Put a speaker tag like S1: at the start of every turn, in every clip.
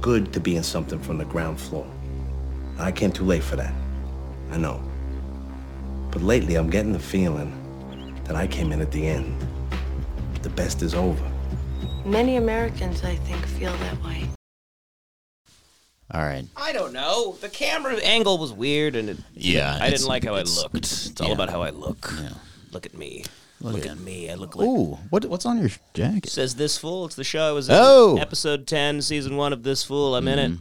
S1: good to be in something from the ground floor. I came too late for that. I know. But lately, I'm getting the feeling that I came in at the end. The best is over.
S2: Many Americans, I think, feel that way.
S3: All right.
S4: I don't know. The camera angle was weird, and it,
S3: Yeah,
S4: I
S3: it's-
S4: didn't like how I
S3: it's-
S4: looked. It's all
S3: yeah.
S4: about how I look.
S3: Yeah.
S4: Look at me.
S3: Look
S4: Look,
S3: at-
S4: at, me. I look like.
S3: Ooh, what what's on your jacket?
S4: Says this fool. It's the show I was in.
S3: Oh! Mm-hmm.
S4: Episode ten, season one of this fool. I'm in it,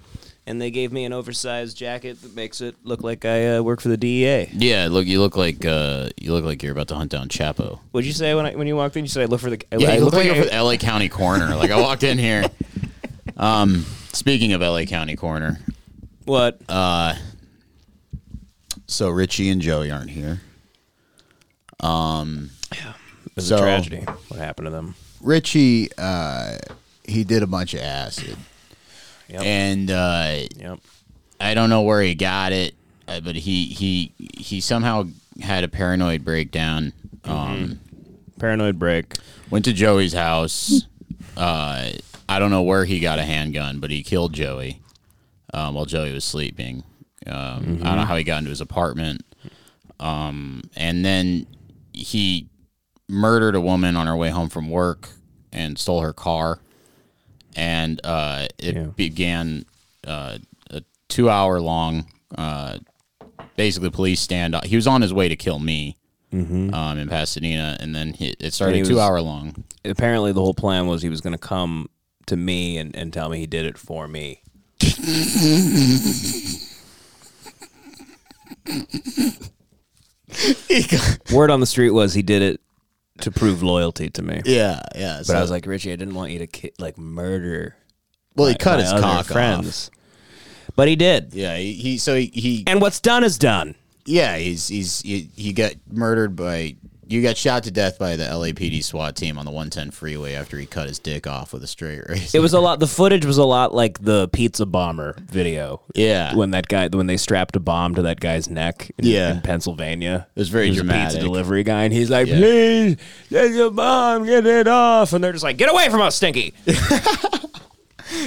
S4: and they gave me an oversized jacket that makes it look like I uh, work for the DEA.
S3: Yeah, look, you look like uh, you look like you're about to hunt down Chapo.
S4: What'd you say when I, when you walked in? You said I look for the. I,
S3: Yeah,
S4: I
S3: you look like
S4: I-
S3: you're from LA County Corner. Like I walked in here. Um, speaking of LA County Corner,
S4: what?
S3: Uh, so Richie and Joey aren't here.
S4: it was
S3: so-
S4: a tragedy. What happened to them?
S3: Richie, uh, he did a bunch of acid,
S4: Yep.
S3: and uh,
S4: Yep.
S3: I don't know where he got it, uh, but he he he somehow had a paranoid breakdown. Um,
S4: Paranoid break.
S3: Went to Joey's house. Uh, I don't know where he got a handgun, but he killed Joey um, while Joey was sleeping. Um, I don't know how he got into his apartment. Um, and then he murdered a woman on her way home from work and stole her car. And uh, it
S4: Yeah.
S3: began uh, a two hour long, uh, basically, police standoff. He was on his way to kill me. Um, in Pasadena, and then he, it started
S4: he was-
S3: two hour long.
S4: apparently the whole plan was he was going to come to me and, and tell me he did it for me. Word on the street was he did it to prove loyalty to me.
S3: Yeah, yeah.
S4: But I was like, Richie, I didn't want you to ki- like murder.
S3: well, he
S4: my-
S3: cut
S4: my
S3: his
S4: other
S3: cock off.
S4: friends. But he did.
S3: Yeah, he, he so he, he
S4: And what's done is done.
S3: yeah he's he's he, he got murdered by you got shot to death by the LAPD SWAT team on the 110 freeway after he cut his dick off with a straight razor.
S4: It was a lot. The footage was a lot like the pizza bomber video.
S3: Yeah.
S4: when that guy, when they strapped a bomb to that guy's neck. In,
S3: Yeah.
S4: in Pennsylvania.
S3: It was very
S4: He A
S3: dramatic.
S4: pizza delivery guy, and he's like, "Please, there's a bomb, get it off!" And they're just like, "Get away from us, Stinky!"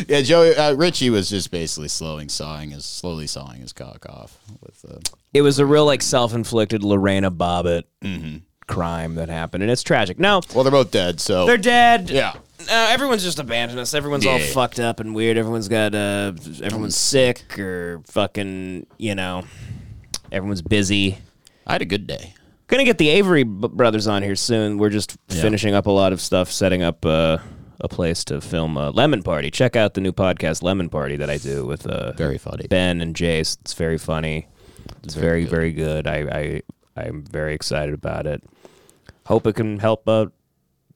S3: yeah, Joey uh, Richie was just basically slowing sawing his slowly sawing his cock off with uh,
S4: it was a real like self-inflicted Lorena Bobbitt
S3: Mm-hmm.
S4: crime that happened, and it's tragic. Now
S3: well they're both dead so
S4: they're dead.
S3: yeah
S4: Uh, everyone's just abandoned us. Everyone's all
S3: Yeah.
S4: fucked up and weird. Everyone's got uh, everyone's sick or fucking, you know, everyone's busy.
S3: I had a good day.
S4: Gonna get the Avery b- brothers on here soon. We're just
S3: Yeah.
S4: finishing up a lot of stuff, setting up uh, a place to film uh, Lemon Party. Check out the new podcast Lemon Party that I do with uh,
S3: Very funny.
S4: Ben and Jace. It's very funny. It's very very good. I, I I'm very excited about it. Hope it can help uh,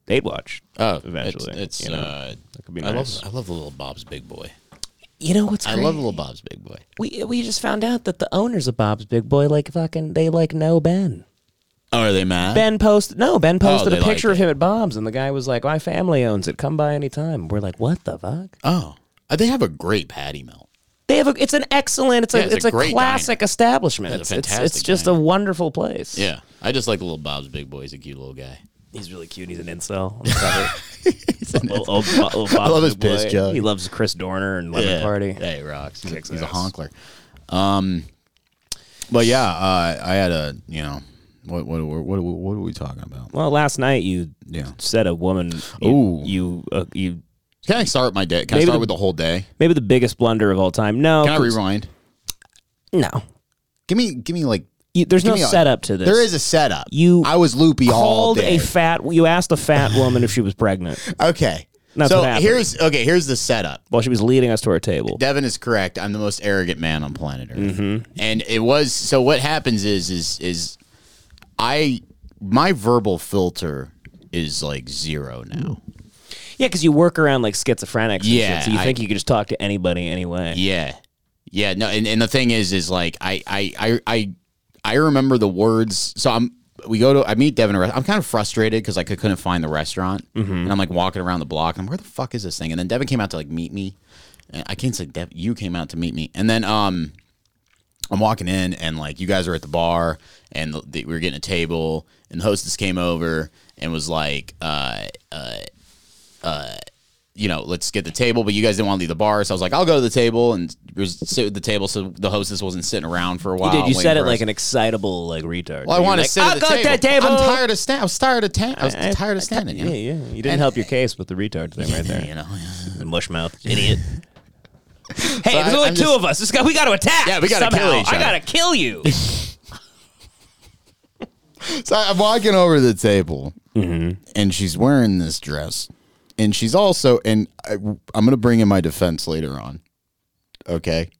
S4: Aid Watch.
S3: Oh,
S4: Eventually,
S3: it's, it's
S4: you know,
S3: uh,
S4: could be
S3: I love
S4: nice.
S3: I love little Bob's Big Boy.
S4: You know what's
S3: I love little Bob's Big Boy.
S4: we we just found out that the owners of Bob's Big Boy like fucking they like know Ben.
S3: Oh, are they mad?
S4: Ben posted no, Ben posted
S3: Oh, they
S4: a
S3: like
S4: picture of
S3: it.
S4: him at Bob's and the guy was like, My family owns it, come by anytime. We're like, What the fuck?
S3: Oh, Uh, they have a great patty melt.
S4: They have a it's an excellent it's
S3: Yeah,
S4: a
S3: it's a
S4: it's, a,
S3: great
S4: classic establishment.
S3: It's
S4: It's
S3: a
S4: it's, it's
S3: fantastic
S4: just
S3: diner.
S4: a wonderful place.
S3: Yeah, I just like little Bob's Big Boy. He's a cute little guy.
S4: He's really cute. He's an incel. on the cover. Little- old Bo- little Bob's
S3: love his
S4: Big Boy.
S3: piss jug.
S4: He loves Chris Dorner and Lemon Party.
S3: Yeah, he rocks. He's, a-
S4: Kicks
S3: he's a
S4: ass.
S3: honkler. Um, but yeah, uh, I had a you know what what what what, what are we talking about?
S4: Well, last night you
S3: Yeah.
S4: said a woman.
S3: Ooh.
S4: You you, uh, you
S3: Can I start my day? Can I
S4: Maybe
S3: start
S4: the-
S3: with the whole day?
S4: maybe the biggest blunder of all time. No,
S3: Can I rewind?
S4: no.
S3: Give me give me like
S4: You, there's
S3: give
S4: no
S3: me a-
S4: setup to this.
S3: There is a setup.
S4: You
S3: I was loopy all
S4: called
S3: day.
S4: a fat. You asked a fat woman if she was pregnant
S3: okay.
S4: That's
S3: so
S4: what happened.
S3: here's okay. Here's the setup.
S4: while she was leading us to our table.
S3: Devin is correct. I'm the most arrogant man on planet Earth. And it was so. What happens is is is I my verbal filter is like zero now.
S4: yeah, because you work around like schizophrenics. Yeah,
S3: Yeah,
S4: so you
S3: I-
S4: think you could just talk to anybody anyway.
S3: Yeah, yeah. No, and, and the thing is, is like I I I I I remember the words. So I'm. We go to I meet Devin. at a rest- I'm kind of frustrated because I could, couldn't find the restaurant, and I'm like walking around the block. And I'm where the fuck is this thing? And then Devin came out to like meet me. And I can't say Dev, you came out to meet me, and then um, I'm walking in and like you guys are at the bar and the, the, we were getting a table and the hostess came over and was like, uh, uh, uh, you know, let's get the table, but you guys didn't want to leave the bar, so I was like, I'll go to the table and just sit at the table, so the hostess wasn't sitting around for a while.
S5: you did. You
S3: waiting
S5: said it
S3: for
S5: like
S3: us.
S5: an excitable like retard.
S3: Well, I
S5: You're
S3: want to
S5: like,
S3: sit at
S5: "I'll
S3: the
S5: go
S3: table.
S5: to the table.
S3: I'm tired of stand. I was tired of tan- I was
S5: I-
S3: tired of standing.
S5: Yeah,
S3: you know?
S5: yeah. You
S4: Didn't
S5: didn't
S4: help your case with the retard thing right there.
S3: You know,
S5: help. Mushmouth, idiot. hey,
S3: I-
S5: there's only
S3: I'm
S5: two
S3: just-
S5: of us. This guy, we got to attack.
S3: Yeah, we gotta
S5: somehow.
S3: kill each
S5: I
S3: other.
S5: gotta kill you.
S3: So I'm walking over to the table,
S4: Mm-hmm.
S3: and she's wearing this dress, and she's also, and I, am going to bring in my defense later on. Okay,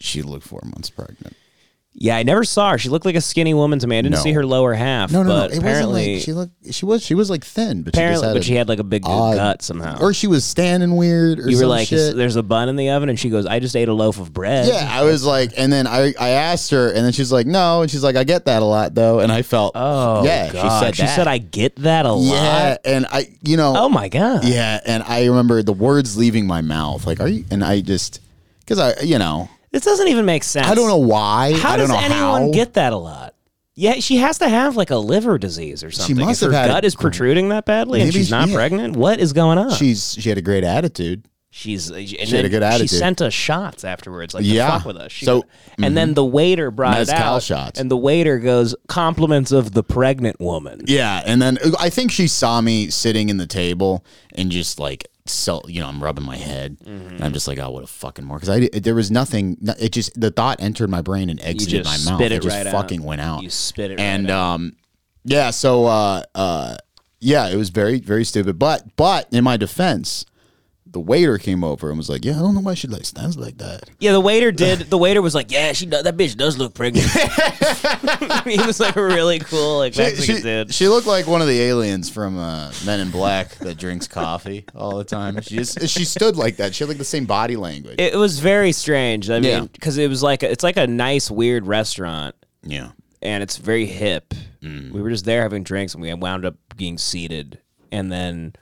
S3: she looked four months pregnant.
S4: Yeah, I never saw her. She looked like a skinny woman to me. I didn't
S3: No.
S4: see her lower half.
S3: No, no,
S4: but
S3: no. It wasn't
S4: apparently,
S3: like she looked. She was. She was like thin, but she just
S4: apparently,
S3: had
S4: but
S3: a
S4: she had like a big
S3: odd-
S4: gut somehow.
S3: or she was standing weird, or
S4: you were
S3: some
S4: like,
S3: shit.
S4: "There's a bun in the oven," and she goes, "I just ate a loaf of bread."
S3: Yeah, I was like, and then I, I asked her, and then she's like, no, and she's like, I get that a lot though, and I felt,
S4: Oh,
S3: yeah,
S4: God.
S3: she said
S4: She
S3: that.
S4: said, "I get that a lot."
S3: yeah, and I, you know,
S4: Oh my god.
S3: Yeah, and I remember the words leaving my mouth. Like, are you? And I just because I, you know,
S4: This doesn't even make sense.
S3: I don't know why.
S4: How
S3: I don't
S4: does
S3: know
S4: anyone
S3: how.
S4: get that a lot? Yeah, she has to have like a liver disease or something.
S3: must
S4: if
S3: have
S4: her
S3: had-
S4: gut is protruding that badly and
S3: Maybe
S4: she's
S3: she-
S4: not
S3: yeah.
S4: pregnant. What is going on?
S3: She's she had a great attitude.
S4: She's uh, and she
S3: had a good attitude.
S4: She sent us shots afterwards, like
S3: Yeah.
S4: to fuck with us. She
S3: So-
S4: go- and then the waiter brought
S3: Mezcal
S4: it out,
S3: shots.
S4: and the waiter goes, "Compliments of the pregnant woman."
S3: Yeah, and then uh, I think she saw me sitting in the table and just like so you know I'm rubbing my head and I'm just like oh what a fucking more because I di- there was nothing no- it just the thought entered my brain and exited
S4: just
S3: my mouth
S4: spit it
S3: just
S4: right out.
S3: fucking went out
S4: You spit it right
S3: and um yeah so uh uh yeah it was very very stupid but but in my defense the waiter came over and was like yeah I don't know why she like stands like that
S5: Yeah, the waiter did. The waiter was like, "Yeah, she does, that bitch does look pregnant." he was like really cool, like
S3: she,
S5: Mexican
S3: she,
S5: dude.
S3: she looked like one of the aliens from uh, Men in Black that drinks coffee all the time. She just she stood like that. She had like the same body language.
S4: It was very strange. I
S3: Yeah.
S4: mean, because it was like a, it's like a nice weird restaurant,
S3: yeah,
S4: and it's very hip.
S3: Mm.
S4: We were just there having drinks, and we wound up being seated. And then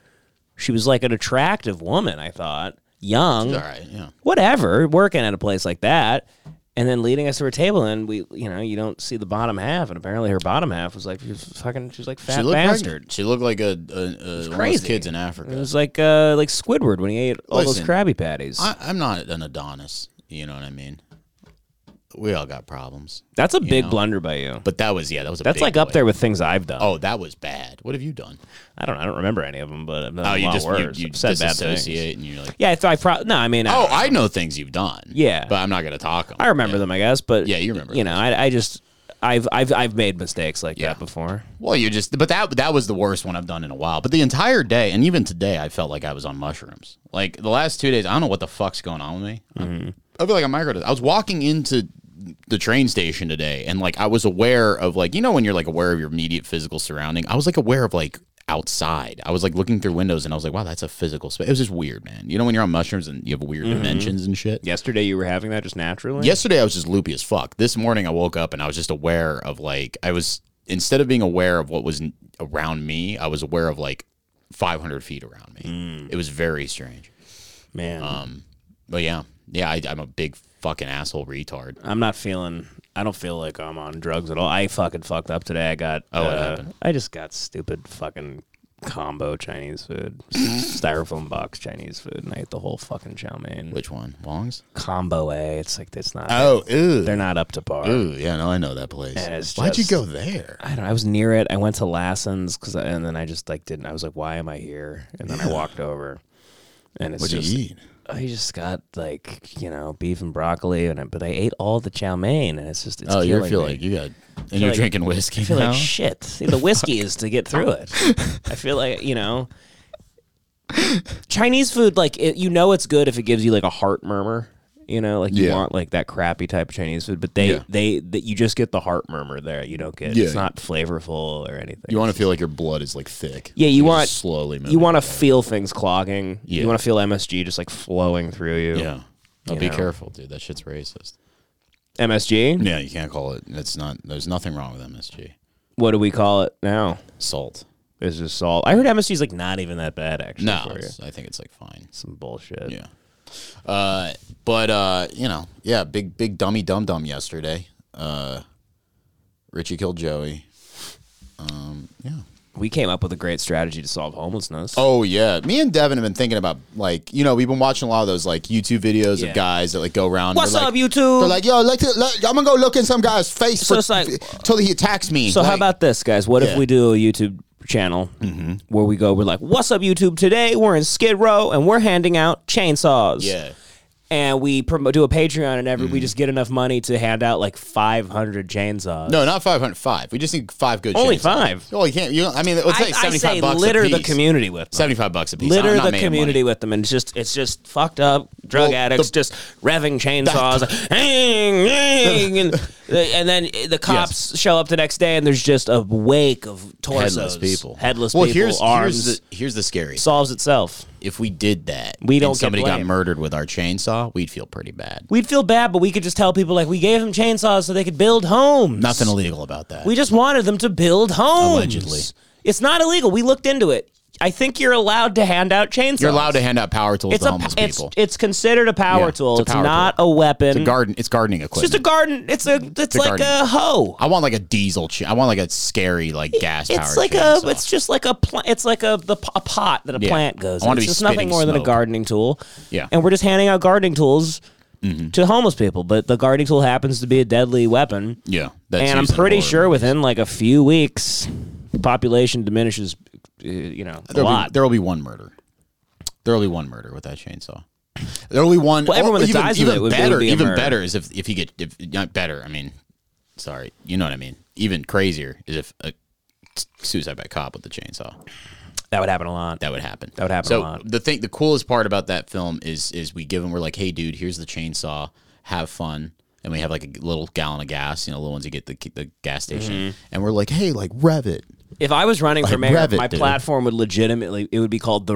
S4: she was like an attractive woman. I thought young,
S3: all right, yeah.
S4: whatever, working at a place like that, and then leading us to her table, and we, you know, you don't see the bottom half, and apparently her bottom half was like she was fucking, she was like fat
S3: She looked
S4: bastard.
S3: pregnant. She looked like a, a, a one of those
S4: crazy.
S3: kids in
S4: It
S3: Africa.
S4: was like uh, like Squidward when he ate all those
S3: Listen,
S4: Krabby Patties.
S3: I, I'm not an Adonis. You know what I mean? We all got problems,
S4: That's a big
S3: know.
S4: blunder by you.
S3: but that was yeah, that was a
S4: That's
S3: big
S4: like up
S3: boy.
S4: there with things I've done.
S3: Oh, that was bad. What have you done?
S4: I don't, I don't remember any of them, but I've done
S3: Oh,
S4: a
S3: you
S4: lot
S3: just you,
S4: worse.
S3: you
S4: I've said bad things.
S3: disassociate and you're like,
S4: Yeah, I thought I probably. No, I mean, I,
S3: oh, I know things you've done.
S4: Yeah.
S3: but I'm not gonna talk. 'em.
S4: I remember them, I guess. But
S3: Yeah, you remember
S4: You know, I, I just, I've, I've, I've made mistakes like that before.
S3: Well, you just but that that was the worst one I've done in a while. But the entire day and even today, I felt like I was on mushrooms. Like the last two days, I don't know what the fuck's going on with me. I feel like a microdose. I was walking into the train station today, and like I was aware of like you know when you're like aware of your immediate physical surrounding. I was like aware of like outside. I was like looking through windows, and I was like, wow, that's a physical space. It was just weird, man. You know when you're on mushrooms and you have weird dimensions and shit.
S4: Yesterday, you were having that just naturally.
S3: Yesterday I was just loopy as fuck. This morning I woke up and I was just aware of like I was instead of being aware of what was n- around me, I was aware of like 500 feet around me. It was very strange.
S4: man,
S3: Um, But yeah, yeah, I, I'm a big fucking asshole retard.
S4: I'm not feeling. I don't feel like I'm on drugs at all. I fucking fucked up today. I got. Oh,
S3: what happened?
S4: I just got stupid fucking combo Chinese food, styrofoam box Chinese food, and I ate the whole fucking chow mein.
S3: Which one? Wong's?
S4: combo A. It's like it's not.
S3: Oh, ooh,
S4: They're not up to par.
S3: ooh, yeah, no, I know that place.
S4: And it's
S3: Why'd
S4: just-
S3: you go there?
S4: I don't. know, I was near it. I went to Lassen's because, and then I just like didn't. I was like, why am I here? And then I walked over, and it's
S3: What'd
S4: just
S3: you eat?
S4: I just got like you know beef and broccoli, and I, but I ate all the chow mein, and it's just it's
S3: Oh, you
S4: killing
S3: feel
S4: me.
S3: like you got, and you're
S4: like-
S3: drinking whiskey.
S4: I feel
S3: now?
S4: like shit. See, the whiskey is to get through it. I feel like you know, Chinese food. Like it, you know, it's good if it gives you like a heart murmur. You know, like you
S3: Yeah.
S4: want like that crappy type of Chinese food, but they
S3: Yeah.
S4: they that you just get the heart murmur there. You don't get
S3: Yeah.
S4: it's not flavorful or anything.
S3: you want to feel like your blood is like thick.
S4: Yeah, you
S3: Like, it's
S4: want-
S3: slowly. Moving
S4: you want to feel things clogging.
S3: Yeah.
S4: You want to feel MSG just like flowing through you.
S3: Yeah. Oh,
S4: You
S3: be
S4: know.
S3: careful, dude. That shit's racist.
S4: MSG.
S3: Yeah, you can't call it. It's not. There's nothing wrong with MSG.
S4: What do we call it now?
S3: Salt.
S4: Is just salt. I heard MSG is like not even that bad actually.
S3: No,
S4: for you.
S3: it's- I think it's like fine.
S4: some bullshit.
S3: Yeah. Uh, but uh, you know, yeah, big big dummy dum dum yesterday. Uh, Richie killed Joey. Um, yeah,
S4: We came up with a great strategy to solve homelessness.
S3: Oh yeah, me and Devin have been thinking about like you know we've been watching a lot of those like YouTube videos
S4: Yeah.
S3: of guys that like go around.
S5: What's
S3: they're
S5: up,
S3: like,
S5: YouTube?
S3: They're like, yo, like, to, like, I'm gonna go look in some guy's face
S5: So
S3: for,
S5: it's like-
S3: till he attacks me.
S4: So how
S3: Like,
S4: about this, guys? What if
S3: Yeah. Mm-hmm.
S4: we do a YouTube channel where we go, we're like, "What's up, YouTube? Today we're in Skid Row and we're handing out chainsaws."
S3: yeah? Mm-hmm.
S4: and we promote do a Patreon, and every we just get enough money to hand out like 500 chainsaws.
S3: No, not 505. We just need five good.
S4: Only
S3: chainsaws.
S4: five.
S3: Well, you can't. You, I mean, let's say
S4: I,
S3: 75
S4: I say
S3: bucks
S4: litter
S3: a
S4: the
S3: piece.
S4: community with them.
S3: 75 bucks a piece. I'm
S4: Litter
S3: not
S4: the
S3: making
S4: community
S3: money.
S4: with them, and it's just it's just fucked up drug
S3: Well,
S4: addicts
S3: the-
S4: just revving chainsaws, hang, hang, and, and then the cops show up the next day, and there's just a wake of torsos,
S3: Headless people.
S4: headless
S3: well,
S4: people,
S3: here's,
S4: arms.
S3: Here's the, here's the scary.
S4: solves itself.
S3: if we did that,
S4: We
S3: and
S4: don't get
S3: somebody got
S4: blamed.
S3: murdered with our chainsaw, we'd feel pretty bad.
S4: We'd feel bad, but we could just tell people like we gave them chainsaws so they could build homes.
S3: Nothing illegal about that.
S4: We just wanted them to build homes.
S3: Allegedly.
S4: It's not illegal. We looked into it. I think you're allowed to hand out chainsaws.
S3: You're allowed to hand out power tools
S4: it's
S3: to
S4: a,
S3: homeless
S4: it's,
S3: people.
S4: it's considered a power
S3: Yeah,
S4: tool.
S3: it's a
S4: It's,
S3: power
S4: not
S3: tool.
S4: a weapon.
S3: It's a garden. It's gardening
S4: It's
S3: equipment.
S4: just a garden. It's a it's,
S3: a
S4: like
S3: garden.
S4: a hoe.
S3: I want like a diesel. Ch- I want like a scary like gas.
S4: It's like a it's just like a pl- it's like a the p- a pot that a
S3: Yeah.
S4: plant goes.
S3: I wanna
S4: in. It's
S3: be
S4: just nothing
S3: spitting
S4: more than a
S3: smoke.
S4: gardening tool.
S3: Yeah. Mm-hmm.
S4: And we're just handing out gardening tools to homeless people, but the gardening tool happens to be a deadly weapon.
S3: yeah. That's
S4: and I'm
S3: used in
S4: pretty
S3: horror
S4: sure
S3: movies.
S4: within like a few weeks, the population diminishes, uh, you know, a
S3: there'll
S4: lot.
S3: be, there'll be one murder. There'll be one murder with that chainsaw. There'll be one.
S4: Well, everyone
S3: or
S4: that
S3: even,
S4: dies with
S3: even
S4: it would- it would
S3: better.
S4: be a
S3: even
S4: murder.
S3: better is if if you get if not better. I mean, sorry, you know what I mean. Even crazier is if a suicide by cop with the chainsaw.
S4: that would happen a lot.
S3: That would happen.
S4: That would happen
S3: So
S4: a lot.
S3: the thing, the coolest part about that film is is we give them. We're like, hey, dude, here's the chainsaw. Have fun. And we have like a little gallon of gas, you know, little ones you get at the the gas station,
S4: Mm-hmm.
S3: and we're like, "Hey, like rev it,
S4: If I was running for
S3: Like
S4: mayor,
S3: Revit,
S4: my
S3: dude.
S4: platform would legitimately it would be called the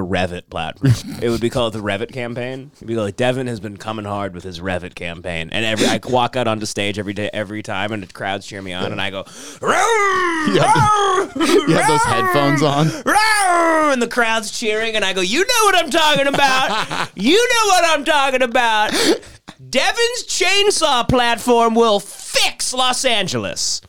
S4: Revit platform. it would be called the Revit campaign. It'd be like Devin has been coming hard with his Revit campaign, and every I walk out onto stage every day, every time, and the crowds cheer me on, and I go, "Roar,
S3: you have those headphones on.
S4: roar," and the crowd's cheering, and I go, "You know what I'm talking about? you know what I'm talking about? Devin's chainsaw platform will fix Los Angeles."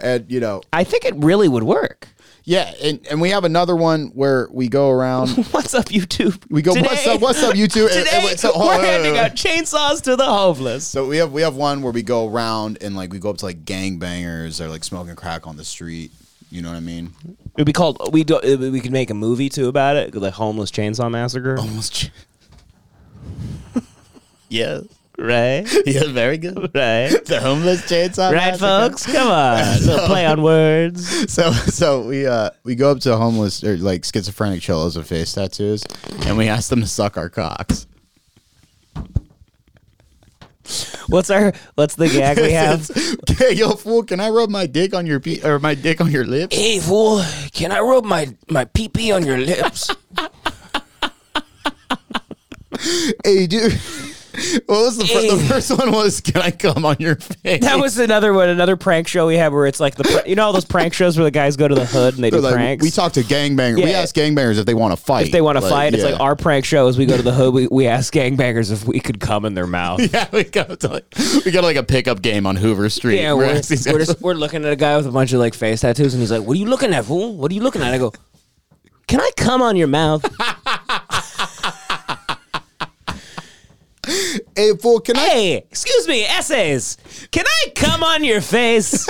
S3: And you know,
S4: I think it really would work.
S3: yeah, and, and we have another one where we go around.
S4: What's up, YouTube?
S3: We go, what's up, what's up, you two? And- and
S4: Today,
S3: wait, so- hold on, wait,
S4: we're
S3: wait,
S4: handing
S3: wait.
S4: out chainsaws to the homeless.
S3: So we have we have one where we go around and like we go up to like gangbangers or like smoking crack on the street. You know what I mean?
S4: It'd be called. We do, uh, we could make a movie too about it, like homeless chainsaw massacre,
S3: Almost. yeah.
S4: right?
S3: Yeah. Very good.
S4: Right,
S3: The homeless chainsaw. massacre.
S4: right, folks. Come on, Little play on words.
S3: So so we uh we go up to homeless or like schizophrenic chillos with face tattoos, and we ask them to suck our cocks.
S4: What's our? What's the gag we have?
S3: Okay, yo fool, can I rub my dick on your pe- or my dick on your lips?
S5: Hey, fool, can I rub my, my pee pee on your lips?
S3: Hey dude. What was the, fir- the
S5: Hey.
S3: first one was can I come on your face?
S4: That was another one, another prank show we had where it's like the pr- you know all those prank shows where the guys go to the hood and they
S3: They're
S4: do
S3: like,
S4: pranks.
S3: we talk to gangbangers. We
S4: Yeah.
S3: ask gangbangers if they want to fight.
S4: if they want to fight, it's
S3: yeah.
S4: like our prank show is we go to the hood, we, we ask gangbangers if we could come in their mouth.
S3: yeah, we go to like we got like a pickup game on Hoover Street.
S4: Yeah,
S3: We're
S4: we're,
S3: asking these
S4: we're
S3: guys-
S4: just we're looking at a guy with a bunch of like face tattoos, and he's like, "What are you looking at, fool? What are you looking at?" I go, "Can I come on your mouth?"
S3: hey fool, can I?
S4: hey, excuse me, essays. Can I come on your face?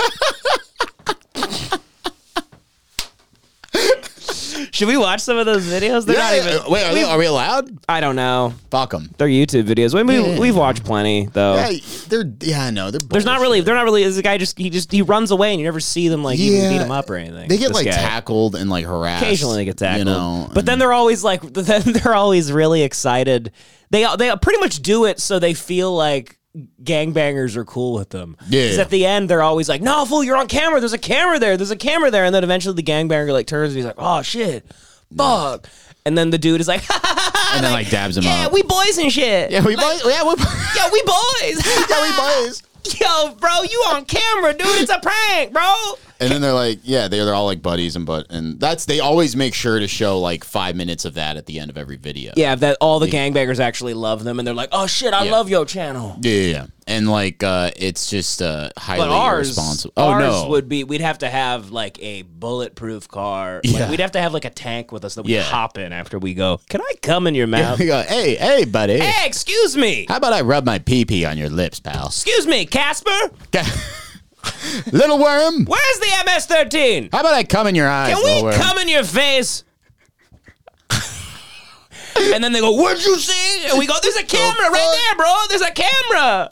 S4: Should we watch some of those videos? They're
S3: Yeah,
S4: not even.
S3: uh, wait, are, they- are we allowed?
S4: I don't know.
S3: Fuck them.
S4: They're YouTube videos. We, we,
S3: Yeah.
S4: We've watched plenty though.
S3: Yeah, they're yeah, I know they're.
S4: Oh. There's not really. They're not really. This guy just he just he runs away, and you never see them like even
S3: Yeah.
S4: beat him up or anything.
S3: They get
S4: This
S3: like
S4: guy.
S3: tackled and like harassed.
S4: occasionally they get tackled.
S3: You know,
S4: but then they're always like, then they're always really excited. They they pretty much do it so they feel like gangbangers are cool with them.
S3: Yeah.
S4: 'Cause at the end they're always like, "No, fool, you're on camera. There's a camera there. There's a camera there." And then eventually the gangbanger like turns and he's like, "Oh shit, fuck." And then the dude is like,
S3: and then like dabs him
S4: "Yeah,
S3: up.
S4: we boys and shit.
S3: yeah, we boys. Yeah, we
S4: Yo, we boys.
S3: yeah, we boys.
S4: Yo, bro, you on camera, dude. It's a prank, bro.
S3: And then they're like, yeah, they're, they're all like buddies and but and that's they always make sure to show like five minutes of that at the end of every video.
S4: Yeah, that all the gangbangers actually love them, and they're like, "Oh shit, I
S3: Yeah.
S4: love your channel."
S3: Yeah, yeah, yeah. And like uh it's just uh highly
S4: But ours,
S3: responsible. Oh
S4: ours
S3: no.
S4: would be we'd have to have like a bulletproof car.
S3: Yeah.
S4: Like, we'd have to have like a tank with us that we
S3: Yeah.
S4: hop in after we go. Can I come in your mouth?
S3: We go, hey, hey, buddy.
S4: Hey, excuse me.
S3: How about I rub my pee pee on your lips, pal?
S4: Excuse me, Casper.
S3: Little worm.
S4: Where's the MS-13?
S3: How about I come in your eyes?
S4: Can
S3: little
S4: we
S3: worm?
S4: come in your face? and then they go, "What'd you see?" And we go, "There's a camera right there, bro. There's a camera."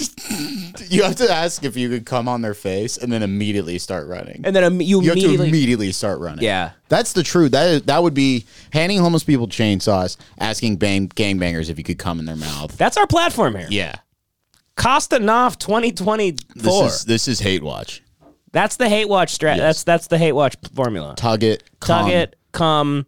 S3: You have to ask if you could come on their face and then immediately start running.
S4: And then um, you,
S3: you have to
S4: immediately.
S3: immediately start running.
S4: Yeah.
S3: That's the truth. That is, that would be handing homeless people chainsaws, asking bang gangbangers if you could come in their mouth.
S4: That's our platform here.
S3: Yeah.
S4: Costa Knopf 2024.
S3: This is this is hate watch.
S4: that's the hate watch strat. That's that's the hate watch p- formula.
S3: Tug it,
S4: Tug
S3: come.
S4: it, come,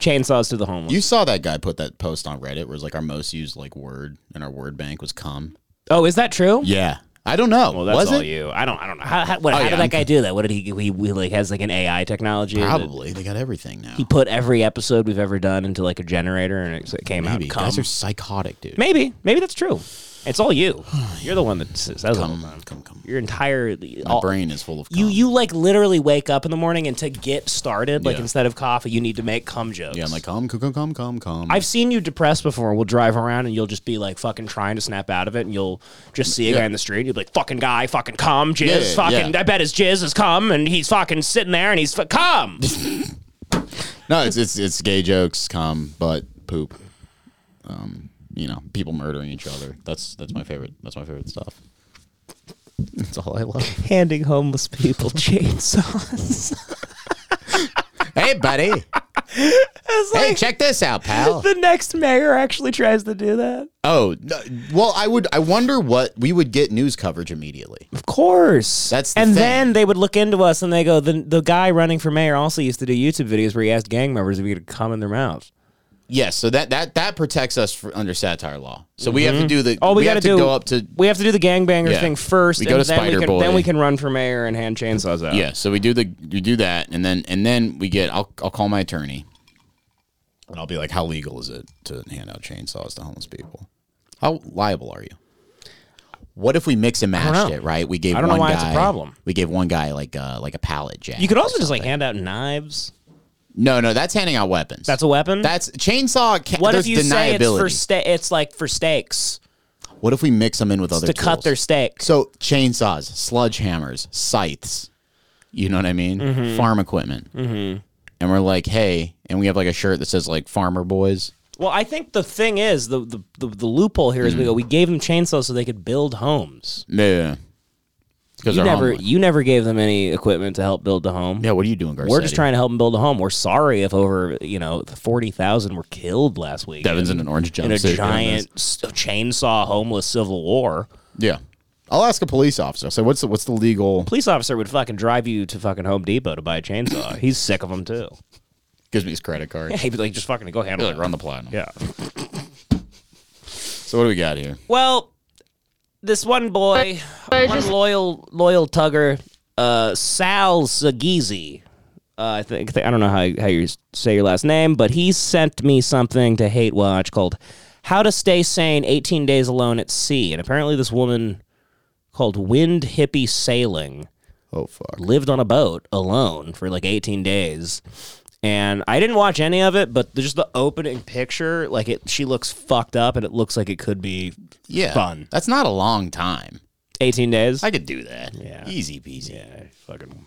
S4: chainsaws to the homeless.
S3: You saw that guy put that post on Reddit where it's like our most used like word in our word bank was come.
S4: oh, is that true?
S3: Yeah. I don't know.
S4: Well, that's
S3: was
S4: all
S3: it?
S4: you. I don't. I don't know. How, how, what,
S3: Oh,
S4: how
S3: yeah,
S4: did that
S3: I'm-
S4: guy do that? What did he? He, he like has like an AI technology. that-
S3: Probably. They got everything now.
S4: He put every episode we've ever done into like a generator, and it it came
S3: Maybe.
S4: out. Come.
S3: Guys are psychotic, dude.
S4: maybe, maybe that's true. It's all you. You're the one that says that's all.
S3: Come, come, come.
S4: Your entire
S3: My brain is full of cum.
S4: You you like literally wake up in the morning and to get started, like
S3: Yeah.
S4: instead of coffee, you need to make cum jokes.
S3: Yeah, I'm like, come, come, come, come, come, come.
S4: I've seen you depressed before. We'll drive around and you'll just be like fucking trying to snap out of it, and you'll just see a guy in the street. And you'll be like, "Fucking guy, fucking cum, jizz,
S3: Yeah, yeah,
S4: fucking.
S3: yeah.
S4: I bet his jizz is cum, and he's fucking sitting there, and he's f- cum."
S3: No, it's it's it's gay jokes, cum, butt, poop. Um, you know, people murdering each other. That's that's my favorite. That's my favorite stuff. That's all I love.
S4: Handing homeless people chainsaws.
S3: hey, buddy. hey, check this out, pal.
S4: the next mayor actually tries to do that.
S3: oh, no, well, I would. I wonder what we would get news coverage immediately.
S4: Of course.
S3: That's the
S4: and
S3: thing.
S4: then they would look into us and they go, the, the guy running for mayor also used to do YouTube videos where he asked gang members if he could come in their mouths.
S3: Yes, so that that that protects us for, under satire law. So we have to do the.
S4: All we,
S3: have
S4: gotta
S3: to
S4: do
S3: go up to.
S4: we have to do the gangbanger
S3: Yeah.
S4: thing first.
S3: We go
S4: and
S3: to
S4: then
S3: Spider
S4: we can,
S3: Boy.
S4: Then we can run for mayor and hand chainsaws out.
S3: Yeah, so we do the we do that, and then and then we get. I'll I'll call my attorney, and I'll be like, "How legal is it to hand out chainsaws to homeless people? How liable are you? What if we mix and matched
S4: know.
S3: it? Right? We gave
S4: I don't know
S3: one
S4: why
S3: guy
S4: it's a problem.
S3: We gave one guy like uh like a pallet jack.
S4: You could also just like hand out knives.
S3: no no that's handing out weapons.
S4: That's a weapon.
S3: that's chainsaw. Ca-
S4: what
S3: there's
S4: if you say it's
S3: deniability.
S4: for sta- it's like for steaks
S3: what if we mix them in with other
S4: to cut
S3: tools?
S4: their steak?
S3: So chainsaws, sludge hammers, scythes, you know what I mean? Farm equipment. Mm-hmm. And we're like, hey, and we have like a shirt that says like farmer boys.
S4: Well, I think the thing is the the, the, the loophole here is we go
S3: Hmm.
S4: we gave them chainsaws so they could build homes.
S3: Yeah. Because
S4: You
S3: they're
S4: never
S3: homeless.
S4: you never gave them any equipment to help build the home.
S3: Yeah, what are you doing, Garcetti?
S4: We're just trying to help them build a home. We're sorry if over you know forty thousand were killed last week.
S3: Devin's in an orange
S4: in a
S3: jumpsuit. doing
S4: giant
S3: this.
S4: s- chainsaw homeless civil war.
S3: Yeah. I'll ask a police officer. So what's the what's the legal?
S4: Police officer would fucking drive you to fucking Home Depot to buy a chainsaw. He's sick of them too.
S3: Gives me his credit card.
S4: Yeah, he'd be like, just fucking go handle
S3: Like
S4: it.
S3: run the platinum.
S4: Yeah.
S3: So what do we got here?
S4: Well, this one boy, one loyal loyal tugger, uh, Sal Sagizi. Uh, I think I don't know how how you say your last name, but he sent me something to hate watch called "How to Stay Sane: 18 Days Alone at Sea," and apparently this woman called Wind Hippie Sailing
S3: Oh fuck.
S4: lived on a boat alone for like 18 days. And I didn't watch any of it, but just the opening picture, like it, she looks fucked up, and it looks like it could be
S3: Yeah.
S4: Fun.
S3: That's not a long time.
S4: 18 days.
S3: I could do that.
S4: Yeah.
S3: Easy peasy. Yeah.
S4: yeah, fucking,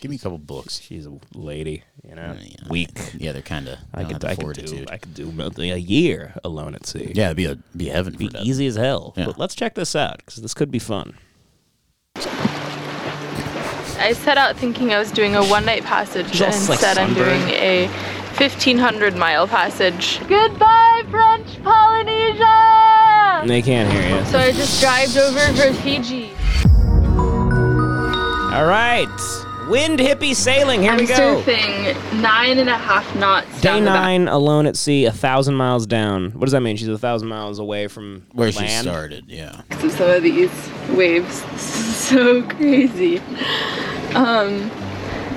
S3: Give me a couple books.
S4: she's a lady, you know,
S3: Yeah.
S4: weak.
S3: Yeah, they're kind of.
S4: I could, I could do, I could do about a year alone at sea.
S3: Yeah, it'd be a be heaven for
S4: Be
S3: that.
S4: easy as hell.
S3: Yeah.
S4: But let's check this out because this could be fun.
S6: I set out thinking I was doing a one night passage,
S4: Just
S6: and
S4: like
S6: instead I'm
S4: sunburn.
S6: doing a 1500 mile passage. Goodbye, French Polynesia!
S4: They can't hear you.
S6: So I just drived over for Fiji.
S4: All right, wind hippie sailing. Here
S6: I'm
S4: we go.
S6: surfing nine and a half knots
S4: Day
S6: down the back.
S4: nine, alone at sea, a thousand miles down. What does that mean? She's a thousand miles away from
S3: Where
S4: land.
S3: she started, yeah.
S6: of some of these waves. so crazy. Um,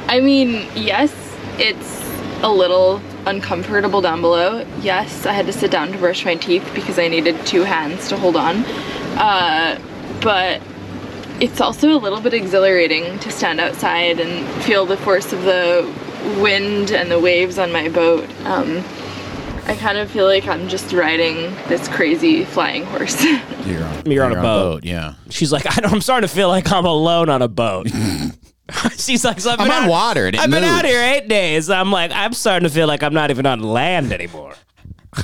S6: I mean, yes, it's a little uncomfortable down below. Yes, I had to sit down to brush my teeth because I needed two hands to hold on. Uh, but it's also a little bit exhilarating to stand outside and feel the force of the wind and the waves on my boat. Um, I kind of feel like I'm just riding this crazy flying horse.
S3: You're on,
S4: You're on a boat.
S3: Yeah.
S4: She's like, I don't, I'm starting to feel like I'm alone on a boat. She's like, so I've
S3: I'm
S4: been
S3: on
S4: out-
S3: water and it
S4: I've been out
S3: moves.
S4: here eight days. I'm like, I'm starting to feel like I'm not even on land anymore.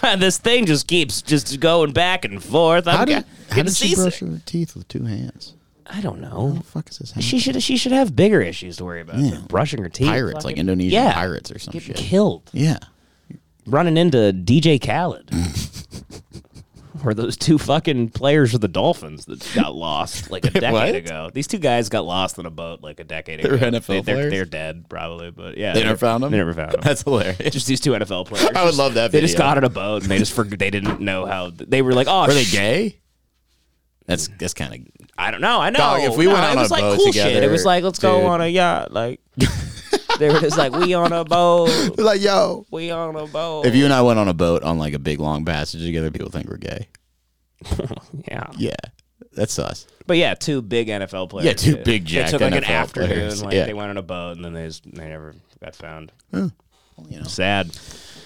S4: this thing just keeps just going back and forth. I'm
S7: How did,
S4: get-
S7: how
S4: getting
S7: did she brush
S4: seasick.
S7: her teeth with two hands?
S4: I don't
S7: What
S3: Oh,
S4: know.
S7: the fuck is this happening?
S4: She should she should have bigger issues to worry about. than Brushing her teeth.
S3: Pirates, like Indonesian
S4: yeah.
S3: pirates or some
S4: Getting
S3: shit.
S4: killed.
S7: yeah.
S4: Running into DJ Khaled. or those two fucking players of the Dolphins that got lost like a decade
S3: what?
S4: ago. These two guys got lost in a boat like a decade
S3: They're
S4: ago.
S3: NFL
S4: they're,
S3: players?
S4: they're dead probably, but yeah.
S3: They
S4: they're-
S3: never found 'em?
S4: They never found them.
S3: That's hilarious.
S4: just these two NFL players.
S3: I would love that
S4: They just
S3: video.
S4: got on a boat and they just forg they didn't know how they were like, oh,
S3: Are they
S4: sh-
S3: gay? That's
S7: Mm.
S3: that's kind of
S4: I don't know. I know.
S3: Dog, if we
S4: No,
S3: went on
S4: it was
S3: a
S4: like
S3: boat
S4: cool shit.
S3: together,
S4: It was like let's go
S3: dude.
S4: on a yacht. Like they were just like we on a boat.
S7: They're like, yo.
S4: We on a boat.
S3: If you and I went on a boat on like a big long passage together, people think we're gay.
S4: yeah.
S3: Yeah. That's us.
S4: But yeah, two big NFL players.
S3: Yeah, two big
S4: It
S3: jacked
S4: took like an
S3: NFL
S4: afternoon.
S3: players.
S4: Like
S3: Yeah.
S4: they went on a boat and then they just, they never got found. Sad.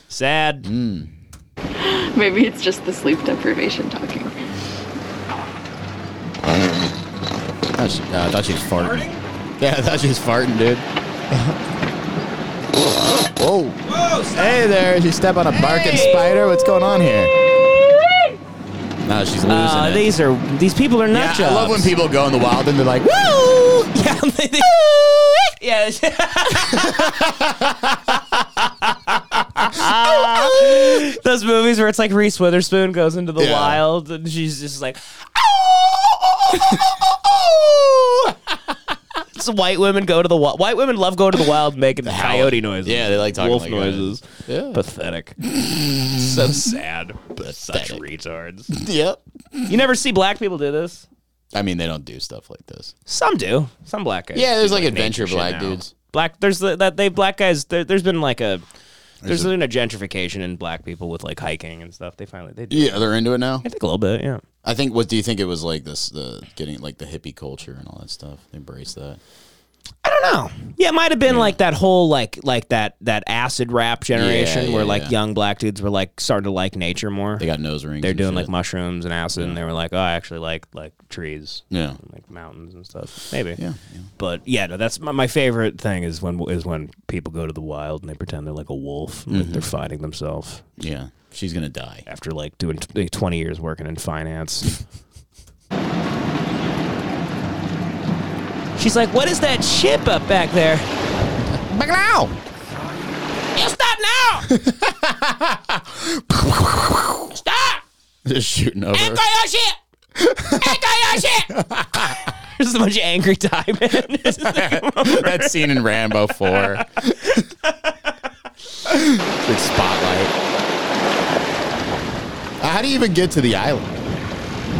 S4: Sad.
S3: Mm.
S6: Maybe it's just the sleep deprivation talking.
S3: I thought she, uh, I thought she was farting. Yeah, I thought she was farting, dude. Whoa. Hey there. Did you step on a barking spider? What's going on here? No, she's losing
S4: Uh,
S3: it.
S4: these are these people are
S3: yeah,
S4: nut
S3: I love when
S4: jobs.
S3: people go in the wild and they're like, woo!
S4: Yeah, they- they- yeah. Those movies where it's like Reese Witherspoon goes into the
S3: Yeah.
S4: wild and she's just like, so white women go to the wild. White women love going to the wild, making the coyote noises.
S3: Yeah, they like talking
S4: wolf
S3: like that.
S4: noises.
S3: Yeah.
S4: Pathetic. so sad. Such retards.
S3: Yep.
S4: You never see black people do this.
S3: I mean, they don't do stuff like this.
S4: Some do. Some black guys.
S3: Yeah, there's
S4: do,
S3: like adventure
S4: nature shit
S3: black
S4: now.
S3: dudes.
S4: Black. There's the, that they black guys. There, there's been like a. There's been a gentrification in black people with like hiking and stuff. They finally they do.
S3: Yeah, they're into it now.
S4: I think a little bit. Yeah.
S3: I think. What do you think it was like? This the getting like the hippie culture and all that stuff. They embrace that.
S4: No. Yeah, it might have been like that whole like like that that acid rap generation
S3: Yeah,
S4: where
S3: yeah,
S4: like
S3: yeah.
S4: young black dudes were like starting to like nature more.
S3: They got nose rings.
S4: They're
S3: and
S4: doing
S3: shit.
S4: like mushrooms and acid, and they were like, "Oh, I actually like like trees,
S3: Yeah.
S4: and, like mountains and stuff." Maybe,
S3: Yeah, yeah.
S4: But yeah, no, that's my, my favorite thing is when is when people go to the wild and they pretend they're like a wolf,
S3: Mm-hmm.
S4: like they're fighting themselves
S3: Yeah. She's gonna die.
S4: after like doing t- like, twenty years working in finance. She's like, "What is that ship up back there?"
S3: Back now.
S4: You stop now! stop!
S3: Just shooting over. her.
S4: your shit! your shit! There's a bunch of angry Thai men.
S3: that scene in Rambo Four. Big spotlight. Uh, How do you even get to the island?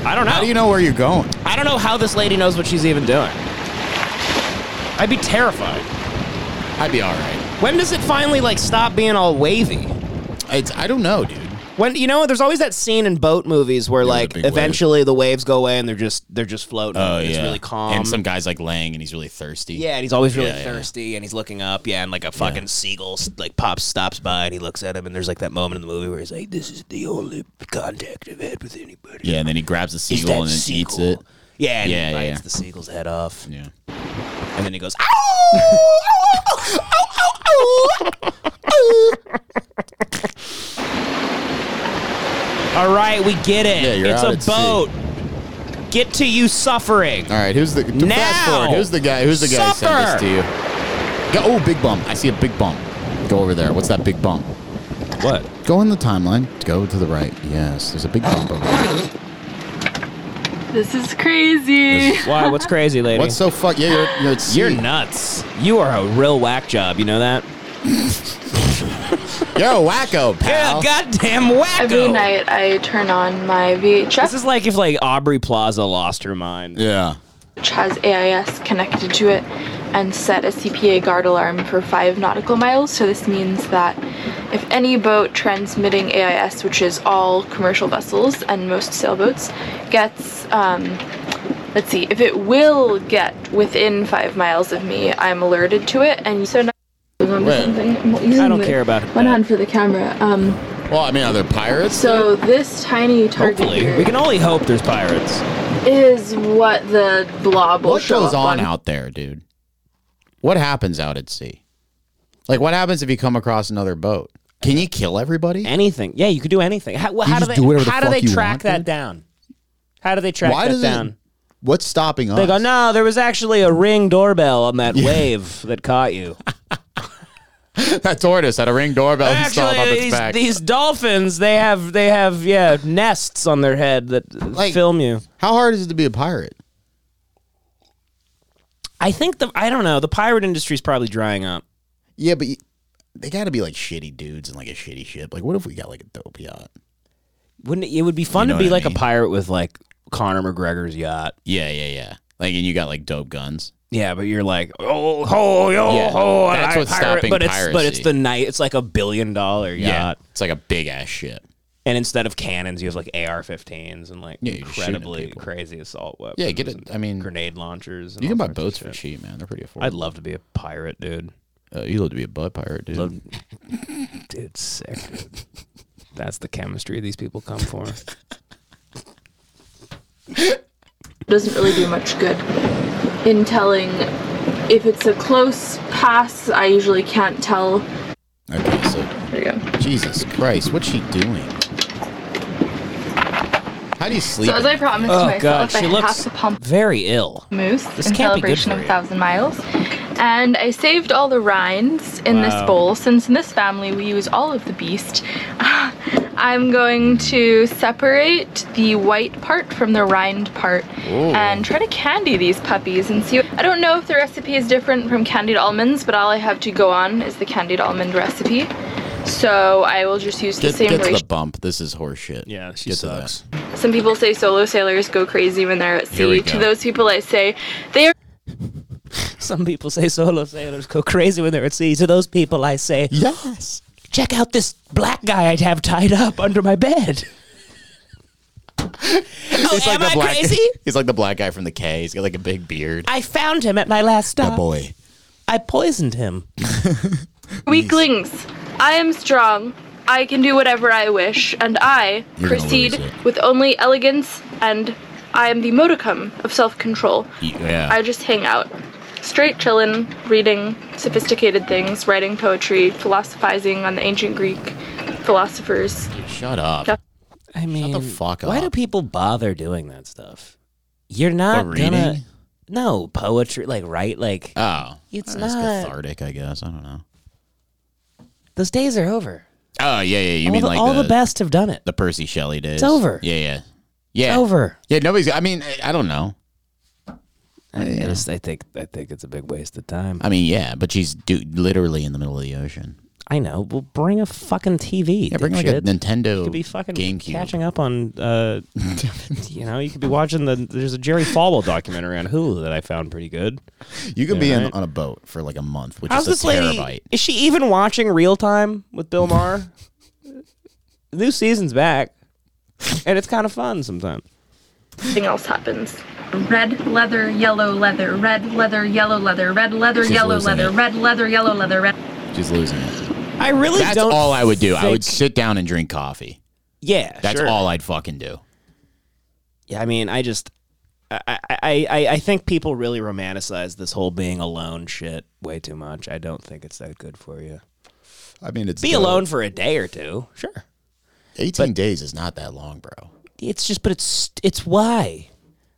S4: I don't know.
S3: How do you know where you're going?
S4: I don't know how this lady knows what she's even doing. I'd be terrified.
S3: I'd be all right.
S4: When does it finally like stop being all wavy?
S3: It's, I don't know, dude.
S4: When you know, there's always that scene in boat movies where
S3: the
S4: like
S3: big wave. Oh,
S4: eventually the waves go away and they're just they're just floating. It's really calm.
S3: And some guy's like laying, and he's really thirsty.
S4: Yeah, and he's always really
S3: Yeah, yeah.
S4: thirsty, and he's looking up. Yeah, and like a fucking seagull s- like pops stops by, and he looks at him, and there's like that moment in the movie where he's like, "This is the only contact I've had with anybody."
S3: Yeah, and then he grabs the
S4: It's
S3: seagull
S4: that
S3: and then eats
S4: seagull.
S3: it.
S4: Yeah, and
S3: Yeah, yeah,
S4: he bites
S3: yeah.
S4: the seagull's head off,
S3: Yeah.
S4: and then he goes, "Ow! Ow, ow, ow, ow, ow, ow." All right, we get it.
S3: Yeah, you're
S4: it's
S3: out
S4: a
S3: at sea.
S4: boat. Get to you suffering.
S3: All right, who's the to
S4: Now!
S3: fast forward? Who's the guy? Who's the guy who sent this
S4: Suffer!
S3: to you? Go, oh, big bump! I see a big bump. Go over there. What's that big bump?
S4: What?
S3: Go in the timeline. Go to the right. Yes, there's a big bump over there.
S6: This is crazy.
S4: Why? What's crazy, lady?
S3: What's so fuck? Yeah, you're you're, at sea.
S4: You're nuts. You are a real whack job. You know that?
S3: You're a wacko, pal.
S4: goddamn wacko.
S6: Every night I turn on my
S4: This
S6: VHS,
S4: is like if like Aubrey Plaza lost her mind.
S3: yeah.
S6: which has AIS connected to it, and set a CPA guard alarm for five nautical miles. So this means that if any boat transmitting AIS, which is all commercial vessels and most sailboats, gets um, let's see, if it will get within five miles of me, I'm alerted to it. And so now I
S4: I don't care about
S6: one
S4: that.
S6: hand for the camera. Um,
S3: Well, I mean, are there pirates?
S6: so this tiny target
S4: Hopefully,
S6: here
S4: we can only hope there's pirates.
S6: is what the blob will
S3: what
S6: show
S3: goes
S6: up
S3: on out there, dude? What happens out at sea? Like, what happens if you come across another boat? Can you kill everybody?
S4: Anything? Yeah, you could do anything. How, well,
S7: You
S4: how do
S7: just
S4: they?
S7: do whatever the
S4: how do
S7: fuck
S4: they
S7: you
S4: track
S7: want,
S4: that
S7: dude.
S4: down? How do they track
S7: Why
S4: that
S7: does
S4: down?
S7: it? What's stopping us?
S4: They go, no, there was actually a ring doorbell on that wave that caught you.
S3: that tortoise had a ring doorbell installed on
S4: actually,
S3: its
S4: these,
S3: back.
S4: these dolphins, they have, they have, yeah, nests on their head that
S7: Like-
S4: film you.
S7: How hard is it to be a pirate?
S4: I think the, I don't know, the pirate industry's probably drying up.
S7: Yeah, but you, they got to be like shitty dudes and like a shitty ship. Like, what if we got like a dope yacht?
S4: Wouldn't it, it would be fun
S3: know
S4: to be
S3: what I
S4: like
S3: mean.
S4: a pirate with like Conor McGregor's yacht?
S3: yeah, yeah, yeah. Like, and you got like dope guns.
S4: Yeah, but you're like, oh ho yo
S3: Yeah,
S4: ho,
S3: that's
S4: I
S3: what's
S4: pirate,
S3: stopping
S4: but it's, But
S3: piracy.
S4: it's the night. It's like a billion dollar yacht,
S3: It's like a big ass ship.
S4: and instead of cannons, you have like AR-15s and like
S3: Yeah, you're shooting at
S4: incredibly
S3: people.
S4: crazy assault weapons.
S3: Yeah, get it-
S4: and
S3: I mean,
S4: grenade launchers. and
S3: You can buy
S4: all sorts of
S3: boats for
S4: shit.
S3: cheap, man. They're pretty affordable.
S4: I'd love to be a pirate, dude.
S3: Uh, you love to be a butt pirate, dude.
S4: Love- Dude, sick. dude. That's the chemistry these people come for.
S6: doesn't really do much good in telling if it's a close pass i usually can't tell
S7: Okay, so
S6: there you go
S7: Jesus Christ, what's she doing? How do you sleep?
S6: so as i promised
S4: Oh,
S6: myself
S4: God, she
S6: i
S4: looks-
S6: have to pump
S4: Very ill.
S6: moose
S4: This
S6: in
S4: can't be good
S6: celebration
S4: for
S6: of
S4: you.
S6: thousand miles and i saved all the rinds in this
S4: Wow.
S6: bowl since in this family we use all of the beast i'm going to separate the white part from the rind part and try to candy these puppies and see i don't know if the recipe is different from candied almonds but all i have to go on is the candied almond recipe so i will just use the
S3: Get,
S6: same
S3: get to
S6: ratio
S3: the bump. This is horseshit.
S4: Yeah, she
S3: to that.
S4: sucks.
S6: some people say solo sailors go crazy when they're at
S3: Here we
S6: sea to
S3: go.
S6: those people i say they are
S4: Some people say solo sailors go crazy when they're at sea. To those people, I say,
S7: Yes.
S4: check out this black guy I have tied up under my bed. oh,
S3: He's
S4: am
S3: the
S4: I
S3: black,
S4: crazy?
S3: He's like the black guy from the K. He's got like a big beard.
S4: I found him at my last stop.
S7: boy.
S4: I poisoned him.
S6: Weaklings, I am strong. I can do whatever I wish, and I
S7: You're gonna
S6: proceed
S7: lose it.
S6: with only elegance, and I am the modicum of self control.
S3: Yeah.
S6: I just hang out. Straight chillin', reading sophisticated things, writing poetry, philosophizing on the ancient Greek philosophers.
S3: Shut up.
S6: Yeah.
S4: I mean,
S3: the fuck
S4: why
S3: up.
S4: do people bother doing that stuff? You're not
S3: Or
S4: gonna.
S3: reading?
S4: No poetry, like right, like
S3: Oh.
S4: It's
S3: That's
S4: not-
S3: cathartic, I guess. I don't know.
S4: those days are over.
S3: Oh, yeah, yeah. You
S4: all
S3: mean
S4: the,
S3: like
S4: all
S3: the,
S4: the best have done it.
S3: the Percy Shelley days?
S4: over.
S3: Yeah, yeah. Yeah.
S4: Over.
S3: Yeah, nobody's. I mean, I- I don't know.
S4: I, just- I think I think it's a big waste of time.
S3: I mean, yeah, but she's do- literally in the middle of the ocean.
S4: I know. Well, bring a fucking TV.
S3: Yeah, bring like a
S4: dipshit.
S3: Nintendo
S4: could be fucking
S3: GameCube.
S4: catching up on. Uh, you know, you could be watching the. There's a Jerry Falwell documentary on Hulu that I found pretty good.
S7: You could be
S4: Yeah,
S7: in,
S4: right.
S7: on a boat for like a month, which
S4: How's
S7: is
S4: this
S7: a
S4: lady?
S7: terabyte.
S4: Is she even watching Real Time with Bill Maher? the new season's back, and it's kind of fun sometimes.
S6: Something else happens. Red leather, yellow leather, red leather, yellow leather, red leather, yellow
S3: losing
S6: leather,
S3: it.
S6: red leather, yellow leather, red.
S3: She's losing it.
S4: I really
S3: That's
S4: don't.
S3: all I would do. I would
S4: think-
S3: sit down and drink coffee.
S4: yeah,
S3: That's
S4: sure.
S3: all I'd fucking do.
S4: Yeah, I mean, I just, I, I, I, I- I think people really romanticize this whole being alone shit way too much. I don't think it's that good for you.
S7: I mean, it's
S4: Be
S7: dope.
S4: alone for a day or two, sure.
S7: Eighteen days is not that long, bro.
S4: It's just, but it's, it's why.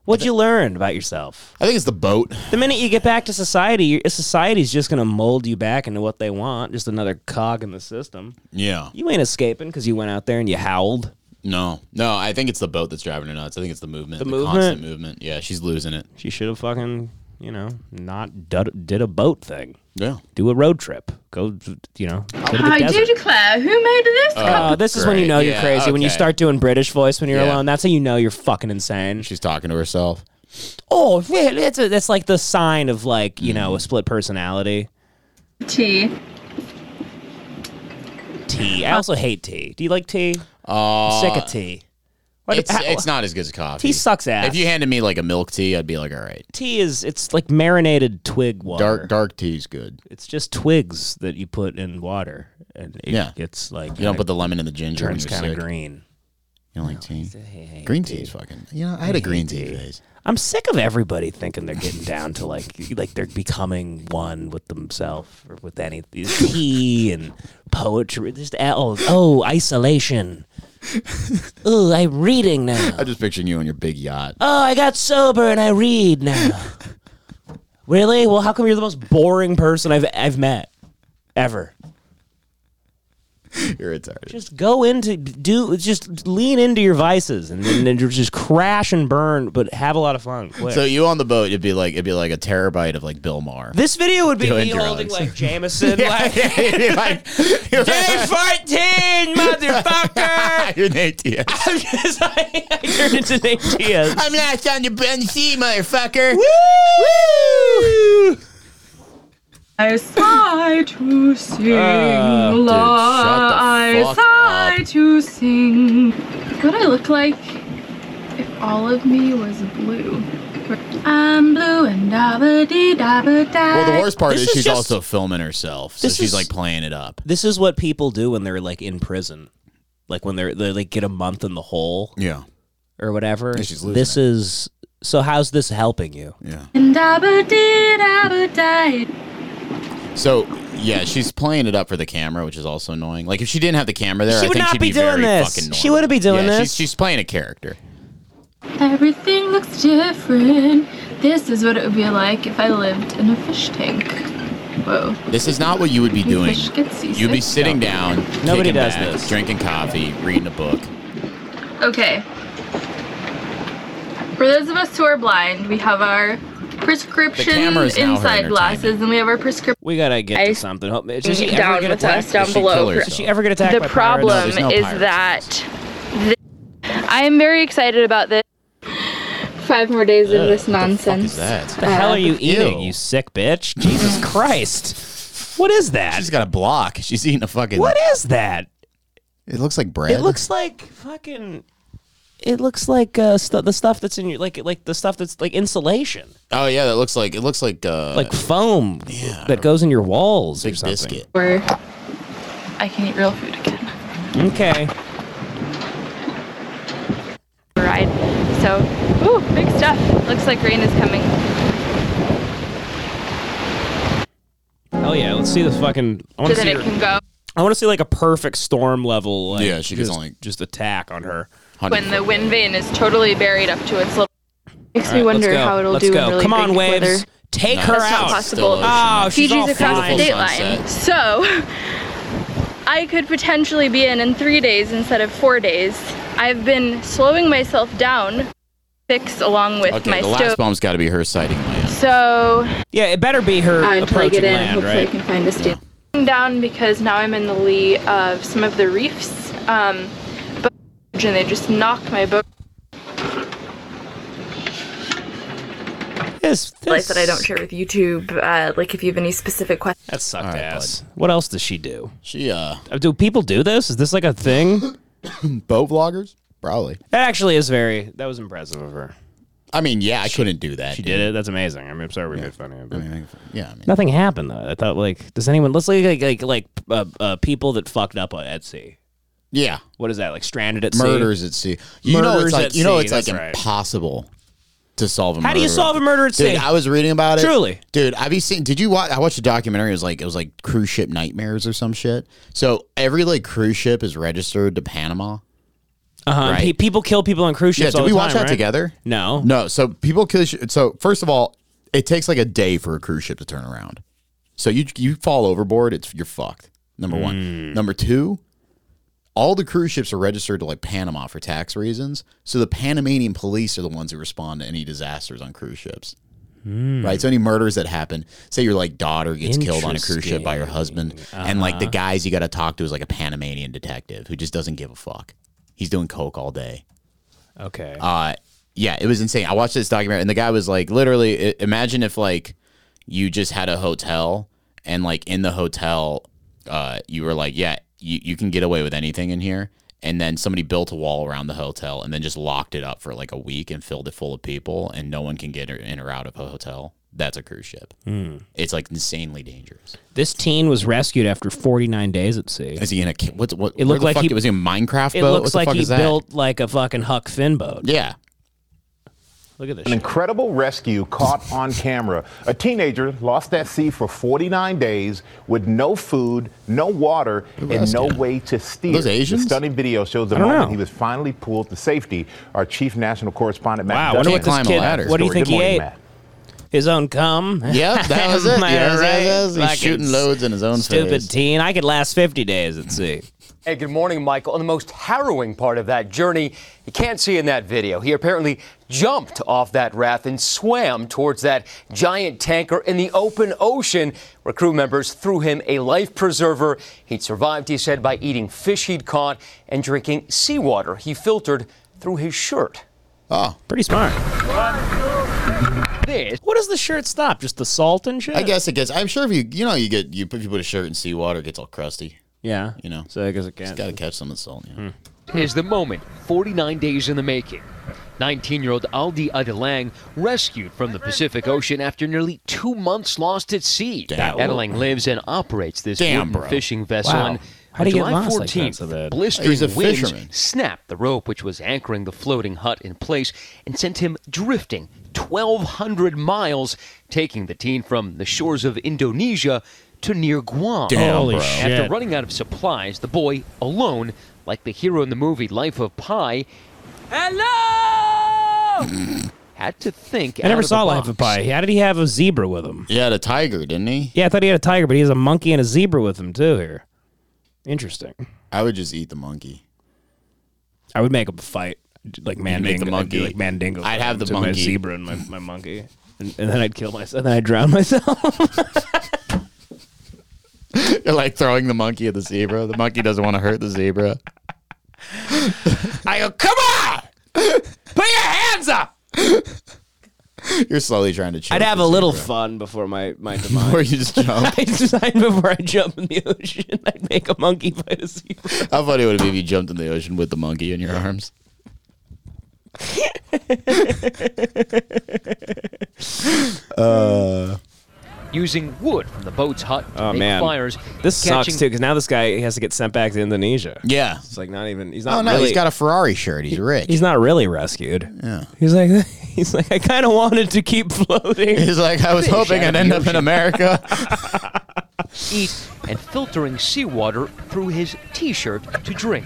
S4: What'd you learn about yourself?
S7: I think it's the boat.
S4: The minute you get back to society, your- society's just gonna mold you back into what they want. Just another cog in the system.
S3: Yeah.
S4: You ain't escaping because you went out there and you howled.
S3: No, no. I think it's the boat that's driving her nuts. I think it's the movement, the,
S4: movement?
S3: constant movement. Yeah, she's losing it.
S4: She should have fucking, you know, not dud- did a boat thing.
S3: Yeah.
S4: Do a road trip. Go, you know. Go to the
S6: I
S4: desert.
S6: do declare, who made this?
S4: Oh, this is when you
S3: Great.
S4: know you're
S3: Yeah,
S4: crazy. When you
S3: okay.
S4: start doing British voice when you're
S3: Yeah.
S4: alone, that's how you know you're fucking insane.
S3: She's talking to herself.
S4: Oh, yeah, that's a, that's like the sign of like
S3: Mm.
S4: you know a split personality.
S6: Tea.
S4: Tea. I also hate tea. Do you like tea?
S3: Uh,
S4: Sick of tea. What-
S3: It's,
S4: how-
S3: it's not as good as coffee.
S4: tea sucks ass.
S3: If you handed me like a milk tea, I'd be like, all right.
S4: tea is it's like marinated twig water.
S7: Dark dark tea's good.
S4: It's just twigs that you put in water, and it
S7: Yeah.
S4: gets like
S3: You don't put the lemon in the ginger. when
S4: turns
S3: you're
S4: kind of
S3: sick.
S4: green.
S7: You don't like tea? Green tea's fucking. You know, I had a green tea phase.
S4: I'm sick of everybody thinking they're getting down to like like they're becoming one with themselves or with any tea and poetry. Just oh, oh isolation.
S5: Ooh, I'm reading now.
S7: I'm just picturing you on your big yacht.
S5: Oh, I got sober and I read now.
S4: Really? Well, how come you're the most boring person I've I've met ever?
S7: You're retarded.
S4: Just go into do just lean into your vices and then, then just crash and burn, but have a lot of fun. Quick.
S3: So you on the boat, it'd be like it'd be like a terabyte of like Bill Maher.
S4: this video would be
S3: Doing
S4: me holding
S3: drugs.
S4: like Jameson, like
S3: It'd be like-
S4: day fourteen, motherfucker.
S3: You're Nate Diaz.
S4: I'm just like I turned into Nate Diaz.
S3: I'm last on the Ben C, motherfucker.
S6: I sigh to sing,
S3: Ah, shut
S6: I
S3: the fuck
S6: sigh to sing. What I look like if all of me was blue. I'm blue and dabba dee dabba da.
S3: Well, the worst part
S4: This
S3: is,
S4: is
S3: she's
S4: just-
S3: also filming herself, so
S4: This
S3: she's
S4: is-
S3: like playing it up.
S4: This is what people do when they're like in prison, like when they're they like get a month in the hole
S7: Yeah.
S4: or whatever.
S7: she's losing
S4: this is so. How's this helping you?
S6: And dabba dee dabba da.
S3: So yeah, she's playing it up for the camera, which is also annoying. Like if she didn't have the camera there,
S4: She
S3: I
S4: would
S3: think
S4: not
S3: she'd
S4: be doing
S3: very
S4: this.
S3: fucking
S4: She
S3: normal.
S4: wouldn't be doing
S3: Yeah,
S4: this.
S3: She's, she's playing a character.
S6: Everything looks different. This is what it would be like if I lived in a fish tank. Whoa.
S3: This is not what you would be doing.
S6: Fish get seasick.
S3: You'd be sitting down,
S4: Nobody
S3: kicking
S4: does
S3: back,
S4: this.
S3: drinking coffee, reading a book.
S6: Okay. For those of us who are blind, we have our
S3: The
S6: prescription
S3: camera is now her
S6: inside
S3: entertainment.
S6: glasses, and we have our prescription.
S4: We gotta get
S6: I-
S4: to something. Hope- Does she ever
S6: down
S4: get
S6: with
S4: attacked?
S6: us down
S3: She
S6: below.
S3: killed
S6: Pir-
S3: herself.
S4: Does she ever get attacked?
S6: The
S4: by pirates?
S6: problem
S3: no
S6: is
S3: pirates.
S6: that th- I am very excited about this. Five more days of this
S3: Fuck
S6: nonsense.
S3: is that?
S4: The hell are you eating,
S3: Ew.
S4: you sick bitch? Jesus Christ. What is that?
S7: She's got a block.
S3: She's eating a fucking.
S4: What is that?
S7: It looks like bread.
S4: It looks like fucking. It looks like uh, stu the stuff that's in your like like the stuff that's like insulation,
S3: Oh yeah, that looks like it looks like uh,
S4: like foam that goes in your walls or
S3: big
S4: something.
S3: biscuit.
S6: Where I can eat real food again.
S4: Okay.
S6: Ride. So, ooh, big stuff. Looks like rain is coming.
S4: Hell Oh, yeah. Let's see the fucking.
S6: So
S4: I want to
S6: that
S4: see.
S6: it
S4: her-
S6: can go
S4: I want to see like a perfect storm level. Like,
S7: Yeah, she gets
S4: just,
S7: only-
S4: just attack on her.
S6: when the wind vane is totally buried up to its little. Makes me
S4: All right, let's
S6: wonder
S4: go.
S6: how it'll
S4: let's
S6: do
S4: go.
S6: in really
S4: Come on,
S6: big
S4: waves.
S6: weather.
S4: Take
S3: No,
S4: her
S6: That's not
S4: out.
S6: possible.
S3: Still ocean.
S4: Oh, she's all
S6: Fiji's across the
S4: fat.
S6: date
S3: Sunset.
S6: line. So I could potentially be in in three days instead of four days. I've been slowing myself down, six along with
S3: Okay,
S6: my
S3: the last
S6: stove.
S3: bomb's got to be her sighting land.
S6: So
S4: Yeah, it better be her
S6: uh, until I
S4: approaching
S6: get in,
S4: land,
S6: hopefully I
S4: right?
S6: can find a stand. Down because now I'm in the lee of some of the reefs. Um, but and they just knocked my boat.
S4: This,
S6: Life
S4: this-
S6: that I don't share with YouTube. Uh, like if you have any specific questions.
S4: That sucked
S7: right,
S4: ass. What else does she do?
S7: She uh
S4: Uh, Do people do this? Is this like a thing?
S7: boat vloggers? Probably.
S4: that actually is very. That was impressive of her.
S7: I mean, yeah, I couldn't do that.
S4: She did it. That's amazing. I mean, I'm sorry we made fun of it. But.
S7: Yeah, I mean,
S4: Nothing happened though. I thought like, does anyone? Let's look like like like uh, uh, people that fucked up on Etsy.
S7: yeah.
S4: What is that like? Stranded at sea?
S7: Murders at sea. You know,
S4: Murders
S7: it's like
S4: at
S7: you know,
S4: sea,
S7: it's like
S4: that's right.
S7: impossible to solve a murder.
S4: How do you solve a murder at sea?
S7: Dude, I was reading about it.
S4: Truly.
S7: dude. Have you seen? Did you watch? I watched a documentary. It was like it was like cruise ship nightmares or some shit. So every like cruise ship is registered to Panama.
S4: uh-huh.
S7: right.
S4: Pe- people kill people on cruise
S7: Yeah,
S4: ships.
S7: did
S4: all
S7: we
S4: the
S7: watch
S4: time,
S7: that
S4: right?
S7: together?
S4: No.
S7: No. So people could. So first of all, it takes like a day for a cruise ship to turn around. So you you fall overboard, it's you're fucked. Number one. Number two. All the cruise ships are registered to like Panama for tax reasons. So the Panamanian police are the ones who respond to any disasters on cruise ships. Right? So any murders that happen, say your like daughter gets killed on a cruise ship by her husband, and like the guys you got to talk to is like a Panamanian detective who just doesn't give a fuck. He's doing coke all day.
S4: Okay.
S7: Uh,
S8: yeah, it was insane. I watched this documentary, and the guy was like, literally, i- imagine if like you just had a hotel, and like in the hotel, uh, you were like, yeah, you, you can get away with anything in here. And then somebody built a wall around the hotel and then just locked it up for like a week and filled it full of people, and no one can get in or out of a hotel. That's a cruise ship.
S4: Hmm.
S8: It's like insanely dangerous.
S4: This teen was rescued after 49 days at sea.
S8: Is he in a ca- what's what?
S4: It
S8: where
S4: looked
S8: the
S4: like
S8: fuck-
S4: he-
S8: was he a Minecraft
S4: It
S8: boat. what
S4: looks
S8: the
S4: like
S8: fuck
S4: he
S8: is that?
S4: built like a fucking Huck Finn boat.
S8: Yeah,
S4: Look at this.
S9: An
S4: shit.
S9: incredible rescue caught on camera. A teenager lost at sea for 49 days with no food, no water, and no
S3: rescued?
S9: way to steer.
S3: Those Asians?
S9: The stunning video shows the
S10: don't
S9: moment
S10: know.
S9: he was finally pulled to safety. Our chief national correspondent,
S10: Wow,
S9: Matt
S10: wonder
S9: Dudley,
S10: what
S9: has
S10: this
S9: the
S3: climb a
S9: story.
S3: ladder.
S4: What do you think
S9: Good morning,
S4: he ate?
S9: Matt.
S4: His own cum.
S3: Yep, that was it.
S4: Am I
S3: Yes, yes,
S4: right?
S3: yes. He's
S4: Fucking
S3: shooting loads in his own
S4: Stupid
S3: face.
S4: teen. I could last 50 days at sea.
S11: Hey, good morning, Michael. And the most harrowing part of that journey, you can't see in that video. He apparently jumped off that raft and swam towards that giant tanker in the open ocean, where crew members threw him a life preserver. He'd survived, he said, by eating fish he'd caught and drinking seawater he filtered through his shirt.
S4: Pretty smart.
S11: This
S4: What does the shirt stop? Just the salt and shit?
S3: I guess it gets. I'm sure if you you know you get you put- if you put a shirt in seawater, it gets all crusty.
S4: Yeah.
S3: You know.
S4: So I guess it can. Hmm.
S3: Got to catch some of the salt. You know.
S11: is the moment 49 days in the making. 19 year old Aldi Adelang rescued from the Pacific Ocean after nearly two months lost at sea.
S3: Damn.
S11: Adelang lives and operates this
S3: Damn,
S11: wooden
S3: bro.
S11: fishing vessel.
S4: Wow.
S11: And
S4: How'd
S11: on
S4: he get
S11: July 14th,
S4: lost like that so bad?
S11: blistering
S3: He's a
S11: winds
S3: fisherman.
S11: snapped the rope which was anchoring the floating hut in place and sent him drifting 1,200 miles, taking the teen from the shores of Indonesia to near Guam.
S4: Holy shit.
S11: After running out of supplies, the boy alone, like the hero in the movie Life of Pi, hello, had to think.
S4: I
S11: out
S4: never
S11: of
S4: saw
S11: the
S4: Life
S11: box.
S4: of Pi. How did he have a zebra with him?
S3: He had a tiger, didn't he?
S4: Yeah, I thought he had a tiger, but he has a monkey and a zebra with him too here. Interesting.
S3: I would just eat the monkey.
S4: I would make up a fight. Like
S8: make the
S4: Mandingo. I'd do,
S8: monkey.
S4: Like Mandingo.
S8: I'd have the
S4: to My
S8: monkey.
S4: zebra and my, my monkey. And, and then I'd kill myself. And then I'd drown myself.
S3: You're like throwing the monkey at the zebra. The monkey doesn't want to hurt the zebra.
S4: I go, come on! Put your hands up!
S3: You're slowly trying to. choke
S4: I'd have
S3: the
S4: a little
S3: zebra.
S4: fun before my, my
S3: Or
S4: demise.
S3: you just jump.
S4: I decide before I jump in the ocean, I'd make a monkey fight a zebra.
S3: How funny would it be if you jumped in the ocean with the monkey in your arms?
S11: using wood from the boat's hut to
S10: Oh
S11: make
S10: man,
S11: fires.
S10: this
S11: catching
S10: sucks too because now this guy has to get sent back to Indonesia.
S3: Yeah.
S10: It's like not even. He's
S3: Oh
S10: not
S3: no,
S10: really.
S3: he's got a Ferrari shirt. He's rich.
S4: He's not really rescued. Yeah. He's like he's like I kind of wanted to keep floating.
S3: He's like, I was hoping
S11: out of
S3: I'd
S11: the
S3: end up in
S11: ocean."
S3: America.
S11: eat and filtering seawater through his t shirt to drink.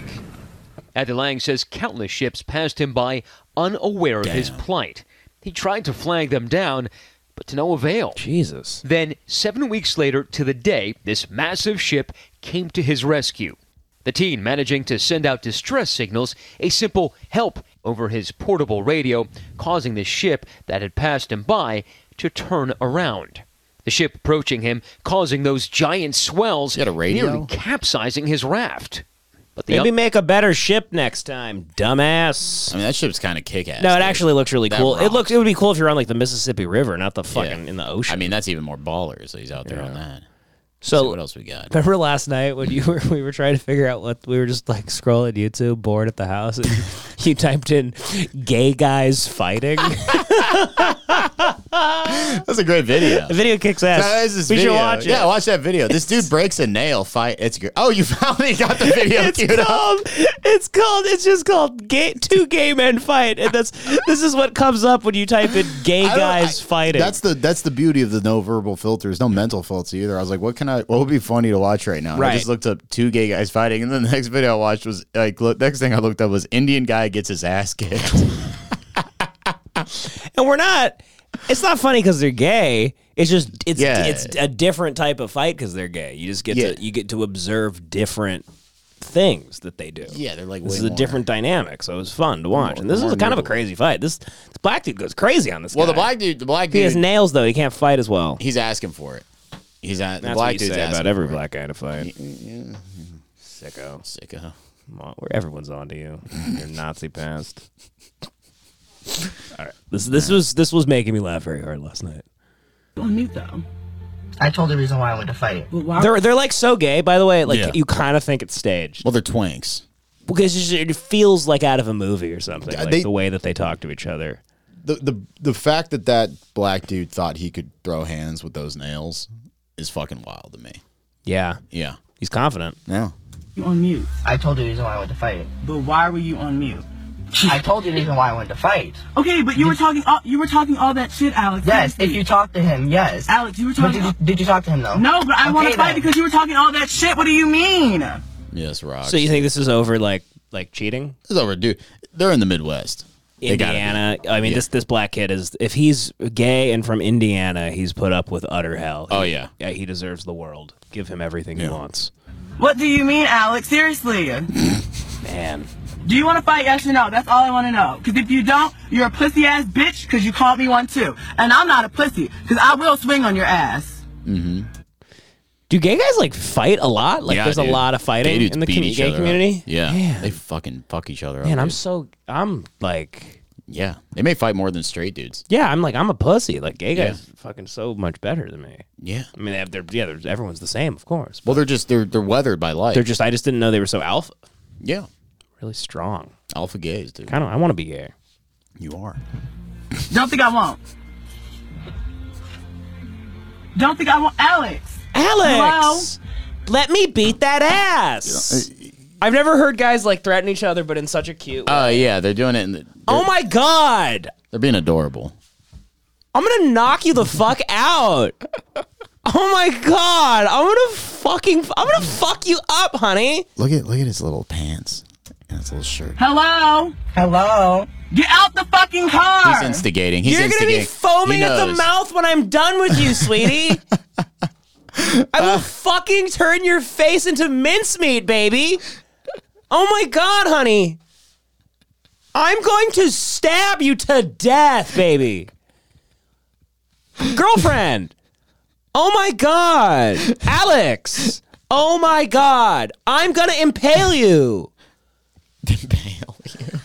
S11: Adelang says countless ships passed him by unaware of his plight. He tried to flag them down, but to no avail.
S4: Jesus.
S11: Then, seven weeks later to the day, this massive ship came to his rescue. The teen managing to send out distress signals, a simple help over his portable radio, causing the ship that had passed him by to turn around. The ship approaching him, causing those giant swells,
S3: He had a radio?
S11: nearly capsizing his raft. But the
S4: Maybe make a better ship next time, dumbass.
S3: I mean, that ship's kind of kick ass.
S4: No, it actually looks really
S3: That
S4: cool. It
S3: rocks.
S4: looks it would be cool if you're on like the Mississippi River, not the fucking in the ocean.
S3: I mean, that's even more baller. So he's out there on that.
S4: so
S3: See what else we got?
S4: Remember last night when you were we were trying to figure out what we were just like scrolling YouTube bored at the house and you typed in gay guys fighting.
S3: That's a great video.
S4: the video kicks ass.
S3: That is this
S4: we
S3: video.
S4: should watch it.
S3: Yeah, watch that video. This dude breaks a nail fight. It's great. Oh, you finally got the video
S4: it's
S3: queued up.
S4: called it's called it's just called gay two gay men fight and that's this is what comes up when you type in gay
S3: I don't-
S4: guys
S3: I-
S4: fighting
S3: That's the that's the beauty of the no verbal filters, no mental filters either. I was like, what can I? What would be funny to watch right now? And I
S4: Right.
S3: just looked up two gay guys fighting, and then the next video I watched was like, look, next thing I looked up was Indian guy gets his ass kicked.
S4: and we're not it's not funny because they're gay it's just it's
S3: Yeah.
S4: it's a different type of fight because they're gay you just get
S3: Yeah.
S4: to you get to observe different things that they do
S3: yeah, they're like,
S4: this
S3: way
S4: is a
S3: more.
S4: different dynamic so it was fun to watch and this is kind of a crazy fight this, this black dude goes crazy on this
S3: Well, the
S4: guy.
S3: black dude, the black
S4: he has
S3: dude,
S4: nails though he can't fight as well
S3: he's asking for it. He's at the
S4: that's
S3: black
S4: what you
S3: dude's
S4: say
S3: asking
S4: about every
S3: for it.
S4: black guy to fight sicko
S3: Sicko.
S4: Come on, where everyone's onto you. Your Nazi past. This this was this was making me laugh very hard last night.
S12: on mute though.
S13: I told the reason why I went to fight it.
S4: They're they're like so gay, by the way. Like
S3: Yeah.
S4: you kind of think it's staged
S3: Well, they're twinks.
S4: because it's- it feels like out of a movie or something.
S3: Yeah,
S4: Like
S3: they-
S4: the way that they talk to each other.
S3: The, the the fact that that black dude thought he could throw hands with those nails is fucking wild to me.
S4: Yeah,
S3: Yeah.
S4: he's confident.
S3: Yeah.
S12: You on mute.
S13: I told the reason why I went to fight it.
S12: But why were you on mute?
S13: I told the reason why I went to fight.
S12: Okay, but you were talking all you were talking all that shit, Alex.
S13: Yes, if you talked to him, yes.
S12: Alex, you were
S13: But
S12: talking
S13: did you, did you talk to him though?
S12: No, but I want to
S13: Okay,
S12: fight
S13: then.
S12: because you were talking all that shit. What do you mean?
S3: Yes, Rock.
S4: So you think this is over like like cheating?
S3: It's over, dude. They're in the Midwest. They gotta be.
S4: Indiana. I mean,
S3: Yeah.
S4: this this black kid is if he's gay and from Indiana, he's put up with utter hell.
S3: Oh, yeah.
S4: yeah, he deserves the world. Give him everything he wants.
S12: What do you mean, Alex? Seriously.
S4: Man,
S12: Do you want to fight? Yes or no? That's all I want to know. Because if you don't, you're a pussy ass bitch. Because you called me one too, and I'm not a pussy. Because I will swing on your ass.
S4: do gay guys like fight a lot? Like,
S3: Yeah,
S4: there's
S3: dude.
S4: a lot of
S3: Gay
S4: fighting
S3: dudes
S4: in the
S3: beat
S4: commu-
S3: each
S4: gay
S3: other up.
S4: community.
S3: Yeah.
S4: Man,
S3: They fucking fuck each other
S4: Man,
S3: up.
S4: I'm
S3: dude.
S4: so I'm like
S3: Yeah. They may fight more than straight dudes.
S4: yeah, I'm like I'm a pussy. Like gay
S3: Yeah.
S4: guys, fucking so much better than me.
S3: Yeah.
S4: I mean, they have their yeah, there's, everyone's the same, of course. But
S3: Well, they're just they're they're weathered by life.
S4: they're just I just didn't know they were so alpha,
S3: yeah.
S4: really strong.
S3: Alpha gays, dude.
S4: Kind of I want to be gay.
S3: You are.
S12: Don't think I won't. Don't think I won't, Alex.
S4: Alex, let me beat that ass. I've never heard guys like threaten each other, but in such a cute.
S3: Oh yeah, they're doing it. In the, they're,
S4: oh my god,
S3: they're being adorable.
S4: I'm gonna knock you the fuck out. Oh my god, I'm gonna fucking, I'm gonna fuck you up, honey.
S3: Look at look at his little pants and his little shirt.
S12: Hello.
S13: Hello.
S12: Get out the fucking car.
S3: He's instigating. He's
S4: You're gonna
S3: instigating.
S4: be foaming
S3: He
S4: at the
S3: knows.
S4: mouth when I'm done with you, sweetie. I will fucking turn your face into mincemeat, baby. Oh my god, honey. I'm going to stab you to death, baby. Girlfriend. Oh my god. Alex. Oh my god. I'm going to impale you.
S3: Impale you.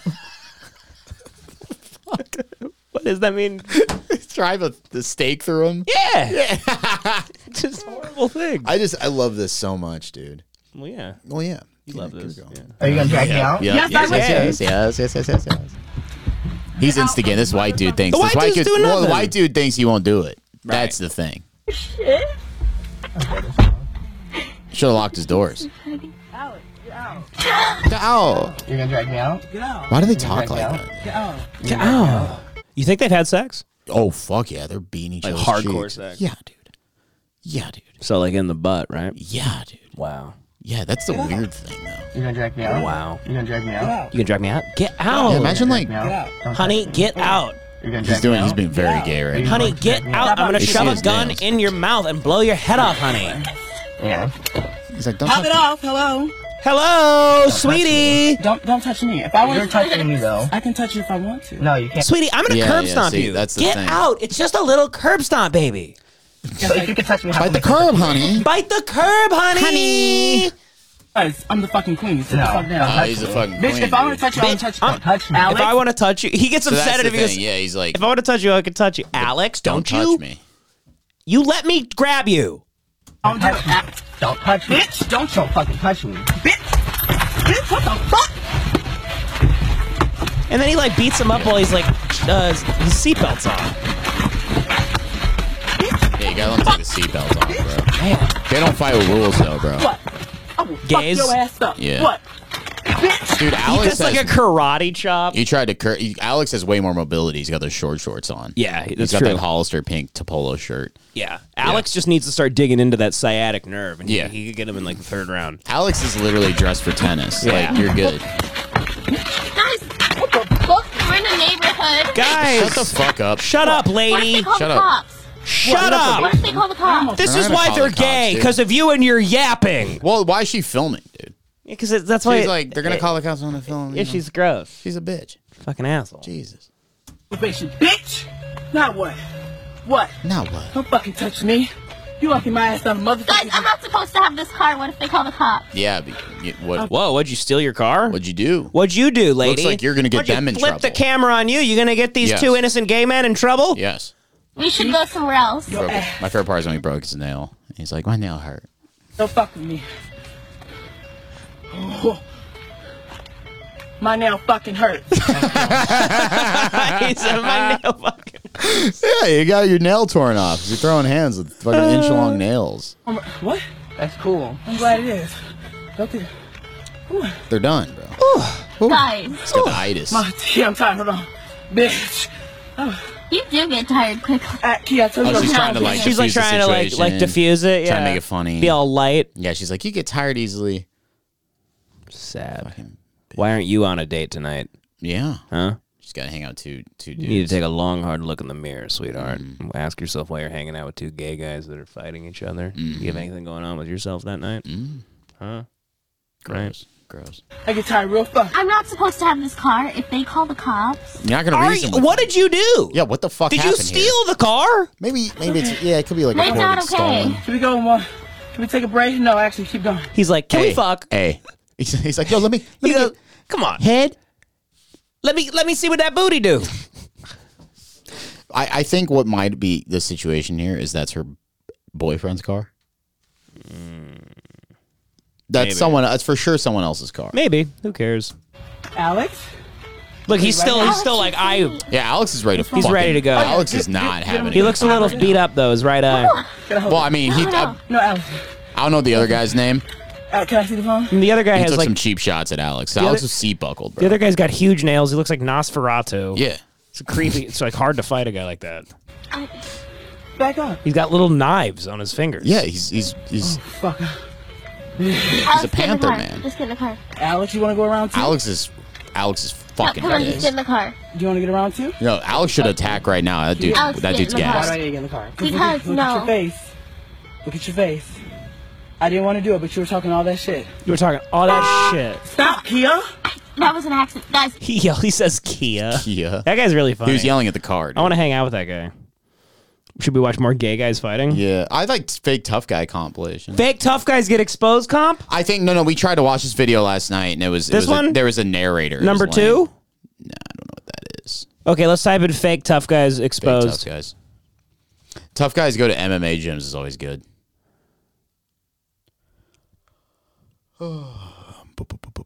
S4: What does that mean?
S3: Drive a the stake through him.
S4: Yeah. Just horrible thing.
S3: I just I love this so much, dude.
S4: Well, yeah.
S3: Well, Oh, yeah. You
S4: love
S3: keep
S4: this,
S3: going.
S4: yeah.
S13: Are you gonna drag me
S4: Oh,
S13: out?
S3: Yeah,
S12: Yes, I will.
S3: yes, yes, yes, yes, yes, yes, yes. He's instigating. This white dude thinks.
S4: The
S3: this
S4: white
S3: white
S4: dude's
S3: dude,
S4: doing
S3: well, the
S4: nothing.
S3: white dude thinks he won't do it. That's the thing. Should have locked his doors. Ow.
S13: You're gonna drag me out?
S3: Why do they talk like that?
S4: You think they've had sex?
S3: Oh fuck yeah, they're beating each
S4: Like
S3: other.
S4: hardcore
S3: cheeks.
S4: sex.
S3: Yeah, dude. Yeah, dude.
S4: So like in the butt, right?
S3: Yeah, dude.
S4: Wow.
S3: Yeah, that's the weird thing though.
S13: You're gonna drag me out?
S4: Wow.
S13: You're gonna drag me out?
S4: You can drag me out? Get out.
S3: Yeah, imagine like
S13: No. Don't
S4: Honey, get out.
S13: You're gonna
S3: he's
S13: drag me
S3: doing.
S13: out?
S3: He's being very gay right now.
S4: Honey, get out. I'm gonna
S3: It's
S4: shove
S3: his
S4: a gun
S3: nails.
S4: in your mouth and blow your head off, honey.
S13: Yeah.
S3: He's like, don't
S12: Pop
S3: touch
S12: it
S3: me.
S12: off. Hello.
S4: Hello, sweetie.
S12: Don't don't touch me. If I want
S13: You're touching me though.
S12: I can touch you if I want to.
S13: No, you can't.
S4: Sweetie, I'm gonna
S3: Yeah,
S4: curb
S3: yeah,
S4: stomp
S3: see,
S4: you.
S3: that's the
S4: get
S3: thing.
S4: out. It's just a little curb stomp, baby.
S13: So if you can touch me, how come
S3: Bite the
S13: you can't
S3: curb, honey.
S4: Bite the curb, honey. Honey.
S12: Guys, I'm the fucking queen. Sit the
S13: No.
S12: fuck down.
S3: Oh, he's a fucking
S12: Bitch,
S3: queen,
S12: if I want
S3: dude.
S12: to touch you, I'm gonna
S4: Bitch,
S12: touch you.
S4: I'm-
S13: Touch me.
S4: If I want to touch you, he gets
S3: So that's
S4: upset
S3: the
S4: if he goes.
S3: thing. Yeah, he's like,
S4: If I want to touch you, I could touch you. Alex,
S3: don't
S4: don't,
S3: touch
S4: you?
S3: me.
S4: You let me grab you.
S12: Don't do it. Ah,
S13: Don't touch me.
S12: Bitch, don't you
S13: Don't fucking touch me.
S12: bitch. Bitch, what the fuck?
S4: And then he like beats him up while he's like, uh, his seatbelt's on.
S3: Yeah, you gotta let him take the seatbelt off, bro. They don't fight with rules though, bro.
S12: What? I will
S4: Gays?
S12: fuck your ass up.
S3: Yeah.
S12: What? Bitch.
S3: Dude, Alex
S4: That's
S3: has,
S4: like a karate chop.
S3: he tried to. Cur- he- Alex has way more mobility. He's got those short shorts on.
S4: Yeah,
S3: he's
S4: that's
S3: got
S4: true.
S3: that Hollister pink to polo shirt.
S4: Yeah. Alex just needs to start digging into that sciatic nerve, and
S3: Yeah.
S4: he, he could get him in like the third round.
S3: Alex is literally dressed for tennis.
S4: Yeah.
S3: Like you're good.
S10: Guys, what the fuck? We're in a neighborhood.
S4: Guys,
S3: Shut the fuck up.
S4: shut up,
S10: What if they
S4: lady.
S10: call
S3: Shut
S10: the
S3: up.
S10: cops?
S4: Shut
S10: What
S4: up.
S10: if they call the cops?
S4: This
S3: They're
S4: is
S3: not
S4: why
S3: gonna call
S4: they're
S3: the cops,
S4: gay
S3: dude.
S4: because of you and your yapping.
S3: Well, why is she filming, dude?
S4: Because that's why.
S3: She's like, they're gonna call the cops on the film. you
S4: eh, Yeah,
S3: know.
S4: she's gross.
S3: she's a bitch.
S4: Fucking asshole.
S3: Jesus.
S12: Bitch. Bitch. Now what? What?
S3: Now what?
S12: Don't fucking touch me. You gonna see my ass on a
S14: Guys, I'm
S12: motherfucker.
S14: not supposed to have this car. What if they call the cops?
S15: Yeah. But you- what,
S16: Whoa, what'd you steal your car?
S15: what'd you do?
S4: What'd you do, lady?
S15: Looks like you're going to get
S4: Why'd you
S15: them in
S4: flip
S15: trouble.
S4: the camera on you. You gonna get these
S15: Yes.
S4: two innocent gay men in trouble?
S15: yes.
S14: We should go somewhere else.
S15: Broke it. My favorite part is when he broke his nail. He's like, my nail hurt.
S12: Don't fuck with me. Oh. My nail fucking hurts.
S4: He's a my nail fucking.
S3: Yeah, you got your nail torn off. 'cause You're throwing hands with fucking
S4: Uh,
S3: inch long nails.
S12: what?
S17: That's cool.
S12: I'm glad it is. Okay.
S3: They're done, bro.
S14: Guys,
S15: He's got the itis.
S12: My tea, Ah, I'm tired. Hold on. Bitch.
S14: you do get tired quickly.
S12: Uh, Key, I told you
S15: Oh,
S12: I'm
S15: she's trying to like.
S4: She's like
S15: diffuse the
S4: trying to like like
S15: situation,
S4: diffuse it. Yeah.
S15: Trying to make it funny.
S4: Be all light.
S15: yeah, she's like, you get tired easily.
S16: Sad. Why aren't you on a date tonight?
S15: Yeah.
S16: Huh?
S15: She's got to hang out with two two
S16: You need
S15: dudes.
S16: to take a long, hard look in the mirror, sweetheart.
S4: Mm-hmm.
S16: Ask yourself why you're hanging out with two gay guys that are fighting each other. You
S4: Mm-hmm.
S16: have anything going on with yourself that night? Huh? Right.
S15: Gross.
S12: I get tired real fast.
S14: I'm not supposed to have this car. If they call the cops,
S3: You're not gonna
S4: Are
S3: reason.
S4: you-
S3: with
S4: what
S3: them.
S4: did you do?
S3: Yeah, what the fuck?
S4: Did you
S3: happened
S4: steal
S3: here?
S4: the car?
S3: Maybe, maybe it's yeah. It could be like
S14: That's
S3: a
S14: not
S3: not
S14: okay.
S3: stolen.
S12: Should we go more? Should we take a break? No, actually, keep going.
S4: He's like, can we fuck?
S3: Hey, he's, he's like, yo, let me. Let
S4: He
S3: me
S4: goes,
S3: get-
S4: come on, head. Let me let me see what that booty do.
S3: I, I think what might be the situation here is that's her boyfriend's car. That's someone. That's for sure someone else's car.
S4: Maybe. Who cares?
S12: Alex?
S4: Look, he's still he's still like I.
S3: Yeah, Alex is ready to.
S4: He's
S3: fucking-
S4: ready to go.
S3: Alex is not having.
S4: He
S3: it.
S4: looks a little beat up though. His right uh, eye.
S12: Can I hold
S3: Well, I mean, he. I,
S12: it? No, Alex.
S3: I don't know the other guy's name.
S12: Uh, can I see the phone?
S4: And the other guy
S3: He
S4: has
S3: took
S4: like
S3: some cheap shots at Alex. Alex
S4: other-
S3: was seat buckled,
S4: the
S3: bro.
S4: other guy's got huge nails. He looks like Nosferatu.
S3: Yeah.
S4: It's creepy. It's like hard to fight a guy like that.
S12: Back up.
S4: He's got little knives on his fingers.
S3: Yeah, he's he's he's
S12: Fuck.
S14: he's
S3: a panther, man.
S14: Just get in the car.
S12: Alex, you want to go around too?
S3: Alex is Alex is
S14: No,
S3: fucking
S14: come on, just
S3: pissed.
S14: get in the car.
S12: Do you want to get around too?
S3: No, Alex should attack right now. That dude,
S14: Alex,
S3: that
S14: get
S3: dude's
S14: in the car.
S3: gassed.
S12: Why did you get in the car?
S14: Because
S12: look, at- look at
S14: no.
S12: your face. Look at your face. I didn't want to do it, but you were talking all that shit.
S4: You were talking all that shit.
S12: Stop, Kia.
S14: That was an accident, guys.
S4: He yell, he says Kia.
S3: Yeah,
S4: That guy's really
S3: he
S4: funny.
S3: was yelling at the car.
S4: I
S3: dude.
S4: want to hang out with that guy. Should we watch more gay guys fighting?
S3: Yeah, I like fake tough guy compilation.
S4: Fake tough guys get exposed comp.
S3: I think no, no. We tried to watch this video last night, and it was
S4: This
S3: it was a-
S4: one?
S3: there was a narrator. It
S4: Number
S3: was lame.
S4: two.
S3: That is
S4: Okay, let's type in fake tough guys
S3: fake
S4: exposed.
S3: tough guys. Tough guys go to MMA gyms is always good.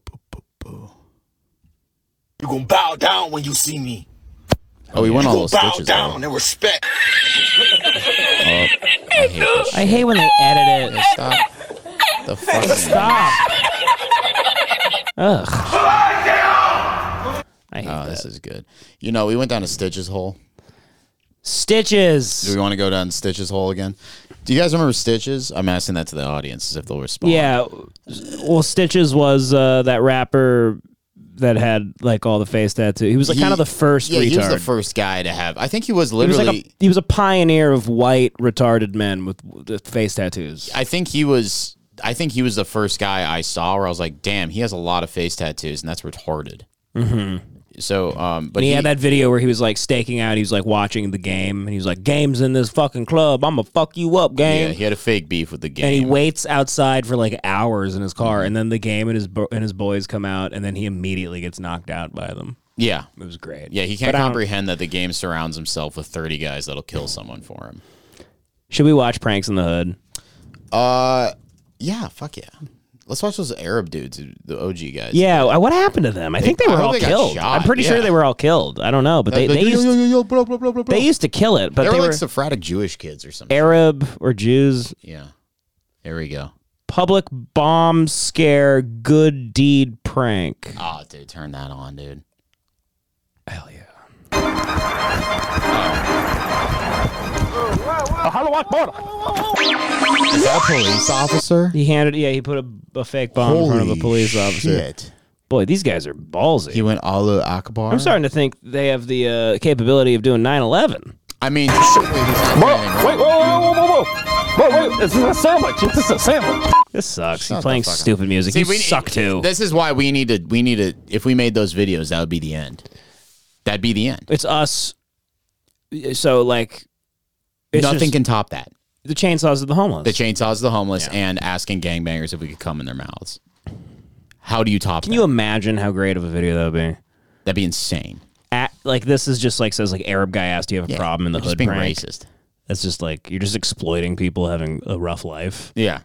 S3: Oh,
S18: You gonna bow down when you see me.
S3: Oh, we went all
S18: You gonna
S3: those
S18: bow
S3: stitches.
S18: down
S3: though.
S18: and respect.
S3: I hate this shit.
S4: I hate when they edit it.
S3: Stop. The fucking
S4: Stop. Ugh. I hate
S3: Oh,
S4: that.
S3: this is good. You know, we went down to Stitch's hole. Do
S4: Stitches.
S3: we want to go down Stitch's hole again? Do you guys remember Stitches? I'm asking that to the audience as if they'll respond.
S4: Yeah. Well, Stitches was uh, that rapper that had like all the face tattoo. He was like
S3: He-
S4: kind of the first
S3: Yeah,
S4: retard.
S3: he was the first guy to have. I think he was
S4: He was
S3: literally.
S4: like a, he was a pioneer of white retarded men with, with face tattoos.
S3: I think he was. I think he was the first guy I saw where I was like, "Damn, he has a lot of face tattoos, and that's retarded." Mm-hmm. So, um, but
S4: And he,
S3: he,
S4: had that video where he was like staking out. He was like watching the game, and he was like, "Game's in this fucking club. I'm gonna fuck you up,
S3: yeah,
S4: game."
S3: he had a fake beef with the game.
S4: and he waits outside for like hours in his
S3: Mm-hmm.
S4: car, and then the game and his bo- and his boys come out, and then he immediately gets knocked out by them.
S3: yeah,
S4: It was great.
S3: yeah, he can't
S4: But um, I don't-
S3: comprehend that the game surrounds himself with thirty guys that'll kill someone for him.
S4: Should we watch Pranks in the Hood?
S3: Uh, yeah, fuck yeah. Let's watch those Arab dudes, the OG guys.
S4: Yeah. uh, What happened to them? I think they
S3: I
S4: were
S3: hope
S4: all
S3: they got
S4: killed.
S3: shot,
S4: I'm pretty sure
S3: yeah.
S4: they were all killed. I don't know, but they
S3: Like,
S4: they
S3: yo, yo,
S4: used,
S3: yo, yo, blah, blah, blah, blah, blah.
S4: they used to kill it, but
S3: They
S4: they,
S3: were like
S4: were
S3: Sephardic Jewish kids or something.
S4: Arab or Jews.
S3: Yeah, there we go.
S4: Public bomb scare, good deed prank.
S3: Oh, dude, turn that on, dude.
S4: Hell yeah.
S3: Is that a police officer?
S4: He handed, yeah, he put a, a fake bomb in front of a police officer.
S3: shit.
S4: Boy, these guys are ballsy.
S3: He went Allahu Akbar.
S4: I'm starting to think they have the uh, capability of doing 9/11.
S3: I mean, certainly there's not anything wrong.
S18: Wait, whoa, whoa, whoa, whoa, whoa. Whoa, wait, this is a sandwich. This is a sandwich.
S4: This sucks.
S3: Shut
S4: He's
S3: the
S4: playing
S3: fuck up.
S4: stupid music. you
S3: we-
S4: suck too.
S3: This is why we need to. We need to. If we made those videos, that would be the end. That'd be the end.
S4: it's us. So like, it's
S3: Nothing
S4: just-
S3: can top that.
S10: The chainsaws of the homeless.
S3: The chainsaws of the homeless and asking gangbangers if we could come in their mouths. How do you top
S10: Can you imagine how great of a video that would be?
S3: That'd be insane.
S10: At, like this is just like says like Arab guy asked, "Do you have a
S3: Yeah,
S10: problem in the
S3: you're just
S10: hood?"
S3: being
S10: prank.
S3: racist.
S10: That's just like you're just exploiting people having a rough life.
S3: Yeah,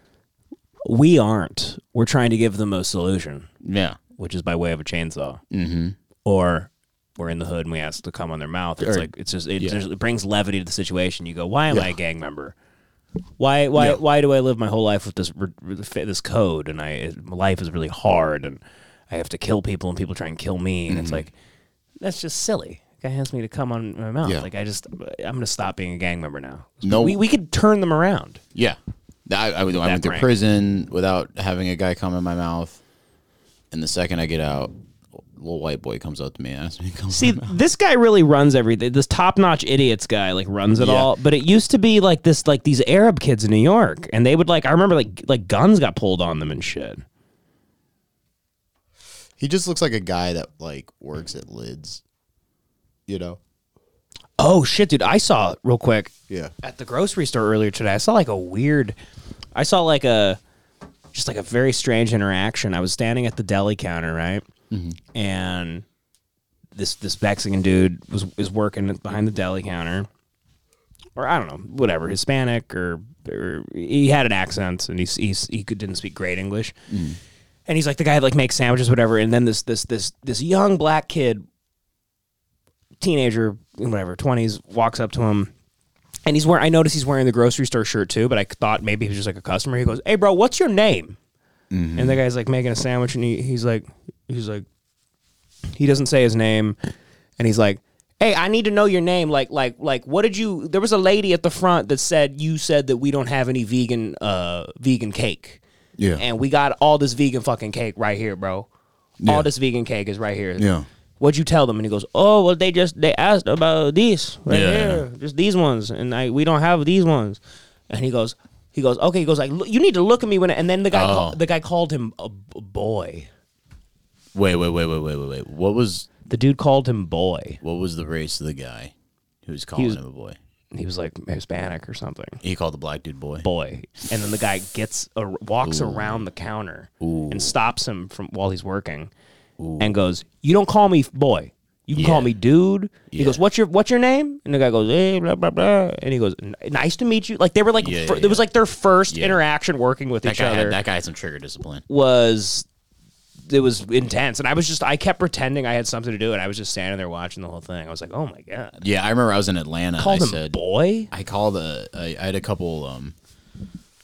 S10: we aren't. We're trying to give them a solution.
S3: Yeah,
S10: which is by way of a chainsaw.
S3: Mm-hmm.
S10: Or we're in the hood and we ask to come on their mouth. It's
S3: Or-
S10: like it's just it,
S3: yeah.
S10: there's- it brings levity to the situation. You go, why am I
S3: Yeah.
S10: a gang member? Why why
S3: Yeah.
S10: why do I live my whole life with this re- re- this code and I it- my life is really hard and I have to kill people and people try and kill me and it's
S3: Mm-hmm.
S4: Mhm.
S10: like that's just silly. Guy asked me to come on my mouth.
S4: Yeah.
S10: Like I just I'm gonna stop being a gang member now.
S3: No-
S10: we we could turn them around.
S3: Yeah. I, I, I went
S10: That
S3: through
S10: prank.
S3: prison without having a guy come in my mouth. And the second I get out, a little white boy comes up to me and asks me to come.
S4: See, this guy really runs everything. This top-notch idiots guy like runs it
S3: Yeah.
S4: all. But it used to be like this, like these Arab kids in New York, and they would like. I remember like like guns got pulled on them and shit.
S18: He just looks like a guy that like works at lids. You know?
S4: Oh shit, dude! I saw it real quick.
S18: Yeah.
S4: At the grocery store earlier today, I saw like a weird. I saw like a, just like a very strange interaction. I was standing at the deli counter, right, and this this Mexican dude was is working behind the deli counter, or I don't know, whatever, Hispanic or or he had an accent and he he he could, didn't speak great English, and he's like the guy that like makes sandwiches, whatever. And then this this this this young black kid teenager, whatever, twenties, walks up to him, and he's wearing. I noticed he's wearing the grocery store shirt too, but I thought maybe he was just like a customer. He goes, "Hey, bro, what's your name?" And the guy's like making a sandwich, and he, he's like, he's like, he doesn't say his name, and he's like, "Hey, I need to know your name. Like, like, like, what did you? There was a lady at the front that said you said that we don't have any vegan, uh, vegan cake."
S18: Yeah.
S4: And we got all this vegan fucking cake right here, bro.
S18: Yeah.
S4: All this vegan cake is right here.
S18: Yeah.
S4: What'd you tell them? And he goes, Oh, well, they just they asked about these right
S18: Yeah.
S4: here, just these ones, and I we don't have these ones. And he goes, he goes, okay. He goes like, "Look, you need to look at me when. I-" And then the guy,
S3: Oh.
S4: call, the guy called him a b- boy.
S3: Wait, wait, wait, wait, wait, wait, wait. What was
S4: the dude called him boy?
S3: What was the race of the guy who was calling
S4: was-
S3: him a boy?
S4: He was like Hispanic or something.
S3: He called the black dude boy.
S4: Boy, and then the guy gets a, walks
S3: Ooh.
S4: around the counter
S3: Ooh.
S4: and stops him from while he's working, and goes, "You don't call me f- boy. You can call me dude." He goes, "What's your what's your name?" And the guy goes, "Hey, blah blah blah," and he goes, "N- "Nice to meet you." Like they were like,
S3: Yeah,
S4: fir-
S3: yeah,
S4: it was like their first
S3: Yeah.
S4: interaction working with
S3: that
S4: each
S3: guy
S4: other
S3: Had, that guy had some trigger discipline.
S4: was it was intense, and I was just I kept pretending I had something to do, and I was just standing there watching the whole thing. I was like, "Oh my god."
S3: Yeah, I remember I was in Atlanta.
S4: Called
S3: and I
S4: him
S3: said,
S4: "Boy."
S3: I called a. I, I had a couple. Um,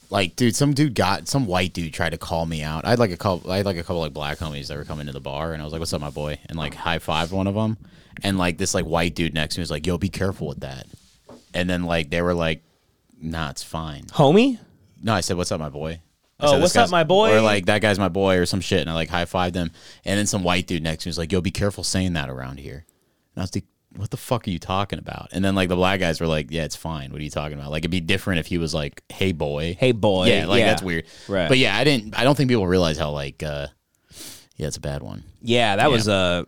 S3: like dude, some dude got some white dude tried to call me out. I had like a couple. I had like a couple like black homies that were coming to the bar, and I was like, "What's up, my boy?" And like high five one of them, and like this like white dude next to me was like, "Yo, be careful with that." And then like they were like, "Nah, it's fine,
S4: homie."
S3: No, I said, "What's up, my boy?" I
S4: Oh,
S3: said, "This
S4: what's up,
S3: guy's-"
S4: my boy?
S3: Or like that guy's my boy, or some shit, and I like high fived them. And then some white dude next to me was like, "Yo, be careful saying that around here." And I was like, "What the fuck are you talking about?" And then like the black guys were like, "Yeah, it's fine. What are you talking about?" Like it'd be different if he was like, "Hey, boy."
S4: Hey, boy.
S3: Yeah, like
S4: Yeah.
S3: that's weird.
S4: Right.
S3: But yeah, I didn't. I don't think people realize how like, uh yeah, it's a bad one.
S4: Yeah, that
S3: Yeah.
S4: was uh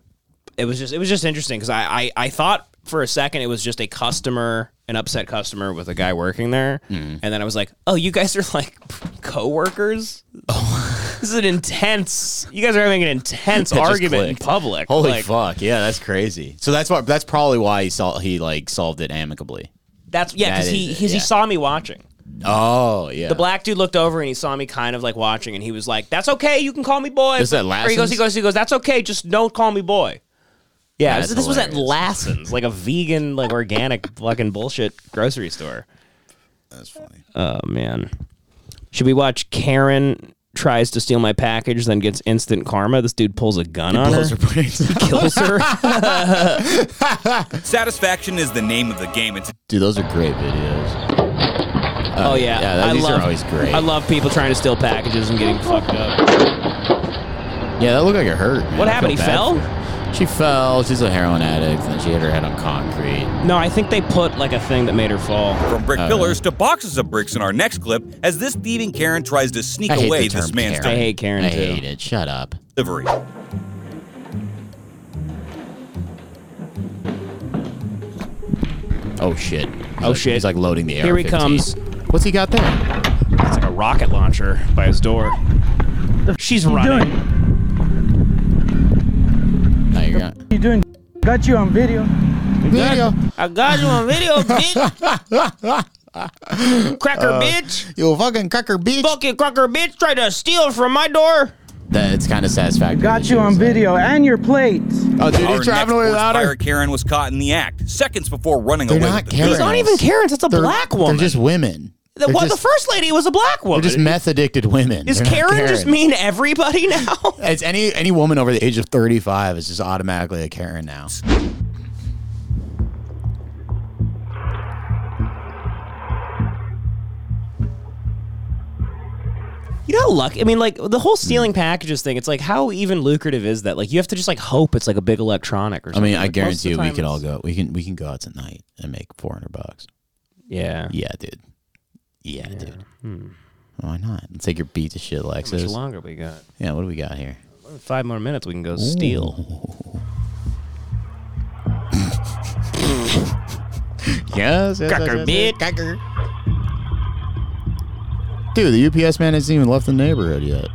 S4: it was just it was just interesting because I, I I thought for a second it was just a customer, an upset customer with a guy working there,
S3: Mhm.
S4: and then I was like, oh, you guys are like coworkers. Oh, this is an intense. You guys are having an intense
S3: That just
S4: argument in
S3: clicked.
S4: public.
S3: Holy
S4: Like,
S3: fuck! Yeah, that's crazy. So that's why that's probably why he saw he like solved it amicably.
S4: That's yeah,
S3: That
S4: because he
S3: is it,
S4: because he
S3: yeah.
S4: saw me watching.
S3: Oh yeah,
S4: Mm-hmm. The black dude looked over and he saw me kind of like watching, and he was like, "That's okay, you can call me boy."
S3: Is that
S4: Or he goes, he
S3: Lassen's?
S4: goes, he goes, "That's okay, just don't call me boy." Yeah,
S3: That's
S4: this, this was at
S3: hilarious.
S4: Lassen's, like a vegan, like organic fucking bullshit grocery store.
S18: That's
S4: funny. Oh man, should we watch Karen? Tries to steal my package, then gets instant karma. This dude pulls a gun
S16: He
S4: on
S16: blows
S4: her.
S16: her brains
S4: He kills her.
S3: Oh,
S16: Satisfaction is the name of the game. It's
S3: Dude, those are great videos.
S4: Oh, yeah,
S3: yeah that-
S4: I
S3: these
S4: love-
S3: are always great.
S4: I love people trying to steal packages and getting fucked up.
S3: yeah, that looked like it hurt. man.
S4: What
S3: I
S4: happened?
S3: feel
S4: He
S3: bad
S4: fell?
S3: for her. She fell. She's a heroin addict, and then she hit her head on concrete.
S4: No, I think they put like a thing that made her fall.
S16: From brick
S4: Uh,
S16: pillars to boxes of bricks in our next clip as this thieving Karen tries to sneak
S4: I hate
S16: away
S4: the term
S16: this man's
S4: Karen. I hate Karen, I too. hate
S3: it. Shut up.
S16: Delivery.
S3: Oh shit! Oh shit! He's like loading the air.
S4: Here he comes.
S3: What's he got there?
S19: It's like a rocket launcher by his door. She's running.
S20: No, you're not.
S21: you doing? Got you on video.
S3: Video.
S4: I got you on video, bitch. cracker
S3: Uh,
S4: bitch.
S3: You fucking cracker bitch.
S4: Fucking cracker bitch tried to steal from my door.
S20: That's kind of satisfactory.
S21: Got you on video and your plate.
S3: Oh, dude,
S16: Our next forest fire Karen was caught in the act, seconds before running
S3: They're
S16: away.
S3: not
S16: with the
S3: Karens.
S16: vehicle.
S4: Karens, it's a
S3: They're-
S4: black woman.
S3: They're just women.
S4: The,
S3: They're
S4: what,
S3: just-
S4: the first lady was a black
S3: They're
S4: woman.
S3: just meth addicted women.
S4: Is
S3: They're not
S4: Karen just
S3: Karens.
S4: mean everybody now?
S3: It's any any woman over the age of thirty five is just automatically a Karen now.
S4: You know how lucky. I mean, like the whole stealing packages thing. It's like how even lucrative is that? Like you have to just like hope it's like a big electronic or
S20: I
S4: something.
S20: mean, I
S4: Like, most of
S20: guarantee
S4: the
S20: you, we
S4: time
S20: could all
S4: it's-
S20: go. We can we can go out tonight and make four hundred bucks.
S4: Yeah.
S20: Yeah, dude. Yeah, dude.
S4: hmm.
S20: Why not? Let's take your beat to shit,
S4: How much
S20: Lexus.
S4: longer we got?
S20: Yeah, what do we got here?
S4: Five more minutes. We can go steal.
S3: Yes, yes, yes,
S4: Cracker
S3: yes, yes.
S4: bitch. Cracker.
S3: Dude, the UPS man hasn't even left the neighborhood yet.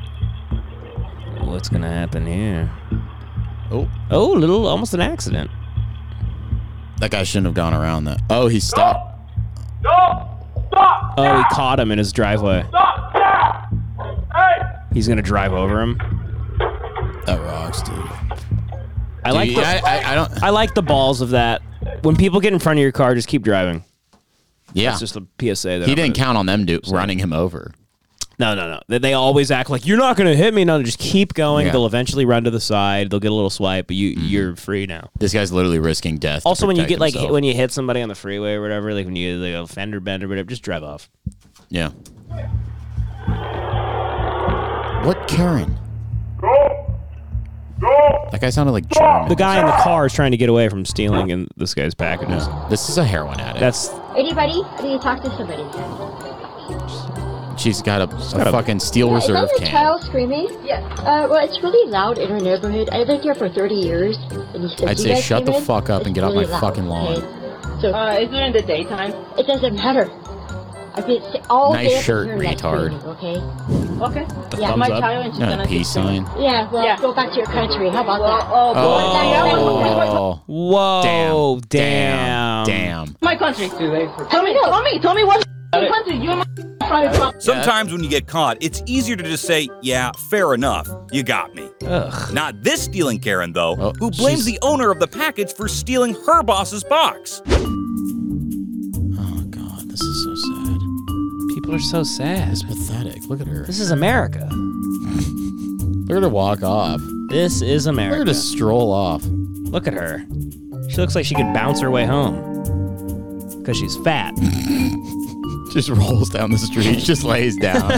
S4: What's gonna happen here?
S3: Oh,
S4: oh, little, almost an accident.
S3: That guy shouldn't have gone around that. Oh, he stopped.
S4: Oh, he caught him in his driveway. He's gonna drive over him.
S3: That rocks, dude.
S4: I
S3: Dude,
S4: like. The,
S3: yeah, I- I- I don't-
S4: I like the balls of that. When people get in front of your car, just keep driving.
S3: Yeah.
S4: It's just a PSA. That
S3: He
S4: I'm
S3: didn't
S4: gonna-
S3: count on them dude, running him over.
S4: No, no, no. They, they always act like you're not going to hit me. No, they just keep going.
S3: Yeah.
S4: They'll eventually run to the side. They'll get a little swipe, but you you're free now.
S3: This guy's literally risking death. to
S4: Mm-hmm. Also, when you
S3: protect
S4: get like hit,
S3: himself.
S4: when you hit somebody on the freeway or whatever, like when you like a fender bender or whatever, just drive off.
S3: yeah. What Karen? That guy sounded like German.
S4: The guy in the car is trying to get away from stealing in this guy's packages.
S3: This is a heroin addict.
S4: That's
S10: Anybody? I need to talk to somebody.
S3: she's got a, a fucking steel
S22: Is that
S3: reserve
S22: your
S3: can.
S22: child screaming? Yes. Uh, well, it's really loud in our neighborhood. I've lived here for 30 years. And since
S3: I'd
S22: you
S3: say
S22: guys
S3: shut
S22: came
S3: the
S22: in,
S3: fuck up and
S22: it's
S3: get off
S22: really
S3: my
S22: loud,
S3: fucking lawn.
S22: okay? So, uh, is it in the daytime? It doesn't matter. I've been s- all
S3: Nice
S22: day up
S3: shirt,
S22: here and that's
S3: retard.
S22: screaming, okay?
S12: Okay.
S3: The
S22: yeah,
S3: thumbs
S22: my
S3: up?
S22: child is
S3: Not a
S22: gonna
S3: peace sign.
S22: Yeah, well, go back to your country. How about that?
S12: Oh,
S3: Oh.
S4: Whoa,
S3: Damn.
S4: Oh, damn.
S3: Damn.
S12: my country. Tell me, tell me, tell me what country you and my private property.
S16: Sometimes when you get caught, it's easier to just say, yeah, fair enough, you got me.
S4: Ugh.
S16: Not this stealing Karen, though,
S3: Oh,
S16: who blames the owner of the package for stealing her boss's box.
S3: Oh, God, this is so sad.
S4: People are so sad. It's
S3: pathetic. Look at her.
S4: This is America.
S3: Look at her walk off.
S4: This is America.
S3: Look at her just stroll off.
S4: Look at her. She looks like she could bounce her way home. Because she's fat.
S3: Just rolls down the street. Just lays down.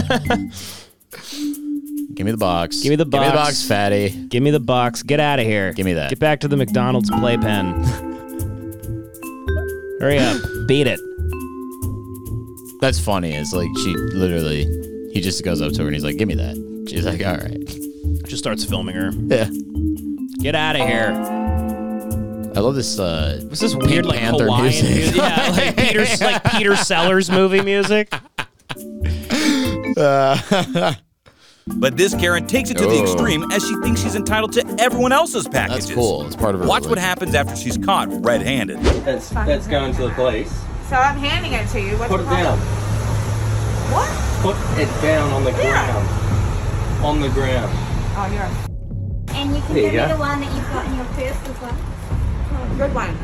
S3: Give me the box.
S4: Give me the
S3: Give me the
S4: box.
S3: box, fatty.
S4: Give me the box. Get out of here.
S3: Give me that.
S4: Get back to the McDonald's playpen. Hurry up. Beat it.
S3: That's funny. It's like she literally, he just goes up to her and he's like, "Give me that." She's like, "All right."
S4: Just starts filming her.
S3: Yeah.
S4: Get out of here.
S3: I love this. uh
S4: What's this
S3: Pink
S4: weird like
S3: Panther
S4: Hawaiian
S3: music.
S4: music? Yeah, like Peter, like Peter Sellers movie music.
S16: But this Karen takes it to the
S3: Oh.
S16: extreme as she thinks she's entitled to everyone else's packages.
S3: cool. It's part of her
S16: Watch what
S3: religion.
S16: happens after she's caught red-handed.
S23: That's, that's going to the police.
S24: So I'm handing it to you. What's
S23: Put
S24: the
S23: it
S24: problem?
S23: down. What? Put it down on the ground. On the ground.
S24: Oh, you're a
S10: And you can
S23: There you
S10: give me
S23: go.
S10: the one that you've got in your purse as well.
S24: good one.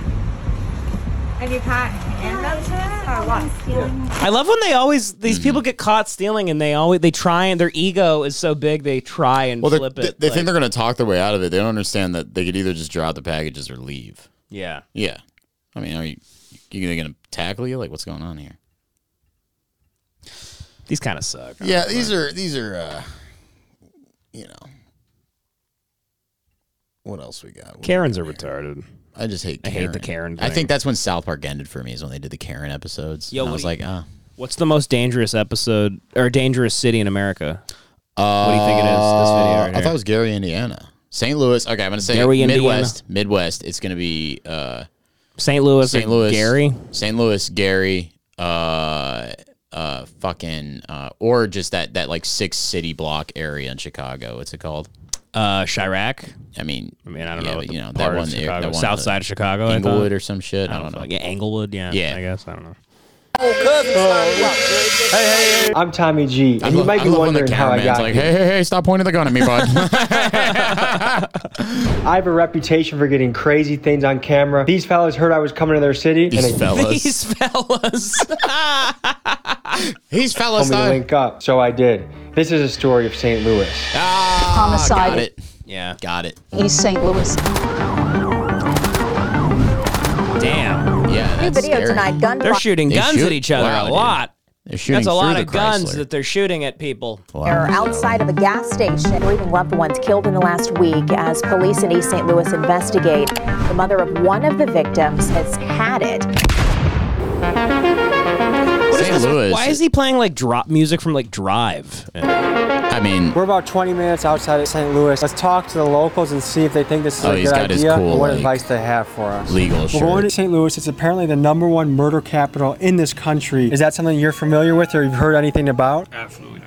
S24: And you can't hand them to us or what?
S4: I love when they always these people get caught stealing and they always they try and their ego is so big they try and
S3: Well, they're-
S4: flip
S3: they,
S4: it.
S3: they
S4: like-
S3: think they're gonna talk their way out of it. They don't understand that they could either just drop the packages or leave.
S4: yeah.
S3: Yeah. I mean, are you? You they gonna tackle you? Like, what's going on here?
S4: These kind of suck.
S3: Yeah, these are these are uh you know. What else we got? What
S4: Karens are retarded.
S3: I just hate
S4: I
S3: Karen.
S4: hate the Karen.
S3: I
S4: thing.
S3: think that's when South Park ended for me is when they did the Karen episodes.
S4: Yo,
S3: and I
S4: what
S3: was
S4: do
S3: like,
S4: you-
S3: ah.
S4: What's the most dangerous episode or dangerous city in America? what do you think it is? This video.
S3: ah. Uh,
S4: Right
S3: I
S4: here.
S3: thought it was Gary, Indiana. St. Louis. Okay, I'm gonna say
S4: Gary, Indiana.
S3: Midwest. Midwest. It's gonna be uh
S4: St. Louis.
S3: St.
S4: or
S3: Louis
S4: Gary.
S3: St. Louis, Gary, uh uh fucking uh or just that that like six city block area in Chicago. What's it called?
S4: Uh Chirac.
S3: I mean,
S4: I mean, I don't
S3: yeah,
S4: know
S3: but,
S4: what the
S3: you know that
S4: part
S3: one,
S4: of
S3: there-
S4: Chicago-
S3: that one
S4: south
S3: the-
S4: side of Chicago, I
S3: Englewood
S4: thought.
S3: or some shit. I don't, know.
S4: Yeah, Englewood. Yeah,
S3: Yeah.
S4: I guess I don't know.
S23: I'm Tommy G,
S3: I
S23: and you
S3: love-
S23: might
S3: I
S23: be
S3: love when the
S23: wondering how I
S3: cameraman's
S23: got
S3: like,
S23: here.
S3: "Hey, hey, hey! Stop pointing the gun at me, bud."
S23: I have a reputation for getting crazy things on camera. These fellas heard I was coming to their city,
S3: These
S23: and they
S3: fellas.
S23: These
S5: fellas.
S3: These fellas.
S23: told me
S3: huh?
S23: to link up, so I did. This is a story of St. Louis.
S3: Ah, Got
S25: Homicide,
S3: it. Yeah, got it.
S25: East St. Louis.
S3: Damn. Yeah.
S25: New
S3: that's
S25: video
S3: scary.
S25: tonight. Gun
S4: They're shooting guns at each other
S3: Wow,
S4: a
S3: dude.
S4: lot.
S3: They're shooting
S4: That's a lot
S3: through
S4: of
S3: the
S4: guns
S3: Chrysler.
S4: that they're shooting at people.
S25: Are outside of a gas station, grieving loved ones killed in the last week as police in East St. Louis investigate. The mother of one of the victims has had it.
S3: St. Louis.
S4: Why is he playing like drop music from like Drive?
S3: I mean,
S23: We're about 20 minutes outside of St. Louis. Let's talk to the locals and see if they think this is
S3: Oh,
S23: a
S3: he's
S23: good
S3: got his
S23: idea
S3: cool,
S23: and what
S3: like,
S23: advice they have for us.
S3: legal
S23: We're
S3: shirt.
S23: going to St. Louis. It's apparently the number one murder capital in this country. Is that something you're familiar with or you've heard anything about?
S10: Absolutely not.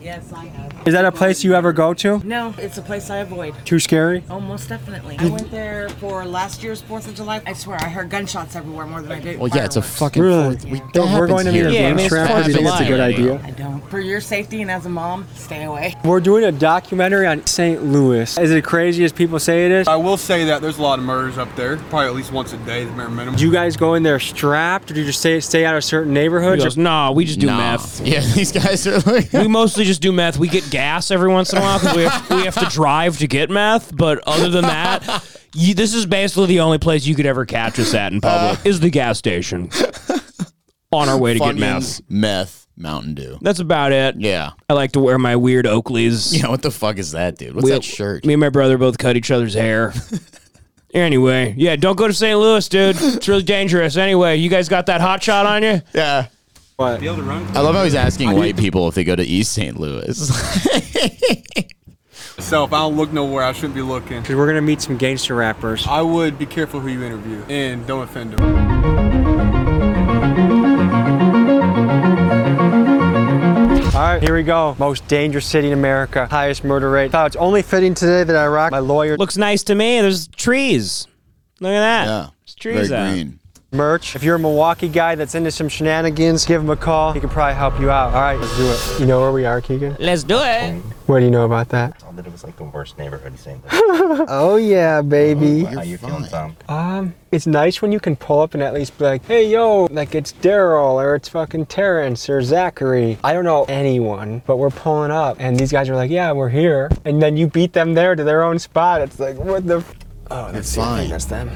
S24: Yes, I have.
S23: Is that a place you ever go to?
S24: No, it's a place I avoid.
S23: Too scary?
S24: Oh, most definitely. I went there for last year's 4th of July. I swear, I heard gunshots everywhere more than I did.
S3: Well, yeah, it's a
S23: Fireworks.
S3: fucking.
S23: Really?
S3: fourth- we- that
S23: Don't- we're
S3: happens
S23: going to meet
S3: here.
S23: a
S3: Yeah, I
S23: game
S3: mean, it's
S23: trap.
S3: fourth
S23: Do you think
S3: of
S23: it's a good
S3: July.
S23: idea?
S24: I don't. For your safety and as a mom, stay away.
S23: We're doing a documentary on St. Louis. Is it crazy as people say it is?
S10: I will say that there's a lot of murders up there. Probably at least once a day, the bare minimum.
S23: Do you guys go in there strapped, or do you just stay, stay out of certain neighborhoods?
S4: He goes, "Nah, we just do Nah. meth."
S3: Yeah, these guys are like.
S4: we mostly just do meth. We get gas every once in a while because we, have- we have to drive to get meth. But other than that, you, this is basically the only place you could ever catch us at in public
S3: Uh.
S4: is the gas station on our way to get meth.
S3: Funyuns, meth, Mountain Dew.
S4: That's about it.
S3: Yeah.
S4: I like to wear my weird Oakleys.
S3: Yeah, what the fuck is that, dude? What's
S4: We-
S3: that shirt?
S4: Me and my brother both cut each other's hair. anyway, yeah, don't go to St. Louis, dude. It's really dangerous. Anyway, you guys got that hot shot on you?
S3: Yeah.
S23: What?
S3: I love how he's asking white people if they go to East St. Louis.
S10: Myself, I don't look nowhere I shouldn't be looking.
S23: Because we're gonna meet some gangster rappers.
S10: I would be careful who you interview and don't offend them.
S23: All right, here we go. Most dangerous city in America, highest murder rate. Thought it's only fitting today that I rock my lawyer.
S4: Looks nice to me. There's trees. Look at that.
S23: Yeah,
S4: There's trees out.
S23: Merch. If you're a Milwaukee guy that's into some shenanigans, give him a call. He can probably help you out. All right, let's do it. You know where we are, Keegan?
S4: Let's do it.
S23: What do you know about that?
S26: That it was like the worst neighborhood St.
S23: oh yeah, baby.
S26: How you feeling, Tom?
S23: Um, it's nice when you can pull up and at least be like, hey yo, like it's Daryl or it's fucking Terrence or Zachary. I don't know anyone, but we're pulling up and these guys are like, yeah, we're here. And then you beat them there to their own spot. It's like, what the? F- oh, that's fine. That's them.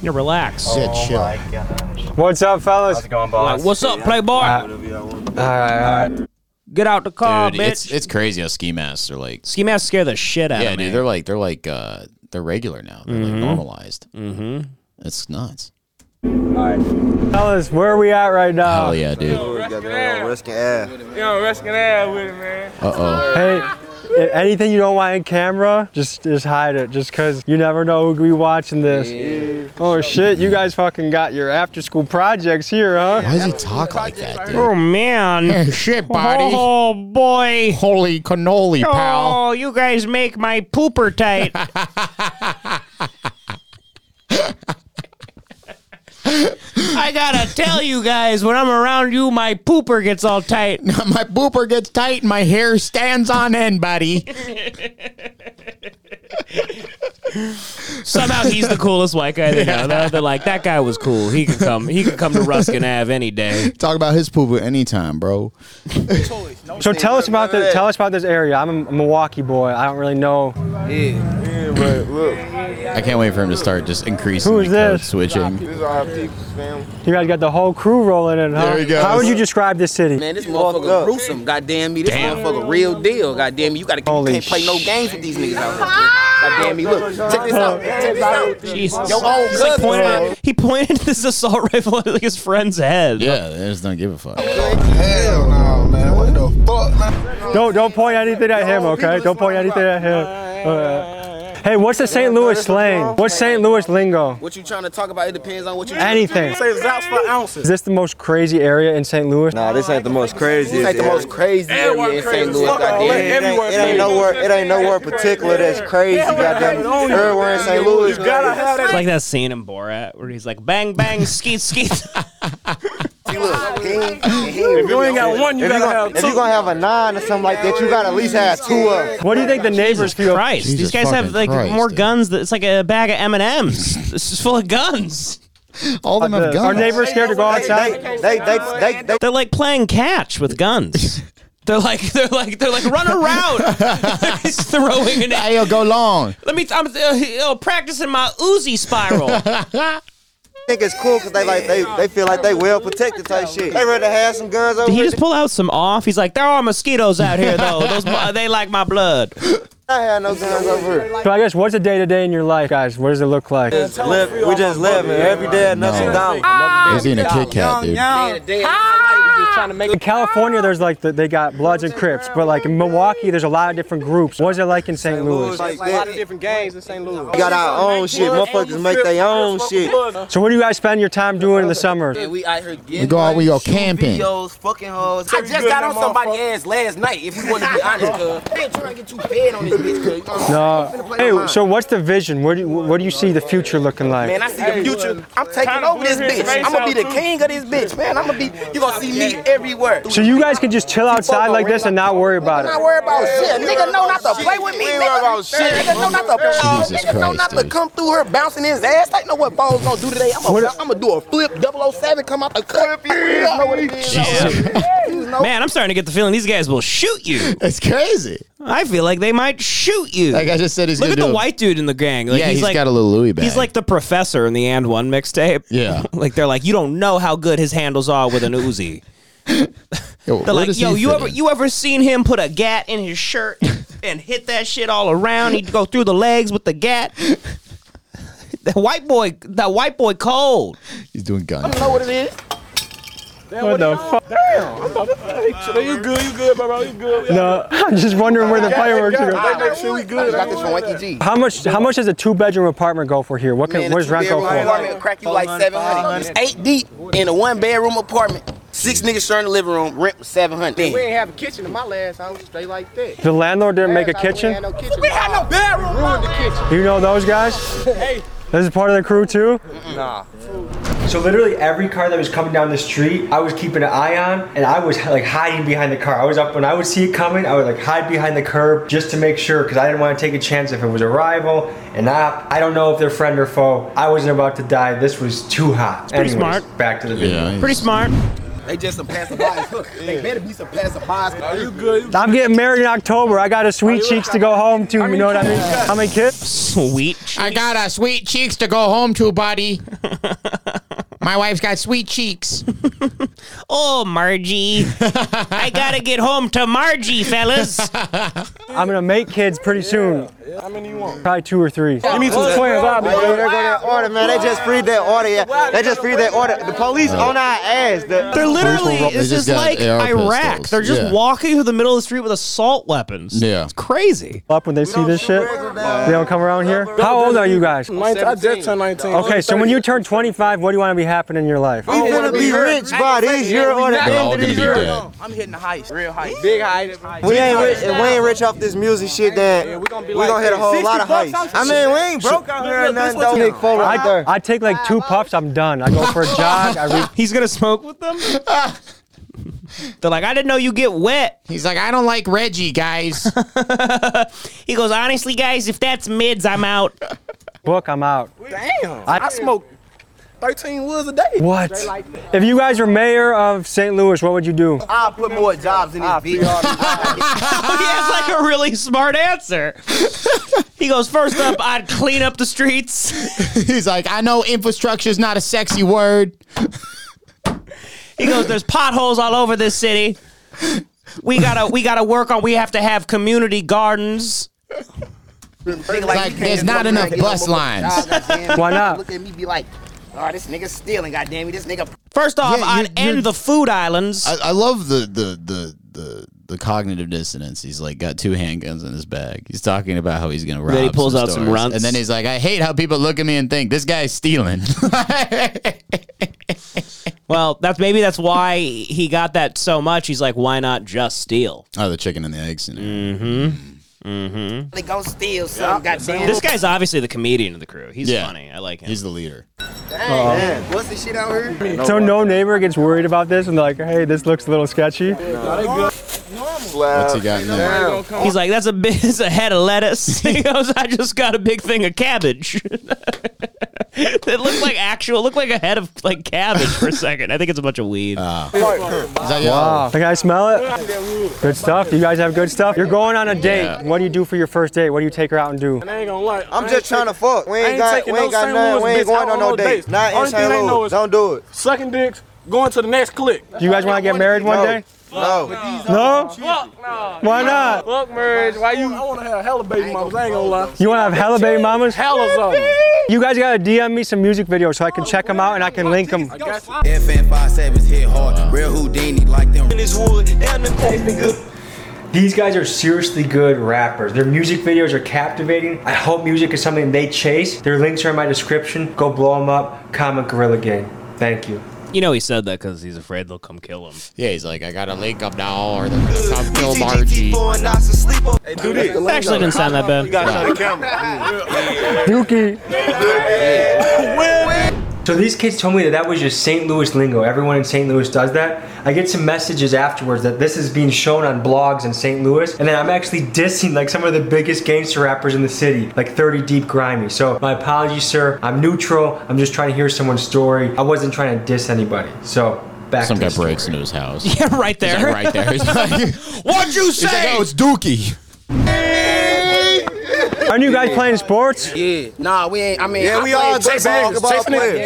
S4: Yeah, relax.
S23: Oh chill. my What's up, fellas? How's it going,
S4: boss? Like, what's up, Playboy?
S23: all right, all right.
S4: Get out the car,
S3: Uh, dude,
S4: bitch.
S3: it's it's crazy how ski masks are like.
S4: Ski masks scare the shit out
S3: yeah,
S4: of
S3: dude,
S4: me.
S3: they're like they're like uh they're regular now. They're
S4: Mhm.
S3: like normalized. Mm-hmm. It's nuts.
S23: Fellas, where are we at right now?
S3: Hell yeah, dude. Uh
S10: Yo, risking ass with it, man.
S3: oh.
S23: Hey, if anything you don't want in camera, just just hide it. Just cause you never know who could be watching this. Oh shit, you guys fucking got your after school projects here, huh? Why
S3: does he talk like that, dude?
S4: Oh man.
S3: shit,
S23: buddy.
S4: Oh boy.
S3: Holy cannoli,
S4: Oh, you guys make my pooper tight. I gotta tell you guys, when I'm around you, my pooper gets all tight.
S3: my pooper gets tight and my hair stands on end, buddy.
S4: Somehow he's the coolest white guy they know. They're- They're like, that guy was cool. He could come. He could come to Ruskin Ave any day.
S7: Talk about his poo anytime, bro.
S23: So tell us about the tell us about this area. I'm a Milwaukee boy. I don't really know.
S10: Yeah. Yeah, but look.
S3: I can't wait for him to start just increasing the code switching.
S10: is our people's family.
S23: You guys got the whole crew rolling in, huh?
S3: There he goes.
S23: How would you describe this city?
S18: Man, this motherfucker gruesome. Goddamn me, this motherfucker real deal. Goddamn me, you gotta you can't play no games with these niggas out here. man. Goddamn me, look, check this out, check this out.
S4: Jesus.
S18: Yo, old
S4: He's like
S18: cousin,
S4: pointed
S18: bro.
S4: at- he pointed this assault rifle at like, his friend's head.
S3: Yeah, they just don't give a fuck.
S10: Hell no, man. What the fuck, man?
S23: Don't don't point anything at him, okay? Don't point anything at him. All right. Hey, what's the St. Louis slang? What's St. Louis lingo?
S18: What you trying to talk about? It depends on what you.
S23: Anything.
S18: Say zounce for
S23: Is
S18: ounces.
S23: this the most crazy area in St. Louis?
S27: Nah, this ain't the most crazy.
S18: This ain't the most crazy area in St. Louis,
S27: It
S18: goddamn.
S27: ain't, it ain't nowhere. It ain't nowhere particular that's crazy. Goddamn. Everywhere in St. Louis. goddamn.
S4: It's like that scene in Borat where he's like, bang, bang, skeet, skeet.
S27: If you ain't got one, you gotta have two. If you gonna have a nine or something like that, you gotta at least have two of them.
S23: What do you think the neighbors feel?
S4: Christ, these guys have like more guns. That, it's like a bag of M and M's. This is full of guns.
S7: All
S23: them have guns. Our neighbors scared to go outside.
S27: They, they, they, they,
S4: They're like playing catch with guns. They're like they're like they're like run around. They're just throwing an.
S7: Hey, yo, go long.
S4: Let me. I'm uh, uh, practicing my Uzi spiral.
S27: think it's cool because they like they, they feel like they well protected type shit. They ready to have some guns over.
S4: Did he
S27: here.
S4: just pull out some off? He's like, there are mosquitoes out here though. Those they like my blood.
S27: I had no guns over. here.
S23: So I guess what's a day to day in your life, guys? What does it look like?
S27: Just live, we just living every day, nuts and dollars.
S18: Ah,
S7: He's eating a Kit Kat, dude.
S23: In California, there's like the, they got Bloods and Crips, but like in Milwaukee, there's a lot of different groups. What's it like in St. Louis?
S27: Like
S10: a lot
S27: that.
S10: of different games in St. Louis.
S27: We got our own shit. Motherfuckers make their own shit.
S23: So what do you guys spend your time doing in the summer?
S18: Yeah, we out here getting.
S7: We go out, we go
S18: money, shooting
S7: camping.
S18: Videos, fucking hoes. I just got on somebody's ass last night. If you want to be honest, cuz. I ain't trying to get too bad on this bitch, cuz. you know what I'm saying?
S23: No.
S18: I'm finna play my
S23: Hey,
S18: mind.
S23: so what's the vision? What do you, what do you see the future looking like?
S18: Man, I see the future. I'm taking over this bitch. I'm gonna be the king of this bitch, man. I'm gonna be. You gonna see me everywhere.
S23: So you guys can just chill outside like this and not worry about
S18: Not
S23: it.
S18: worry about shit. Nigga know not to play with me. Nigga, nigga know not to play.
S7: Jesus
S18: Nigga know
S7: Christ,
S18: not to
S7: dude.
S18: come through her bouncing his ass. I know what Bones gonna do today. I'm gonna, I'm gonna do a flip 007, come out the cut. You know what it is. You know.
S4: Man, I'm starting to get the feeling these guys will shoot you.
S7: It's crazy.
S4: I feel like they might shoot you.
S7: Like I just said, he's
S4: Look
S7: gonna
S4: at
S7: do
S4: the
S7: a-
S4: white dude in the gang. Like,
S7: Yeah,
S4: he's
S7: he's
S4: like,
S7: got a little Louis bag.
S4: He's like the professor in the and one mixtape.
S7: Yeah.
S4: like they're like, you don't know how good his handles are with an Uzi.
S7: Yo,
S4: They're
S7: where
S4: like,
S7: does
S4: yo,
S7: he
S4: you
S7: fit
S4: ever
S7: in?
S4: you ever seen him put a gat in his shirt and hit that shit all around? He'd go through the legs with the gat. That white boy, that white boy, cold.
S7: He's doing guns.
S18: You know what it is.
S23: What the fuck?
S10: you good, you good, bro, you good.
S23: No, I'm just wondering where the fireworks are going.
S18: I make sure we good. I got this from Mikey G.
S23: How much? How much does a two-bedroom apartment go for here? What
S18: Man,
S23: can?
S18: a
S23: Where's rent go
S18: two-bedroom
S23: for?
S18: apartment will Crack you like 700. It's eight deep in a one bedroom apartment. Six niggas sharing the living room. Rent was 700.
S10: We ain't have a kitchen in my last house. Stay like that.
S23: The landlord didn't make a
S10: Last house, We
S23: kitchen.
S10: ain't had no kitchen. We had no bedroom. Ruined the kitchen.
S23: You know those guys? This is part of the crew too?
S27: Nah.
S23: So literally every car that was coming down the street, I was keeping an eye on and I was like hiding behind the car. I was up when I would see it coming, I would like hide behind the curb just to make sure because I didn't want to take a chance if it was a rival and I I don't know if they're friend or foe. I wasn't about to die. This was too hot.
S4: pretty
S23: Anyways,
S4: smart.
S23: back to the video.
S4: Pretty smart.
S18: They just some passerbys. Look, they better be some passerbys. Are you good?
S23: I'm getting married in October. I got a sweet cheeks to go home to. You know what I mean? How many kids?
S4: Sweet.
S3: I got a sweet cheeks to go home to, buddy. My wife's got sweet cheeks.
S4: Oh, Margie, I gotta get home to Margie, fellas.
S23: I'm gonna make kids pretty soon.
S10: How many you want?
S23: Probably two or three. Give
S27: me some
S23: twins. I'll be
S27: Hey, yo, they got that order, man. They just freed that order. yeah. They just freed that order. The police on our ass. The,
S4: They're
S7: First
S4: literally,
S7: world- they
S4: this
S7: just
S4: is
S7: got
S4: like
S7: AR
S4: Iraq.
S7: pistols.
S4: They're just
S7: Yeah.
S4: walking through the middle of the street with assault weapons.
S7: Yeah.
S4: It's crazy.
S23: up when they see this shit. They don't come around here. How old are you guys?
S10: Nineteen- I just turned 19.
S23: Okay, so when you turn 25, what do you want to be happening in your life?
S27: we finna be rich by this year or the
S7: They're
S27: end
S7: all
S27: of
S7: gonna be
S27: this year.
S7: dead.
S18: I'm hitting the heist. Real heist.
S10: Big height.
S27: We ain't rich. If we ain't rich off this music shit, then we
S10: gonna
S27: gonna,
S10: be like
S27: hit a whole
S10: 60
S27: lot of
S10: bucks
S27: heists.
S10: out
S27: I mean, we ain't broke out here or nothing. Though. Nick Fuller right
S23: I,
S27: there.
S23: I take like two puffs, I'm done. I go for a jog. I read.
S4: He's gonna smoke with them. They're like, I didn't know you get wet.
S3: He's like, I don't like Reggie, guys.
S4: He goes, honestly, guys, if that's mids, I'm out.
S23: book, I'm out.
S18: Damn.
S23: I-
S18: I, smoke 13 woods a day.
S23: What? If you guys were mayor of St. Louis, what would you do?
S18: I'll put more jobs in this bitch.
S4: Oh, he has like a really smart answer. he goes, first up, I'd clean up the streets.
S3: He's like, I know infrastructure's not a sexy word.
S4: He goes, there's potholes all over this city. We gotta, we gotta work on. We have to have community gardens.
S18: Nigga,
S3: Like,
S18: you can't
S3: there's
S18: just
S3: not
S18: go
S3: enough
S18: there and get
S3: bus
S18: no more
S3: lines.
S18: jobs, goddamn.
S23: Why not?
S18: Look at me be like, oh, this nigga stealing, goddamn me. This nigga
S4: First off,
S7: Yeah,
S4: I'd
S7: you're- you're-
S4: end the food islands.
S7: I, I love the the the the
S3: the cognitive dissonance. He's like got two handguns in his bag. He's talking about how he's gonna rob.
S4: Then he pulls out some
S3: stores.
S4: runts.
S3: and then he's like, "I hate how people look at me and think this guy's stealing."
S5: Well, that's maybe that's why he got that so much. He's like, why not just steal?
S3: oh, the chicken and the egg
S4: Mm.
S3: scenario.
S5: Mm-hmm. Mm-hmm.
S18: They go steal some goddamn.
S5: This guy's obviously the comedian of the crew. He's
S3: Yeah.
S5: funny. I like him.
S3: He's the leader.
S18: Dang, man. What's this shit out here?
S23: So no neighbor gets worried about this and they're like, hey, this looks a little sketchy.
S3: What's he got in there?
S5: He's like, that's a big, it's a head of lettuce. he goes, I just got a big thing of cabbage. it looked like actual, looked like a head of like cabbage for a second. I think it's a bunch of weed.
S3: Uh.
S23: Wow. Can I smell it? Good stuff. You guys have good stuff. You're going on a date.
S18: Yeah.
S23: What do you do for your first date? What do you take her out and do?
S27: I'm just trying to fuck. We
S10: I
S27: ain't
S10: ain't
S27: got,
S10: taking
S27: we
S10: no
S27: ain't got
S10: St.
S27: nothing.
S10: Louis
S27: We ain't
S10: bitch
S27: going
S10: out
S27: on
S10: on
S27: no
S10: no
S27: dates.
S10: dates.
S27: Not in
S10: Only thing I
S27: St.
S10: know
S27: Louis.
S10: is-
S27: Don't do it.
S10: Sucking dicks, going to the next click.
S23: You guys want to get married one
S27: No.
S23: day?
S27: No.
S23: No?
S10: Fuck no.
S23: Why not?
S10: Fuck marriage. Why you? I want to have a hella baby mamas. I ain't gonna lie.
S23: You want to have hella baby mamas?
S10: Hellas on.
S23: You guys gotta DM me some music videos so I can check them out and I can link them.
S27: FN 57s hit hard. Real Houdini like them. In this wood, down
S23: These guys are seriously good rappers. Their music videos are captivating. I hope music is something they chase. Their links are in my description. Go blow them up. Comment Gorilla Gang. Thank you.
S5: You know, he said that because he's afraid they'll come kill him.
S3: Yeah, he's like, I gotta link up now, or they're gonna come kill Margie.
S27: Hey, do this.
S5: That actually didn't sound that bad.
S23: Dookie. So these kids told me that that was just St. Louis lingo. Everyone in St. Louis does that. I get some messages afterwards that this is being shown on blogs in St. Louis, and then I'm actually dissing like some of the biggest gangster rappers in the city, like 30 Deep Grimy. So my apologies, sir. I'm neutral. I'm just trying to hear someone's story. I wasn't trying to diss anybody. So back
S3: Some
S23: to
S3: guy
S23: the story.
S3: breaks into his house.
S5: Yeah, right there.
S3: He's like, right there. He's like,
S5: What'd you
S3: he's like, oh, it's Dookie.
S23: Aren't you guys playing sports?
S18: Yeah, nah, we ain't. I mean,
S27: Yeah,
S18: I
S27: we
S18: played
S27: all good basketball players.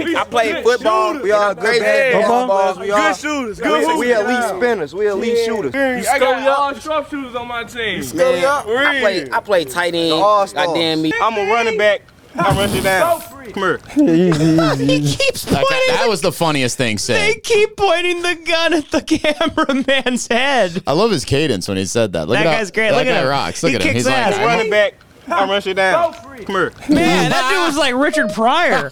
S18: Yeah. I played football. We all great basketball players. We all
S27: shooters.
S10: good hoopers.
S27: We elite spinners. We elite shooters.
S10: I got all sharpshooters on my team.
S27: Scully up.
S10: Reed.
S18: I play. I play tight end.
S27: All-Stars.
S18: Goddamn me. I'm a running back. I run you down. Come here.
S5: he keeps
S3: That,
S5: pointing.
S3: that was the funniest thing
S5: They
S3: said.
S5: keep pointing the gun at the cameraman's head.
S3: I love his cadence when he said that. Look
S5: That
S3: at how-
S5: guy's great.
S3: That
S5: Look at
S3: guy
S5: him.
S3: rocks. Look
S5: He
S3: at him.
S5: kicks
S3: He's like,
S5: ass.
S3: "I'm
S18: Running back. I run you down. Come here.
S5: Man, that dude was like Richard Pryor.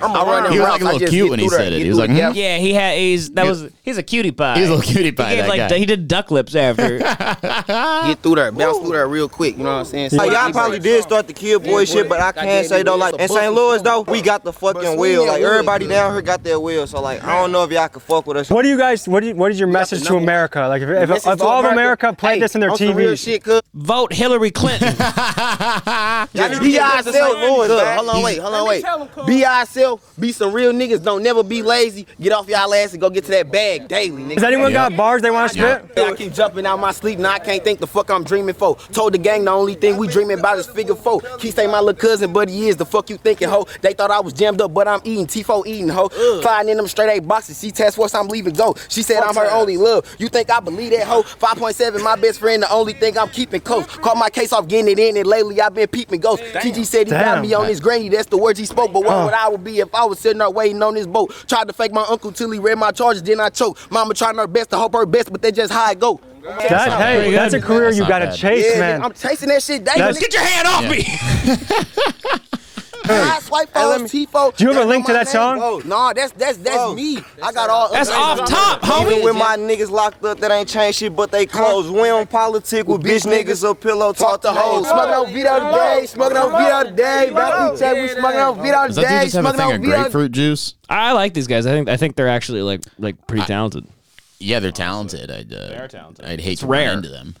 S18: I'm a running
S3: He was
S18: route.
S3: like a
S18: I
S3: little
S18: just
S3: cute
S18: get
S3: when he
S18: through
S3: said
S18: the-
S3: it.
S18: get
S3: He was
S18: through
S3: like,
S18: the
S3: "Hmm."
S18: gap.
S5: Yeah, he had. He's that was. He's a cutie pie.
S3: He's a little cutie pie,
S5: He gave,
S3: that
S5: like,
S3: guy.
S5: He did duck lips after.
S18: Get through there. Bounce through there real quick. You know what I'm saying?
S27: Like, y'all probably did start the kill boy shit, but I
S18: Goddamn,
S27: can't say though,
S18: it's
S27: like
S18: a
S27: in St.
S18: bucket
S27: Louis though, we got the fucking wheel.
S18: that
S27: Like
S18: wheel,
S27: everybody
S18: good.
S27: down here got their wheel, so like I don't know if y'all can fuck with us.
S23: What do you guys? What, do you, what is your message to America? Like, if, if, if
S27: Listen to
S23: all of America played
S27: Hey,
S23: this in their
S27: on some
S23: TV,
S27: real shit, cuz.
S5: Vote Hillary Clinton.
S18: Y'all
S27: Be
S18: be
S27: ourselves,
S18: ourselves. Hold
S27: man.
S18: on, wait, hold on, wait. Be ourselves. Be some real niggas. Don't never be lazy. Get off y'all ass and go get to that bag daily, nigga.
S23: has anyone got bars they want to spit?
S18: I keep jumping out my sleep, now I can't think the fuck I'm dreaming for. Told the gang the only thing we dreaming about is figure four. He say my little cousin, but he is the fuck you thinking, ho. They thought I was jammed up, but I'm eating T4 eating, ho. Flying in them straight A boxes. She task force, I'm leaving go. She said I'm her only love. You think I believe that, ho? 5.7, my best friend, the only thing I'm keeping close. Caught my case off getting it in, and lately I've been peeping ghosts. TG said he
S23: Damn.
S18: found me on his granny, that's the words he spoke, but what
S23: Uh.
S18: would I would be if I was sitting there waiting on this boat? Tried to fake my uncle till he read my charges, then I choke. Mama trying her best to hope her best, but that's just how it go.
S23: That, hey,
S3: pretty
S23: that's a
S3: good.
S23: career
S3: That's
S23: you
S3: not
S23: gotta
S3: bad.
S23: chase,
S18: Yeah,
S23: man.
S18: nigga, I'm chasing that shit daily.
S23: That's-
S18: Nigga,
S5: Get your hand off me.
S18: I swipe for us, T-Fo.
S23: Do you have a
S18: That's
S23: link to
S18: my
S23: that
S18: name.
S23: song?
S18: Whoa. Nah, that's that's that's me. I got all.
S5: That's off top,
S27: Even
S5: homie.
S27: with my niggas locked up, that ain't changed shit, but they close. We on politic with bitch niggas, a pillow talk to
S18: Hey,
S27: hoes.
S18: smoking on Vito today, smoking on Vito today, bro. We check, we smoking on Vito
S3: Does that
S18: today,
S3: dude just have a
S18: smoking
S3: thing
S18: on
S3: of
S18: Vito
S3: grapefruit juice?
S5: I like these guys. I think. I think they're actually like like pretty talented.
S3: Yeah, they're talented. I'd, uh, they're talented. I'd hate to
S5: rare.
S3: run into them.
S18: today.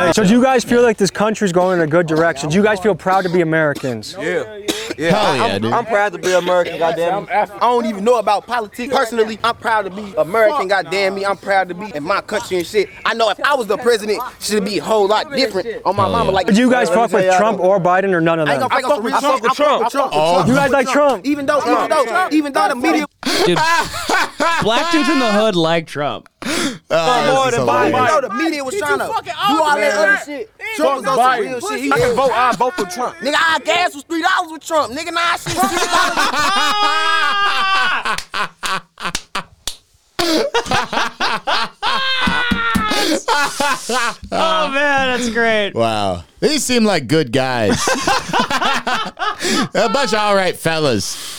S23: Hey, so do you guys feel like this country's going in a good direction? Do you guys feel proud to be Americans?
S27: Yeah.
S3: Hell yeah,
S27: I'm,
S3: dude.
S27: I'm proud to be American, goddamn. it.
S18: I don't even know about politics. Personally, I'm proud to be American, goddamn me. I'm proud to be in my country and shit. I know if I was the president, should be a whole lot different on my
S3: Hell
S18: mama.
S3: yeah.
S18: Like,
S23: Do you guys
S27: Let me
S23: fuck
S27: tell
S23: with
S27: y'all
S23: Trump or Biden or none of
S18: I ain't
S23: them?
S18: gonna fake
S27: fuck with
S18: I fuck
S27: Trump.
S18: with Trump. I fuck with
S3: Oh.
S18: Trump.
S23: You guys like Trump?
S18: Even though, even though, even though the media
S5: Dude, black dudes in the hood like Trump.
S27: more than
S18: You
S27: Biden.
S18: know the media was trying to do all that other shit. Trump was on some real shit. He
S10: I can
S18: said,
S10: vote. I vote for Trump.
S18: Nigga, our gas was three dollars with Trump. Nigga, now I shit six dollars.
S4: great.
S28: Wow. These seem like good guys. A bunch of all right fellas.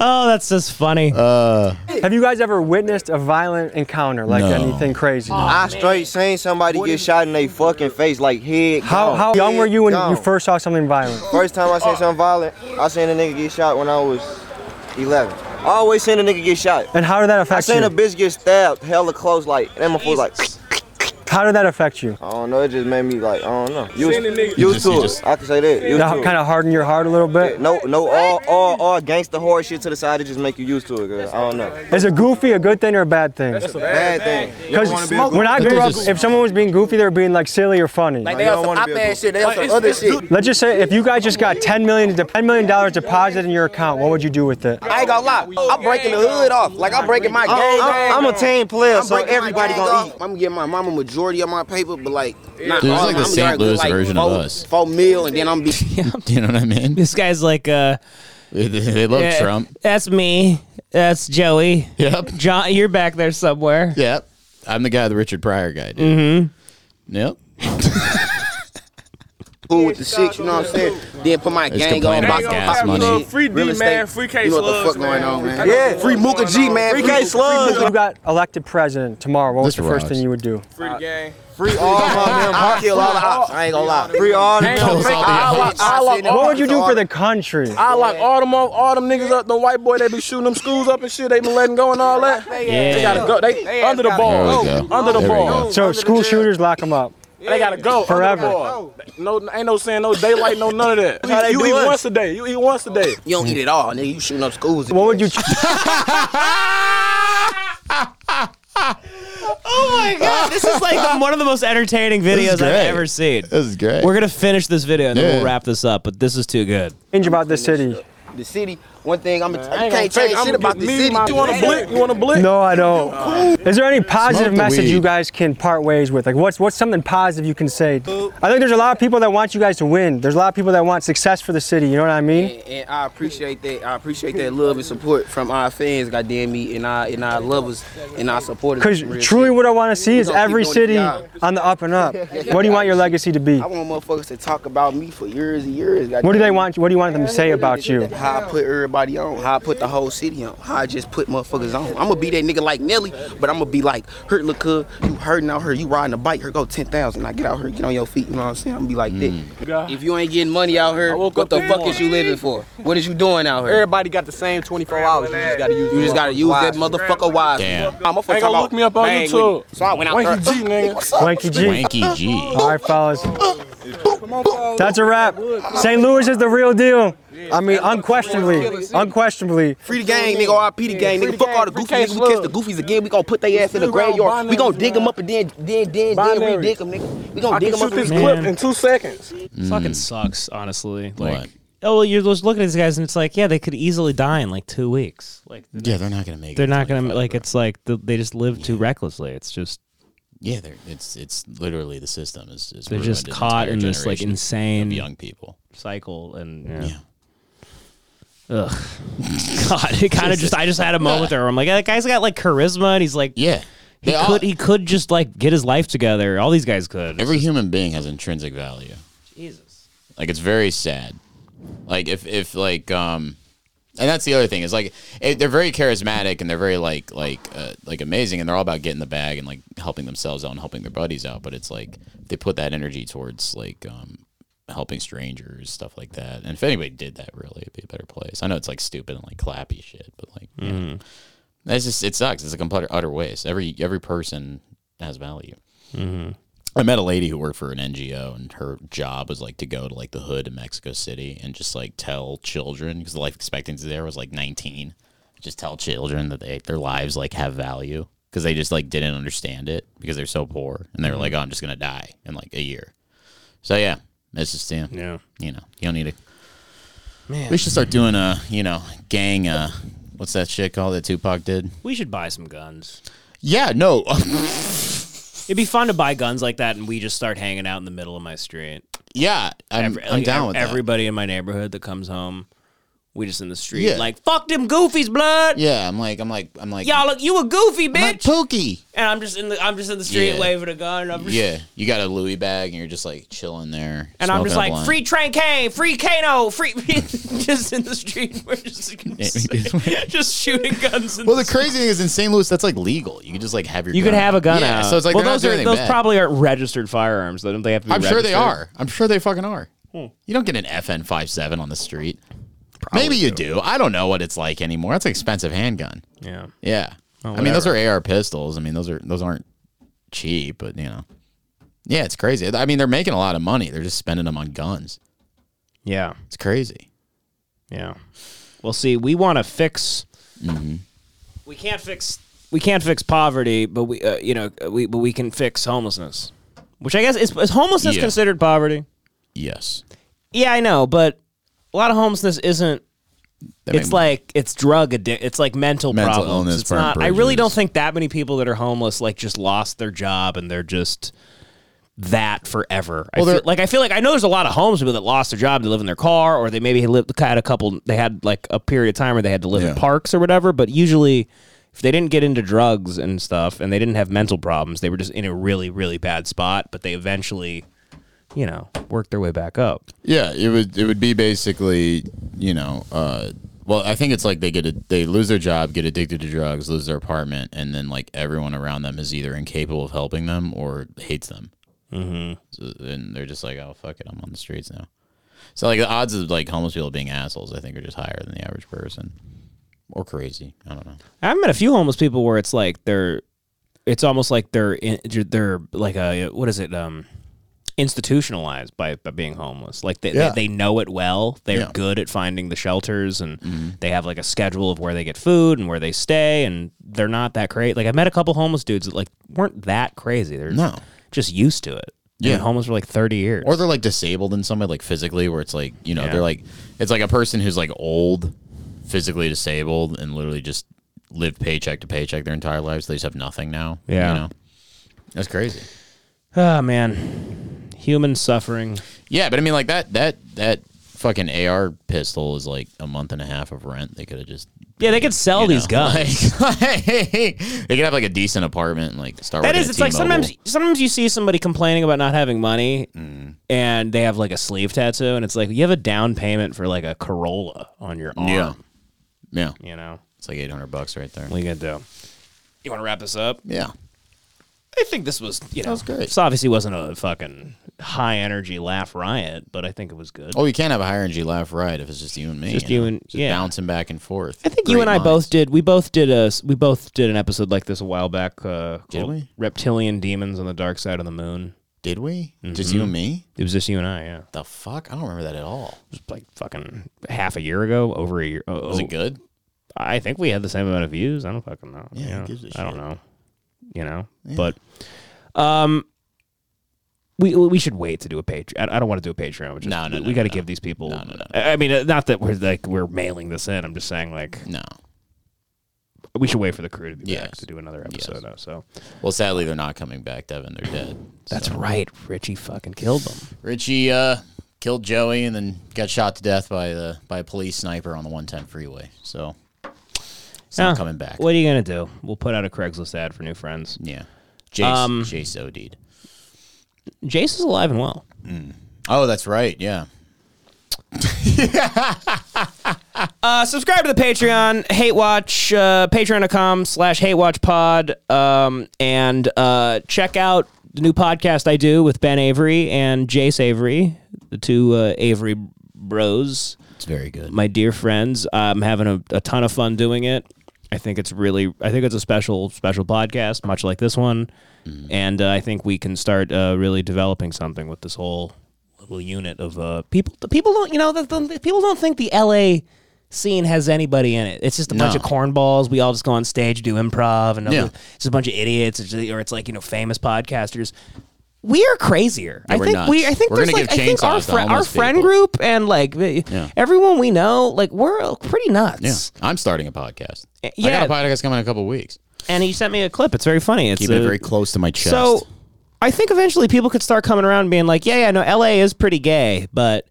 S4: Oh, that's just funny.
S28: Uh,
S23: Have you guys ever witnessed a violent encounter like
S27: No.
S23: anything crazy?
S27: I straight seen somebody get shot in their fucking face like head.
S23: how
S27: gone.
S23: how young
S27: Head
S23: were you when
S27: gone.
S23: you first saw something violent?
S27: First time I seen something violent, I seen a nigga get shot when I was 11. I always seen a nigga get shot.
S23: And how did that affect
S27: I seen
S23: you?
S27: a bitch get stabbed hella close, like, and my fool like,
S23: How did that affect you?
S27: I don't know, it just made me like, I don't know. You
S23: Seen a nigga-
S27: was, you
S23: You
S27: was
S23: just- you
S27: to it.
S23: just-
S27: I can say that. You
S23: That kind of hardened your heart a little bit.
S27: No, no, all, all, all gangster horror shit to the side, it just make you used to it, girl. I don't know.
S23: Is a goofy a good thing or a bad thing?
S27: That's a bad thing. You don't wanna
S23: Because
S27: be a
S23: when I
S27: goofy.
S23: grew up,
S27: Just-
S23: if someone was being goofy, they were being like silly or funny.
S27: Like, they on some op-ed shit, they on some other shit.
S23: Let's just say if you guys just got 10 million, de- 10 million dollars deposited in your account, what would you do with it?
S18: I ain't gonna lie. I'm breaking the hood off. Like I'm breaking my I'm- game. I'm- I'm a team player,
S27: so everybody gonna
S18: eat. I'm gonna give my mama majority of my paper, but like, not
S3: Dude, it's
S18: all
S3: like
S18: of
S3: the
S27: I'm
S3: St.
S27: gonna
S3: Louis
S27: like
S3: version of
S18: four-
S3: us.
S18: Four mil, and then I'm be.
S3: Do you know what I mean?
S4: This guy's like, uh,
S3: they, they love
S5: eh,
S4: Yeah,
S3: oh, Trump.
S4: That's me. That's Joey.
S3: Yep.
S4: John, you're back there somewhere.
S3: Yep. I'm the guy, the Richard Pryor guy. Dude.
S4: Mm-hmm.
S3: Yep.
S18: cool with the six, you know what I'm saying? Then put my
S3: It's
S18: gang on
S3: complaining
S18: box,
S3: about gas money.
S18: Free
S10: D, man. Free K
S18: You know what the
S10: Slugs,
S18: fuck going
S10: man.
S18: on, man? Free- Yeah. Free Mooka G, man. Free K Slugs.
S23: If you got elected president tomorrow, what was the first
S18: rocks.
S23: thing you would do?
S18: Free the gang. Free all my them. I kill all the ops. I ain't gonna lie. Free all
S23: Damn, Frank, I like- I like- What would you do for the country?
S10: I like all them all them niggas up, the white boy. They be shooting them schools up and shit. They been letting go and all that.
S23: Yeah.
S10: They gotta go. They, under the ball.
S23: There we go.
S10: Under the
S23: There we go.
S10: ball.
S23: So school shooters lock them up.
S10: They gotta go
S23: Forever.
S10: Under the ball. No, ain't no saying no daylight, no none of
S18: That's how
S10: that.
S18: they
S10: You,
S18: do
S10: eat
S18: us.
S10: once a day. You eat once a day.
S18: You don't eat it all, Oh, nigga. You shooting up schools.
S23: What would you?
S4: Oh my god, this is like the- one of the most entertaining videos I've
S23: great.
S4: ever seen. This
S3: is great.
S4: We're gonna finish this video and then
S18: Yeah.
S4: we'll wrap this up, but this is too good.
S23: Change about this city.
S18: The city. One thing I'm.
S10: I
S18: I
S10: ain't gonna
S18: can't change
S10: fake,
S18: shit
S10: I'ma
S18: about
S10: get
S18: the
S10: me,
S18: city.
S10: my- You wanna blink? You wanna blink?
S23: No, I don't. Is there any positive
S10: Smoke the
S23: message you
S10: weed.
S23: guys can part ways with? Like, what's what's something positive you can say? I
S18: Uh,
S23: think there's a lot of people that want you guys to win. There's a lot of people that want success for the city. You know what I mean?
S18: And, and I appreciate that. I appreciate that love and support from our fans, goddamn me, and our and our lovers and our supporters.
S23: Because
S18: Real
S23: truly, what I want to see
S18: We
S23: is
S18: gonna keep
S23: every
S18: doing
S23: city
S18: the job.
S23: on the up and up. What do you want your legacy to be?
S18: I want motherfuckers to talk about me for years and years.
S23: What do they want? What do you want them to say about you?
S18: How I put everybody on, how I put the whole city on, how I just put motherfuckers on. I'ma be that nigga like Nelly, but I'ma be like, hurt look cuz, you hurting out here, you riding a bike, here go ten thousand. Now get out here, get on your feet, you know what I'm saying? I'ma be like that. If you ain't getting money out here, what the fuck is you living for? What is you doing out here?
S10: Everybody got the same 24 hours. You just gotta use.
S18: You just gotta use that motherfucker wise.
S10: Damn.
S18: I'm
S10: They gonna look me up on YouTube.
S18: So I went out
S10: Wanky
S18: there.
S10: G, nigga.
S23: Wanky G.
S3: Wanky G.
S23: All right, fellas. That's a wrap. St. Louis is the real deal. I mean, unquestionably, unquestionably.
S18: Free the gang, nigga. R.I.P. the gang, nigga. Fuck all the goofy niggas. We catch the goofies again. We gonna put their ass in the graveyard. We gonna dig them up and then, then, then, then
S10: Binary.
S18: re-dig them, nigga. We gonna
S10: I
S18: dig
S10: can
S18: them up.
S10: shoot this
S18: and re-dig 'em.
S10: clip in two seconds.
S4: Fucking sucks, honestly. Like Oh, well, you're just looking at these guys, and it's like, yeah, they could easily die in like two weeks. Like,
S3: Yeah, they're not gonna make
S4: they're
S3: it.
S4: not gonna like. It's like the, they just live too recklessly. It's just
S3: Yeah, they're, it's it's literally the system is. is
S4: they're
S3: ruined
S4: just
S3: an
S4: caught
S3: entire
S4: in this like
S3: generation.
S4: insane
S3: young people
S4: cycle, and yeah. Ugh. God, it kind of
S3: Jesus.
S4: just. I just had a moment there. Where I'm like, that guy's got like charisma, and he's like,
S3: yeah,
S4: he
S3: They
S4: could,
S3: all-
S4: he could just like get his life together. All these guys could.
S3: Every human being has intrinsic value.
S4: Jesus.
S3: Like it's very sad. Like if if like um, and that's the other thing is like it, they're very charismatic and they're very like like uh, like amazing and they're all about getting the bag and like helping themselves out and helping their buddies out. But it's like they put that energy towards like um helping strangers stuff like that. And if anybody did that, really, it'd be a better place. I know it's like stupid and like clappy shit, but like yeah. that's just it sucks. It's a complete utter waste. Every every person has value.
S4: Mhm.
S3: I met a lady who worked for an NGO, and her job was like to go to like the hood in Mexico City and just like tell children because the life expectancy there was like 19. Just tell children that they their lives like have value because they just like didn't understand it because they're so poor and they're
S4: Mm-hmm.
S3: like, oh, I'm just gonna die in like a year. So yeah, that's just yeah,
S4: yeah.
S3: You know, you don't need to.
S4: Man.
S3: We should start doing a you know gang. uh What's that shit called that Tupac did?
S4: We should buy some guns.
S3: Yeah, no.
S4: It'd be fun to buy guns like that, and we just start hanging out in the middle of my street.
S3: yeah, I'm,
S4: Every-
S3: I'm
S4: like,
S3: down
S4: ev-
S3: with that.
S4: everybody in my neighborhood that comes home. We just in the street.
S3: Yeah.
S4: Like, fuck them goofies, blood.
S3: Yeah, I'm like, I'm like, I'm like,
S4: Y'all look you a goofy bitch.
S3: Pookie.
S4: And I'm just in the I'm just in the street
S3: Yeah.
S4: waving a gun. And I'm just,
S3: yeah, you got a Louis bag and you're just like chilling there,
S4: And I'm
S3: smoking
S4: just
S3: a
S4: like,
S3: blunt.
S4: free train cane, free Kano, free just in the street. We're just just shooting guns. In
S3: Well,
S4: the
S3: the crazy thing is in St. Louis, that's like legal. You can just like have your.
S4: You
S3: gun
S4: could have
S3: out.
S4: a gun
S3: yeah,
S4: out.
S3: So it's like
S4: well,
S3: they're not
S4: those
S3: doing
S4: are
S3: anything
S4: those
S3: bad.
S4: probably aren't registered firearms. Don't they have to? Be
S3: I'm sure they
S4: registered?
S3: are. I'm sure they fucking are.
S4: Hmm.
S3: You don't get an FN 57 on the street. Maybe you do. I don't know what it's like anymore. That's an expensive handgun.
S4: Yeah.
S3: Yeah.
S4: Oh,
S3: I mean, those are
S4: whatever.
S3: AR pistols. I mean, those are those aren't cheap, but you know. Yeah, it's crazy. I mean, they're making a lot of money. They're just spending them on guns.
S4: Yeah.
S3: It's crazy.
S4: Yeah. Well, see, we want to fix. We can't fix. We can't fix poverty, but we, uh, you know, we but we can fix homelessness, which I guess is, is homelessness
S3: Yeah.
S4: considered poverty?
S3: Yes.
S4: Yeah, I know, but a lot of homelessness isn't.
S3: That
S4: it's
S3: make-
S4: like it's drug addic- It's like mental,
S3: Mental
S4: problems.
S3: illness,
S4: It's
S3: burnt
S4: not. I really
S3: bridges.
S4: don't think that many people that are homeless like just lost their job and they're just that forever.
S3: Well,
S4: I
S3: they're-
S4: feel, like I feel like I know there's a lot of homeless people that lost their job. They live in their car, or they maybe lived had a couple. They had like a period of time where they had to live in parks or whatever. But usually, if they didn't get into drugs and stuff, and they didn't have mental problems, they were just in a really really bad spot. But they eventually, you know, worked their way back up.
S7: Yeah, it would it would be basically, you know, uh,
S3: Well, I think it's like they get a, they lose their job, get addicted to drugs, lose their apartment, and then like everyone around them is either incapable of helping them or hates them. Mm-hmm. So, and they're just like, oh fuck it, I'm on the streets now. So like the odds of like homeless people being assholes, I think, are just higher than the average person, or crazy. I don't know.
S4: I've met a few homeless people where it's like they're, it's almost like they're in, they're like a what is it um, institutionalized by, by being homeless. Like they,
S3: Yeah.
S4: they they know it well. They're
S3: Yeah. Mm-hmm.
S4: good at finding the shelters and they have like a schedule of where they get food and where they stay and they're not that crazy. Like I met a couple homeless dudes that like weren't that crazy. They're
S3: No.
S4: just used to it. They've
S3: Yeah.
S4: been homeless for like thirty years.
S3: Or they're like disabled in some way, like physically, where it's like you know
S4: Yeah.
S3: they're like it's like a person who's like old, physically disabled, and literally just lived paycheck to paycheck their entire lives. They just have nothing now.
S4: Yeah.
S3: you know? that's crazy.
S4: Ah man, human suffering.
S3: Yeah, but I mean, like that that that fucking AR pistol is like a month and a half of rent. They could have just
S4: Yeah, they could sell
S3: you
S4: these
S3: know,
S4: guns.
S3: like- they could have like a decent apartment and like start.
S4: That
S3: working
S4: is,
S3: at
S4: it's like
S3: T-Mobile. Mm.
S4: sometimes sometimes you see somebody complaining about not having money, and they have like a sleeve tattoo, and it's like you have a down payment for like a Corolla on your arm.
S3: Yeah, yeah,
S4: you know,
S3: it's like eight hundred bucks right there.
S4: We could do. You want to wrap this up?
S3: Yeah.
S4: I think this was you know
S3: was great.
S4: This obviously wasn't a fucking high energy laugh riot, but I think it was good.
S3: Oh, you can't have a higher energy laugh right if it's just you and me.
S4: Just you
S3: know?
S4: and-
S3: Just
S4: yeah.
S3: bouncing back and forth.
S4: I think you and I both did. We both did a we both did an episode like this a while back. Uh,
S3: Did
S4: called
S3: we?
S4: Reptilian demons on the dark side of the moon.
S3: Did we? Just
S4: Mm-hmm.
S3: you and me?
S4: It was just you and I. Yeah.
S3: The fuck? I don't remember that at all.
S4: It was like fucking half a year ago, over a year. uh,
S3: Was it good?
S4: I think we had the same amount of views. I don't fucking know.
S3: Yeah,
S4: You
S3: who
S4: know,
S3: gives a
S4: I don't
S3: shit?
S4: know. You know,
S3: Yeah.
S4: but um, we we should wait to do a Patreon. I I don't want to do a Patreon. Which
S3: No, no,
S4: we,
S3: no,
S4: got to
S3: no.
S4: give these people.
S3: No, no, no.
S4: I I mean, uh, not that we're like we're mailing this in. I'm just saying like
S3: no.
S4: We should wait for the crew to be back
S3: Yes.
S4: to do another episode. Though, so
S3: Well, sadly, they're not coming back, Devin. They're dead.
S4: that's
S3: So-
S4: right. Richie fucking killed them.
S3: Richie uh, killed Joey and then got shot to death by the by a police sniper on the 110 freeway. So it's
S4: Yeah.
S3: not coming back.
S4: What are you gonna do? We'll put out a Craigslist ad for new friends.
S3: Yeah. Jace,
S4: Um,
S3: Jace OD'd.
S4: Jace is alive and well.
S3: Oh, that's right. Yeah.
S4: Uh, subscribe to the Patreon, Hate Watch, uh, patreon.com slash Hate Watch Pod, um, and uh, check out the new podcast I do with Ben Avery and Jace Avery, the two uh, Avery bros.
S3: It's very good.
S4: My dear friends, I'm having a, a ton of fun doing it. I think it's really, I think it's a special, special podcast, much like this one.
S3: Mm-hmm.
S4: And uh, I think we can start uh, really developing something with this whole little unit of uh, people. The people don't, you know, the, the, people don't think the LA scene has anybody in it. It's just a bunch
S3: No.
S4: of cornballs. We all just go on stage, do improv, and
S3: Yeah.
S4: other- it's a bunch of idiots, it's just- or it's like you know, famous podcasters. We are crazier.
S3: Yeah,
S4: I
S3: we're
S4: think
S3: nuts.
S4: we. I think
S3: We're
S4: there's
S3: gonna
S4: like I
S3: give
S4: think our,
S3: chainsaws to
S4: fri- our
S3: homeless
S4: friend
S3: people.
S4: group and like the-
S3: Yeah.
S4: everyone we know, like we're pretty nuts.
S3: Yeah. I'm starting a podcast.
S4: yeah.
S3: I got a podcast coming in a couple weeks.
S4: And he sent me a clip. It's very funny. It's
S3: Keep it
S4: a-
S3: very close to my chest.
S4: So I think eventually people could start coming around and being like, yeah, yeah, no, LA is pretty gay, but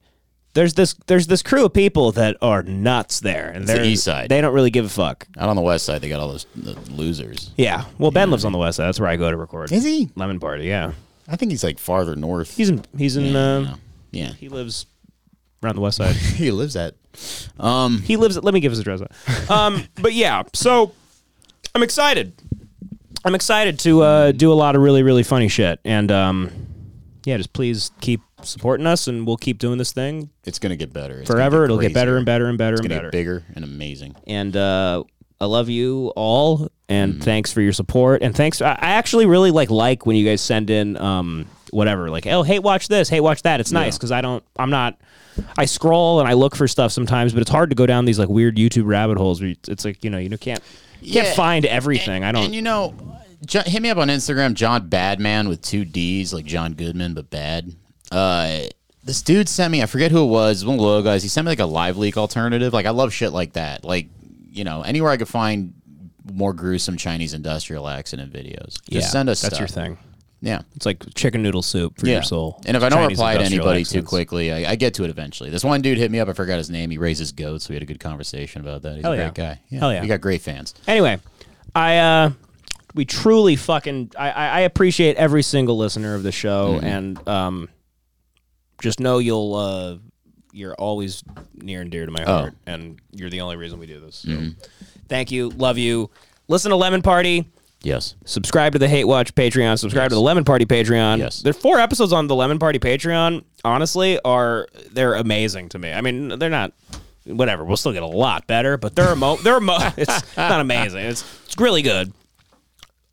S4: There's this there's this crew of people that are nuts there, and
S3: It's the
S4: they're
S3: east side.
S4: They don't really give a fuck.
S3: Out on the west side, they got all those the losers.
S4: Yeah. Well, Ben lives on the west side. That's where I go to record.
S3: Is he?
S4: Lemon Party. Yeah.
S3: I think he's like farther north.
S4: He's in. He's in. uh,
S3: Yeah.
S4: He lives around the west side.
S3: he lives at.
S4: Um. He lives. At, let me give his address. um. But yeah. So I'm excited. I'm excited to uh, do a lot of really really funny shit, and um, yeah, just please keep supporting us, and we'll keep doing this thing.
S3: It's gonna get better It's gonna
S4: forever. It'll get better
S3: crazier.
S4: and better and better
S3: It's
S4: and
S3: gonna
S4: better.
S3: Get bigger and amazing.
S4: and uh, I love you all. And
S3: Mm.
S4: thanks for your support. And thanks. I I actually really like like when you guys send in um, whatever, like oh hey watch this, hey watch that. It's nice
S5: Yeah.
S4: because I don't, I'm not, I scroll and I look for stuff sometimes, but it's hard to go down these like weird YouTube rabbit holes. Where you- it's like you know you can't you can't
S3: Yeah.
S4: find everything. I don't.
S3: And you know, Jo- hit me up on Instagram, John Badman with two D's, like John Goodman, but bad. Uh, this dude sent me, I forget who it was, one of the little guys. He sent me like a live leak alternative. Like I love shit like that. Like you know, anywhere I could find more gruesome Chinese industrial accident videos, just
S4: Yeah,
S3: send us.
S4: that's your
S3: stuff.
S4: thing.
S3: Yeah,
S4: it's like chicken noodle soup for your soul.
S3: And if I don't
S4: Chinese
S3: reply to
S4: industrial
S3: anybody
S4: accidents.
S3: too quickly, I, I get to it eventually. This one dude hit me up. I forgot his name. He raises goats. We had a good conversation about that. He's
S4: Hell
S3: a
S4: yeah.
S3: great guy.
S4: Hell yeah.
S3: We got great fans.
S4: Anyway, I uh we truly fucking I, I I appreciate every single listener of the show
S3: Mhm.
S4: and um just know you'll uh you're always near and dear to my
S3: Oh.
S4: heart and you're the only reason we do this. So thank you, love you. Listen to Lemon Party.
S3: Yes.
S4: Subscribe to the Hate Watch Patreon. Subscribe to the Lemon Party Patreon. Yes. There's four episodes on the Lemon Party Patreon. Honestly, are they're amazing to me. I mean, they're not. Whatever. We'll still get a lot better, but they're mo. They're mo. It's not amazing. It's it's really good.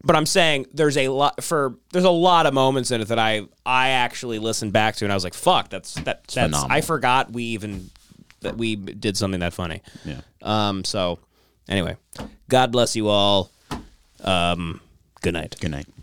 S4: But I'm saying there's a lot for there's a lot of moments in it that I I actually listened back to and I was like, fuck, that's that that's
S3: phenomenal.
S4: I forgot we even that we did something that funny.
S3: Yeah.
S4: Um. So, anyway, God bless you all. Um. Good night.
S3: Good night.